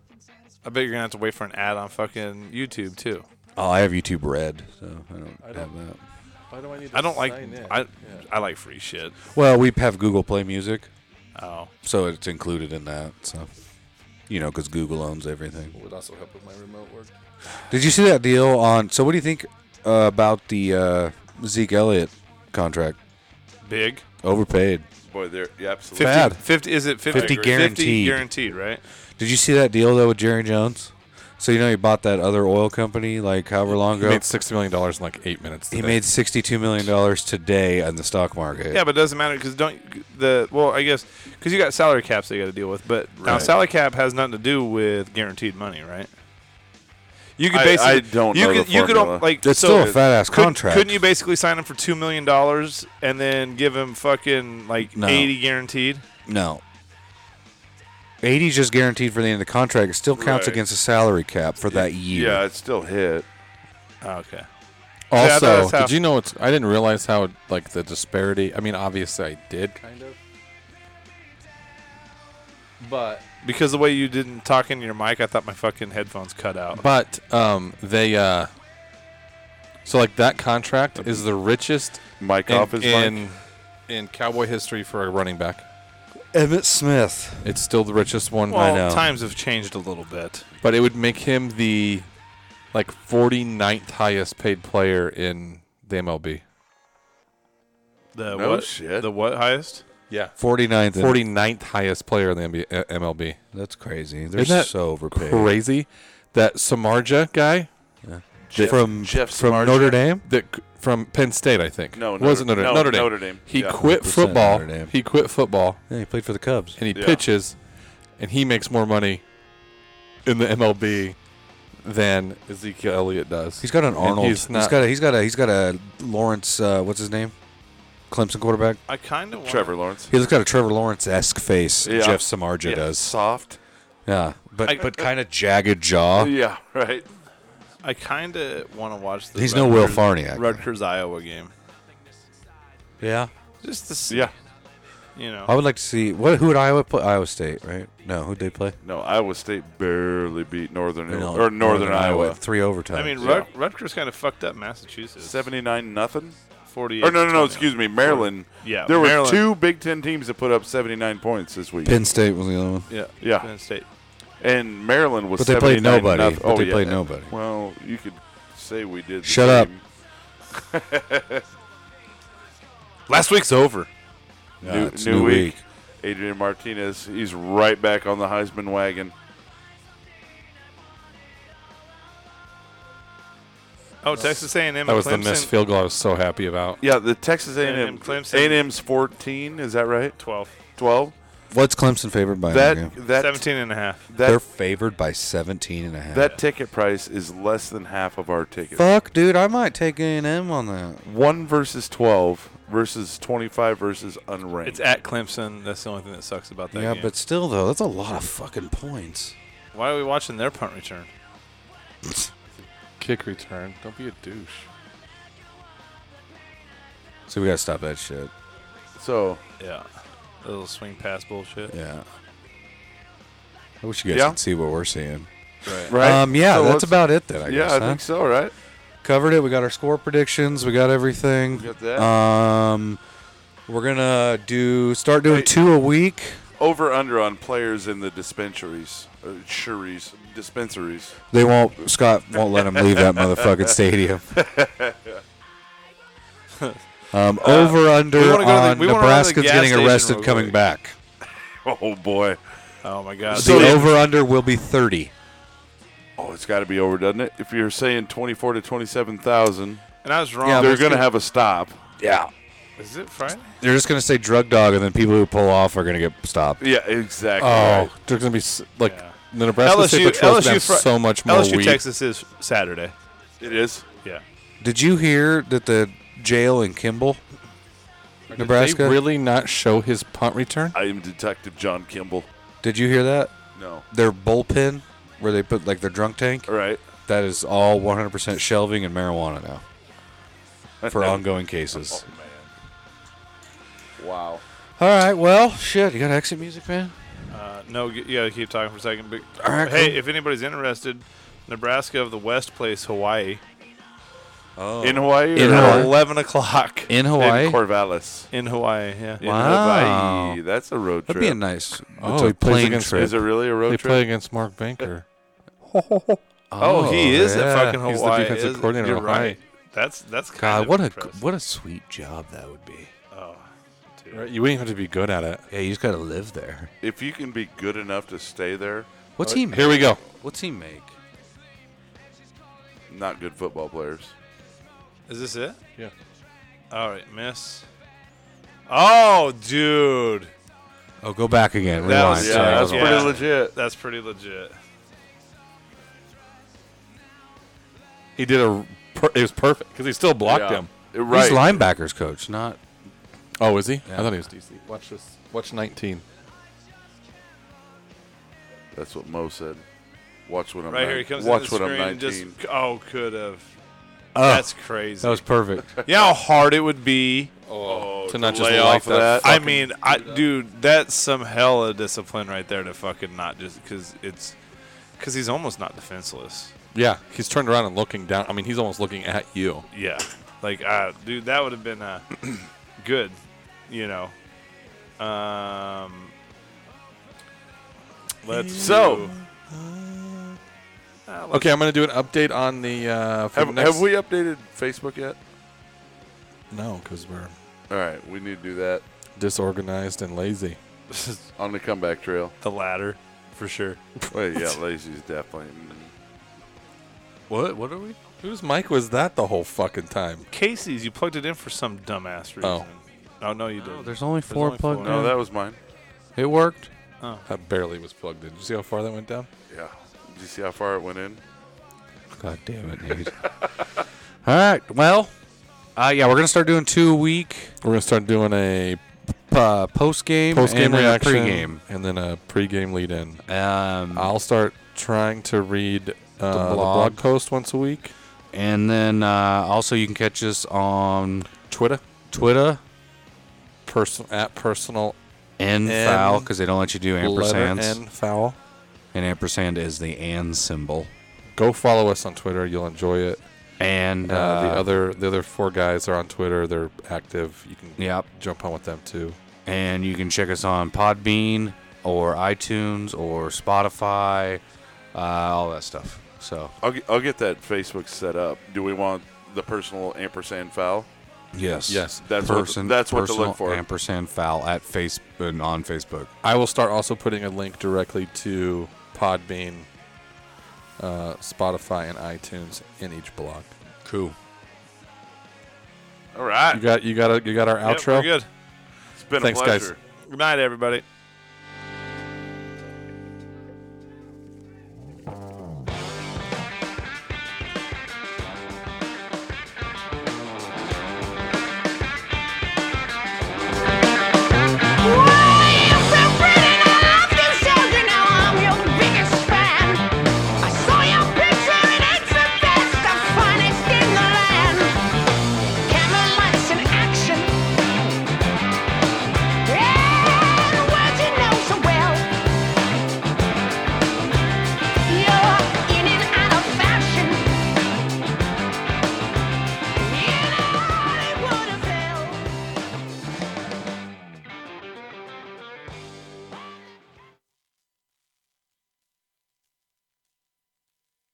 [SPEAKER 5] I bet you're gonna have to wait for an ad on fucking YouTube too.
[SPEAKER 4] oh, I have YouTube Red, so I don't, have that.
[SPEAKER 5] I don't like. I I like free shit.
[SPEAKER 4] Well, we have Google Play Music,
[SPEAKER 5] Oh,
[SPEAKER 4] so it's included in that. So, you know, because Google owns everything.
[SPEAKER 3] Would also help with my remote work.
[SPEAKER 4] Did you see that deal on? So, what do you think uh, about the uh, Zeke Elliott contract?
[SPEAKER 5] big.
[SPEAKER 4] Overpaid.
[SPEAKER 6] Boy, there. Yeah, absolutely.
[SPEAKER 5] 50,
[SPEAKER 4] Bad.
[SPEAKER 5] 50 is it 50,
[SPEAKER 4] 50
[SPEAKER 5] 50
[SPEAKER 4] guaranteed.
[SPEAKER 5] guaranteed, right?
[SPEAKER 4] Did you see that deal though with Jerry Jones? So you know he bought that other oil company like however long
[SPEAKER 3] He
[SPEAKER 4] ago.
[SPEAKER 3] made sixty million dollars in like eight minutes.
[SPEAKER 4] He
[SPEAKER 3] today.
[SPEAKER 4] made sixty-two million dollars today on the stock market.
[SPEAKER 5] Yeah, but it doesn't matter because don't the well, I guess because you got salary caps that you got to deal with. But now
[SPEAKER 6] Right.
[SPEAKER 5] salary cap has nothing to do with guaranteed money, right? You could
[SPEAKER 6] I-
[SPEAKER 5] basically
[SPEAKER 6] I don't
[SPEAKER 5] you
[SPEAKER 6] know
[SPEAKER 5] could
[SPEAKER 6] the
[SPEAKER 5] you could
[SPEAKER 6] formula.
[SPEAKER 5] al- like
[SPEAKER 4] it's
[SPEAKER 5] so
[SPEAKER 4] still a fat ass
[SPEAKER 5] could,
[SPEAKER 4] contract.
[SPEAKER 5] Couldn't you basically sign him for two million dollars and then give him fucking like
[SPEAKER 4] No.
[SPEAKER 5] eighty guaranteed?
[SPEAKER 4] No. 80 is just guaranteed for the end of the contract. It still counts
[SPEAKER 6] Right.
[SPEAKER 4] against the salary cap for that year.
[SPEAKER 6] Yeah, it's still hit. Oh,
[SPEAKER 5] Okay, I thought
[SPEAKER 3] Also,
[SPEAKER 5] that's how-
[SPEAKER 3] did you know it's? I didn't realize how like the disparity. I mean, obviously I did kind of, but
[SPEAKER 5] because the way you didn't talk into your mic, I thought my fucking headphones cut
[SPEAKER 4] *laughs*
[SPEAKER 5] out.
[SPEAKER 3] but um they uh so like that contract is the richest
[SPEAKER 6] Mike
[SPEAKER 3] in
[SPEAKER 6] off his mic.
[SPEAKER 3] in, in cowboy history for a running back.
[SPEAKER 4] Emmett Smith.
[SPEAKER 3] It's still the richest one,
[SPEAKER 5] Well,
[SPEAKER 4] know.
[SPEAKER 5] times have changed a little bit.
[SPEAKER 3] but it would make him the like 49th highest paid player in the MLB.
[SPEAKER 5] The
[SPEAKER 6] No
[SPEAKER 5] what?
[SPEAKER 6] shit.
[SPEAKER 5] The what highest?
[SPEAKER 3] Yeah.
[SPEAKER 4] 49th.
[SPEAKER 3] 49th highest player in the MB- uh, MLB.
[SPEAKER 4] That's crazy. They're
[SPEAKER 3] Isn't that
[SPEAKER 4] so overpaid.
[SPEAKER 3] Crazy. That Samarja guy
[SPEAKER 6] Jeff-
[SPEAKER 4] from
[SPEAKER 6] Jeff
[SPEAKER 4] from
[SPEAKER 6] Smarger.
[SPEAKER 4] Notre Dame?
[SPEAKER 3] that c- from Penn State, I think.
[SPEAKER 6] No,
[SPEAKER 3] was it
[SPEAKER 6] Notre-
[SPEAKER 3] Notre,
[SPEAKER 6] no,
[SPEAKER 3] Notre Dame?
[SPEAKER 6] Notre Dame.
[SPEAKER 3] He
[SPEAKER 6] Yeah.
[SPEAKER 3] quit
[SPEAKER 4] 100%
[SPEAKER 3] football.
[SPEAKER 4] Notre Dame.
[SPEAKER 3] He quit football
[SPEAKER 4] Yeah, he played for the Cubs.
[SPEAKER 3] and he
[SPEAKER 6] Yeah.
[SPEAKER 3] pitches, and he makes more money in the MLB than Ezekiel Elliott does.
[SPEAKER 4] He's got an Arnold.
[SPEAKER 3] he's
[SPEAKER 4] he's
[SPEAKER 3] not-
[SPEAKER 4] got a he's got a he's got a Lawrence uh, what's his name? Clemson quarterback.
[SPEAKER 5] I kind of
[SPEAKER 6] Trevor Lawrence.
[SPEAKER 4] He looks got a Trevor Lawrence esque face.
[SPEAKER 6] Yeah.
[SPEAKER 4] Jeff Samarja
[SPEAKER 6] Yeah,
[SPEAKER 4] does.
[SPEAKER 6] soft.
[SPEAKER 4] Yeah, but
[SPEAKER 5] I-
[SPEAKER 4] but kind of jagged jaw.
[SPEAKER 6] *laughs* Yeah, right.
[SPEAKER 5] I kind of want to watch the.
[SPEAKER 4] He's no Will Farniak.
[SPEAKER 5] Rutgers Iowa game.
[SPEAKER 4] Yeah,
[SPEAKER 5] Just to see,
[SPEAKER 6] Yeah.
[SPEAKER 5] you know.
[SPEAKER 4] I would like to see what who would Iowa play? Iowa State, right? No, who'd they play?
[SPEAKER 6] No, Iowa State barely beat Northern
[SPEAKER 4] No,
[SPEAKER 6] Illinois, or Northern, Iowa.
[SPEAKER 4] Three overtime.
[SPEAKER 5] I mean,
[SPEAKER 6] yeah.
[SPEAKER 5] Rut- Rutgers kind of fucked up Massachusetts.
[SPEAKER 6] Seventy-nine nothing.
[SPEAKER 5] 48.
[SPEAKER 6] Or no, no, no.
[SPEAKER 5] 20.
[SPEAKER 6] Excuse me, Maryland.
[SPEAKER 5] Yeah,
[SPEAKER 6] There were
[SPEAKER 5] Maryland.
[SPEAKER 6] two Big Ten teams that put up seventy-nine points this week,
[SPEAKER 4] Penn State was the other one.
[SPEAKER 5] Yeah,
[SPEAKER 6] Yeah.
[SPEAKER 5] Penn State.
[SPEAKER 6] and Maryland was.
[SPEAKER 4] But they played
[SPEAKER 6] 79
[SPEAKER 4] nobody.
[SPEAKER 6] nothing.
[SPEAKER 4] But
[SPEAKER 6] oh,
[SPEAKER 4] they
[SPEAKER 6] yeah.
[SPEAKER 4] played nobody.
[SPEAKER 6] Well, you could say we did. the
[SPEAKER 4] Shut up.
[SPEAKER 6] same.
[SPEAKER 5] Last week's over.
[SPEAKER 6] New-
[SPEAKER 4] it's
[SPEAKER 6] new week. Adrian Martinez, he's right back on the Heisman wagon.
[SPEAKER 5] Oh, Texas A&M.
[SPEAKER 3] that was
[SPEAKER 5] Clemson.
[SPEAKER 3] the missed field goal I was so happy about.
[SPEAKER 6] Yeah, the Texas A&M,
[SPEAKER 5] A&M, Clemson.
[SPEAKER 6] A&M's fourteen. Is that right?
[SPEAKER 5] 12.
[SPEAKER 6] Twelve.
[SPEAKER 4] What's Clemson favored by? in
[SPEAKER 6] That
[SPEAKER 4] that game?
[SPEAKER 6] that
[SPEAKER 5] 17 and a half.
[SPEAKER 6] that
[SPEAKER 4] They're favored by 17 and a half.
[SPEAKER 6] that ticket price is less than half of our ticket.
[SPEAKER 4] Fuck, dude, I might take A&M on that.
[SPEAKER 6] One versus twelve versus twenty-five versus unranked.
[SPEAKER 5] It's at Clemson. That's the only thing that sucks about that
[SPEAKER 4] yeah,
[SPEAKER 5] game.
[SPEAKER 4] but still though, that's a lot of fucking points.
[SPEAKER 5] Why are we watching their punt return?
[SPEAKER 3] Kick return. Don't be a douche.
[SPEAKER 4] So we gotta stop that shit.
[SPEAKER 6] so
[SPEAKER 5] Yeah. Little swing pass bullshit.
[SPEAKER 4] Yeah. I wish you guys
[SPEAKER 6] Yeah.
[SPEAKER 4] could see what we're seeing.
[SPEAKER 5] Right.
[SPEAKER 6] right.
[SPEAKER 4] Um, yeah,
[SPEAKER 6] So
[SPEAKER 4] that's
[SPEAKER 6] let's-
[SPEAKER 4] about it then. I
[SPEAKER 6] yeah,
[SPEAKER 4] guess.
[SPEAKER 6] I
[SPEAKER 4] huh?
[SPEAKER 6] think so. Right.
[SPEAKER 4] covered it. We got our score predictions. We got everything.
[SPEAKER 6] Got that.
[SPEAKER 4] Um, we're gonna do start doing
[SPEAKER 6] Hey.
[SPEAKER 4] two a week.
[SPEAKER 6] Over under on players in the dispensaries, uh, shuries, dispensaries. *laughs*
[SPEAKER 4] They won't. Scott won't let him leave that motherfucking stadium. Um, over under
[SPEAKER 5] we wanna go to the-
[SPEAKER 4] on
[SPEAKER 5] we wanna run to the
[SPEAKER 4] Nebraska's
[SPEAKER 5] gas
[SPEAKER 4] getting
[SPEAKER 5] station
[SPEAKER 4] arrested
[SPEAKER 5] real
[SPEAKER 4] coming
[SPEAKER 5] quick.
[SPEAKER 4] back.
[SPEAKER 6] Oh boy.
[SPEAKER 5] Oh, my God.
[SPEAKER 6] So-
[SPEAKER 4] the over under will be thirty.
[SPEAKER 6] Oh, it's got to be over, doesn't it? If you're saying twenty-four to twenty-seven thousand,
[SPEAKER 5] and I was wrong.
[SPEAKER 4] Yeah,
[SPEAKER 6] they're
[SPEAKER 4] let's
[SPEAKER 6] going to
[SPEAKER 4] do-
[SPEAKER 6] have a stop.
[SPEAKER 4] Yeah.
[SPEAKER 5] Is it Friday?
[SPEAKER 4] They're just gonna say drug dog, and then people who pull off are gonna get stopped.
[SPEAKER 6] Yeah, exactly.
[SPEAKER 3] Oh,
[SPEAKER 6] right.
[SPEAKER 3] there's gonna be s- like
[SPEAKER 5] Yeah.
[SPEAKER 3] the Nebraska State
[SPEAKER 5] LSU
[SPEAKER 3] Patrol's gonna have
[SPEAKER 5] Fri-
[SPEAKER 3] so much more
[SPEAKER 5] LSU
[SPEAKER 3] weed.
[SPEAKER 5] Texas is Saturday.
[SPEAKER 6] it is.
[SPEAKER 5] Yeah.
[SPEAKER 4] Did you hear that the jail in Kimball, Nebraska?
[SPEAKER 3] They really not show his punt return?
[SPEAKER 6] I am Detective John Kimball.
[SPEAKER 4] Did you hear that?
[SPEAKER 6] No.
[SPEAKER 4] Their bullpen, where they put like their drunk tank,
[SPEAKER 6] All right. *laughs*
[SPEAKER 4] that is all 100% shelving and marijuana now for
[SPEAKER 6] No.
[SPEAKER 4] ongoing cases.
[SPEAKER 6] Oh, Wow.
[SPEAKER 4] All right, well, shit, you got exit music, man?
[SPEAKER 5] Uh, no, you you gotta keep talking for a second. But
[SPEAKER 4] All right,
[SPEAKER 5] hey,
[SPEAKER 4] cool.
[SPEAKER 5] if anybody's interested, Nebraska of the West plays Hawaii
[SPEAKER 4] Oh.
[SPEAKER 6] In Hawaii. or
[SPEAKER 4] In
[SPEAKER 5] at
[SPEAKER 4] Hawaii.
[SPEAKER 5] eleven o'clock
[SPEAKER 4] In
[SPEAKER 6] In
[SPEAKER 4] Hawaii?
[SPEAKER 6] Corvallis.
[SPEAKER 5] in Hawaii. Yeah.
[SPEAKER 6] In
[SPEAKER 4] Wow.
[SPEAKER 6] Hawaii. That's a road
[SPEAKER 4] That'd
[SPEAKER 6] trip.
[SPEAKER 4] be a nice
[SPEAKER 3] Oh,
[SPEAKER 4] it's
[SPEAKER 3] he
[SPEAKER 4] a
[SPEAKER 3] plays
[SPEAKER 4] plane
[SPEAKER 3] against-
[SPEAKER 4] trip.
[SPEAKER 6] is it really a road
[SPEAKER 3] They
[SPEAKER 6] trip?
[SPEAKER 3] play against Mark Banker.
[SPEAKER 5] Oh, he is
[SPEAKER 4] yeah.
[SPEAKER 5] at fucking Hawaii.
[SPEAKER 3] He's the defensive
[SPEAKER 5] is-
[SPEAKER 3] coordinator
[SPEAKER 5] You're
[SPEAKER 3] of Hawaii.
[SPEAKER 5] right. That's that's kind
[SPEAKER 4] God,
[SPEAKER 5] of
[SPEAKER 4] what a
[SPEAKER 5] impressive.
[SPEAKER 4] what a sweet job that would be.
[SPEAKER 5] Oh, dude.
[SPEAKER 3] Right? You wouldn't even have to be good at it.
[SPEAKER 4] Yeah, you just got to live there.
[SPEAKER 6] If you can be good enough to stay there,
[SPEAKER 4] What's he make?
[SPEAKER 3] Here we go.
[SPEAKER 4] What's he make?
[SPEAKER 6] not good football players.
[SPEAKER 5] Is this it?
[SPEAKER 3] Yeah.
[SPEAKER 5] All right, miss. Oh, dude,
[SPEAKER 4] Oh, go back again. Rewind.
[SPEAKER 5] That was-
[SPEAKER 6] Yeah,
[SPEAKER 5] Sorry,
[SPEAKER 4] I
[SPEAKER 6] that's
[SPEAKER 4] was on-
[SPEAKER 5] yeah.
[SPEAKER 6] pretty legit.
[SPEAKER 5] that's pretty legit.
[SPEAKER 3] He did a. Per- it was perfect because he still blocked
[SPEAKER 6] Yeah.
[SPEAKER 3] him.
[SPEAKER 6] It- Right.
[SPEAKER 4] He's linebackers coach, not
[SPEAKER 3] Oh, is he?
[SPEAKER 4] Yeah.
[SPEAKER 3] I thought he was DC. Watch this. Watch 19.
[SPEAKER 6] That's what Mo said. Watch what I'm.
[SPEAKER 5] Right
[SPEAKER 6] nine-
[SPEAKER 5] here, he comes
[SPEAKER 6] Watch
[SPEAKER 5] in the
[SPEAKER 6] what I'm
[SPEAKER 5] screen.
[SPEAKER 6] 19.
[SPEAKER 5] just oh, could have.
[SPEAKER 4] Oh,
[SPEAKER 5] That's crazy.
[SPEAKER 4] that was perfect.
[SPEAKER 5] yeah, how hard it would be.
[SPEAKER 6] oh,
[SPEAKER 3] to not
[SPEAKER 6] to
[SPEAKER 3] just
[SPEAKER 6] lay
[SPEAKER 3] light
[SPEAKER 6] off of
[SPEAKER 3] that
[SPEAKER 6] that.
[SPEAKER 5] I mean, I dude, that's some hella discipline right there to fucking not just because it's because he's almost not defenseless.
[SPEAKER 3] *laughs* Yeah, he's turned around and looking down. I mean, he's almost looking at you.
[SPEAKER 5] Yeah, like uh, dude, that would have been uh, good, you know. Um, let's
[SPEAKER 6] So-
[SPEAKER 5] do- Uh, let's-
[SPEAKER 3] Okay, I'm gonna do an update on the. Uh, for
[SPEAKER 6] have,
[SPEAKER 3] the next-
[SPEAKER 6] have we updated Facebook yet?
[SPEAKER 3] No, because we're
[SPEAKER 6] All right, we need to do that
[SPEAKER 3] disorganized and lazy.
[SPEAKER 6] *laughs* on the comeback
[SPEAKER 3] *laughs*
[SPEAKER 6] trail.
[SPEAKER 5] the latter for sure.
[SPEAKER 6] Wait, yeah, lazy's definitely.
[SPEAKER 3] *laughs*
[SPEAKER 4] what? What are we?
[SPEAKER 3] Whose mic was that the whole fucking time?
[SPEAKER 5] Casey's, you plugged it in for some dumbass reason.
[SPEAKER 3] Oh.
[SPEAKER 5] Oh, no, you
[SPEAKER 4] No,
[SPEAKER 5] didn't.
[SPEAKER 4] there's only four
[SPEAKER 5] only
[SPEAKER 4] plugged
[SPEAKER 5] four.
[SPEAKER 6] No, Oh, that was mine.
[SPEAKER 4] in. It worked.
[SPEAKER 3] That barely was plugged in. Did you see how far that went down?
[SPEAKER 6] Yeah. Did you see how far it went in?
[SPEAKER 4] God damn it, Nate. All right. Well, uh, yeah, we're gonna start doing two a week
[SPEAKER 3] We're gonna start doing a
[SPEAKER 4] uh, post game,
[SPEAKER 3] post game
[SPEAKER 4] and then
[SPEAKER 3] reaction,
[SPEAKER 4] pregame.
[SPEAKER 3] and then a pre-game lead-in.
[SPEAKER 4] Um,
[SPEAKER 3] I'll start trying to read uh, the, blog.
[SPEAKER 4] blog.
[SPEAKER 3] post once a week.
[SPEAKER 4] and then uh, also you can catch us on
[SPEAKER 3] Twitter,
[SPEAKER 4] Twitter
[SPEAKER 3] personal at personal
[SPEAKER 4] and
[SPEAKER 3] And
[SPEAKER 4] foul because they don't let you do ampersands.
[SPEAKER 3] letter and foul.
[SPEAKER 4] And ampersand is the and symbol.
[SPEAKER 3] Go follow us on Twitter. You'll enjoy it.
[SPEAKER 4] And
[SPEAKER 3] Uh,
[SPEAKER 4] uh,
[SPEAKER 3] the other the other four guys are on Twitter. They're active. You can
[SPEAKER 4] Yep.
[SPEAKER 3] jump on with them too.
[SPEAKER 4] And you can check us on Podbean or iTunes or Spotify, uh, all that stuff. So,
[SPEAKER 6] I'll get, I'll get that Facebook set up. Do we want the personal ampersand foul?
[SPEAKER 4] yes.
[SPEAKER 3] Yes,
[SPEAKER 6] That's
[SPEAKER 4] Person,
[SPEAKER 6] what that's what to
[SPEAKER 4] personal
[SPEAKER 6] look for.
[SPEAKER 4] Ampersand foul at Facebook and on Facebook.
[SPEAKER 3] I will start also putting a link directly to Podbean, uh, Spotify, and iTunes in each blog.
[SPEAKER 4] Cool.
[SPEAKER 6] All
[SPEAKER 3] You
[SPEAKER 6] right.
[SPEAKER 3] got you got a, you got our
[SPEAKER 5] Yep,
[SPEAKER 3] outro.
[SPEAKER 5] we're good.
[SPEAKER 6] It's been
[SPEAKER 3] Thanks,
[SPEAKER 6] a
[SPEAKER 3] guys.
[SPEAKER 6] pleasure.
[SPEAKER 5] Good night, everybody.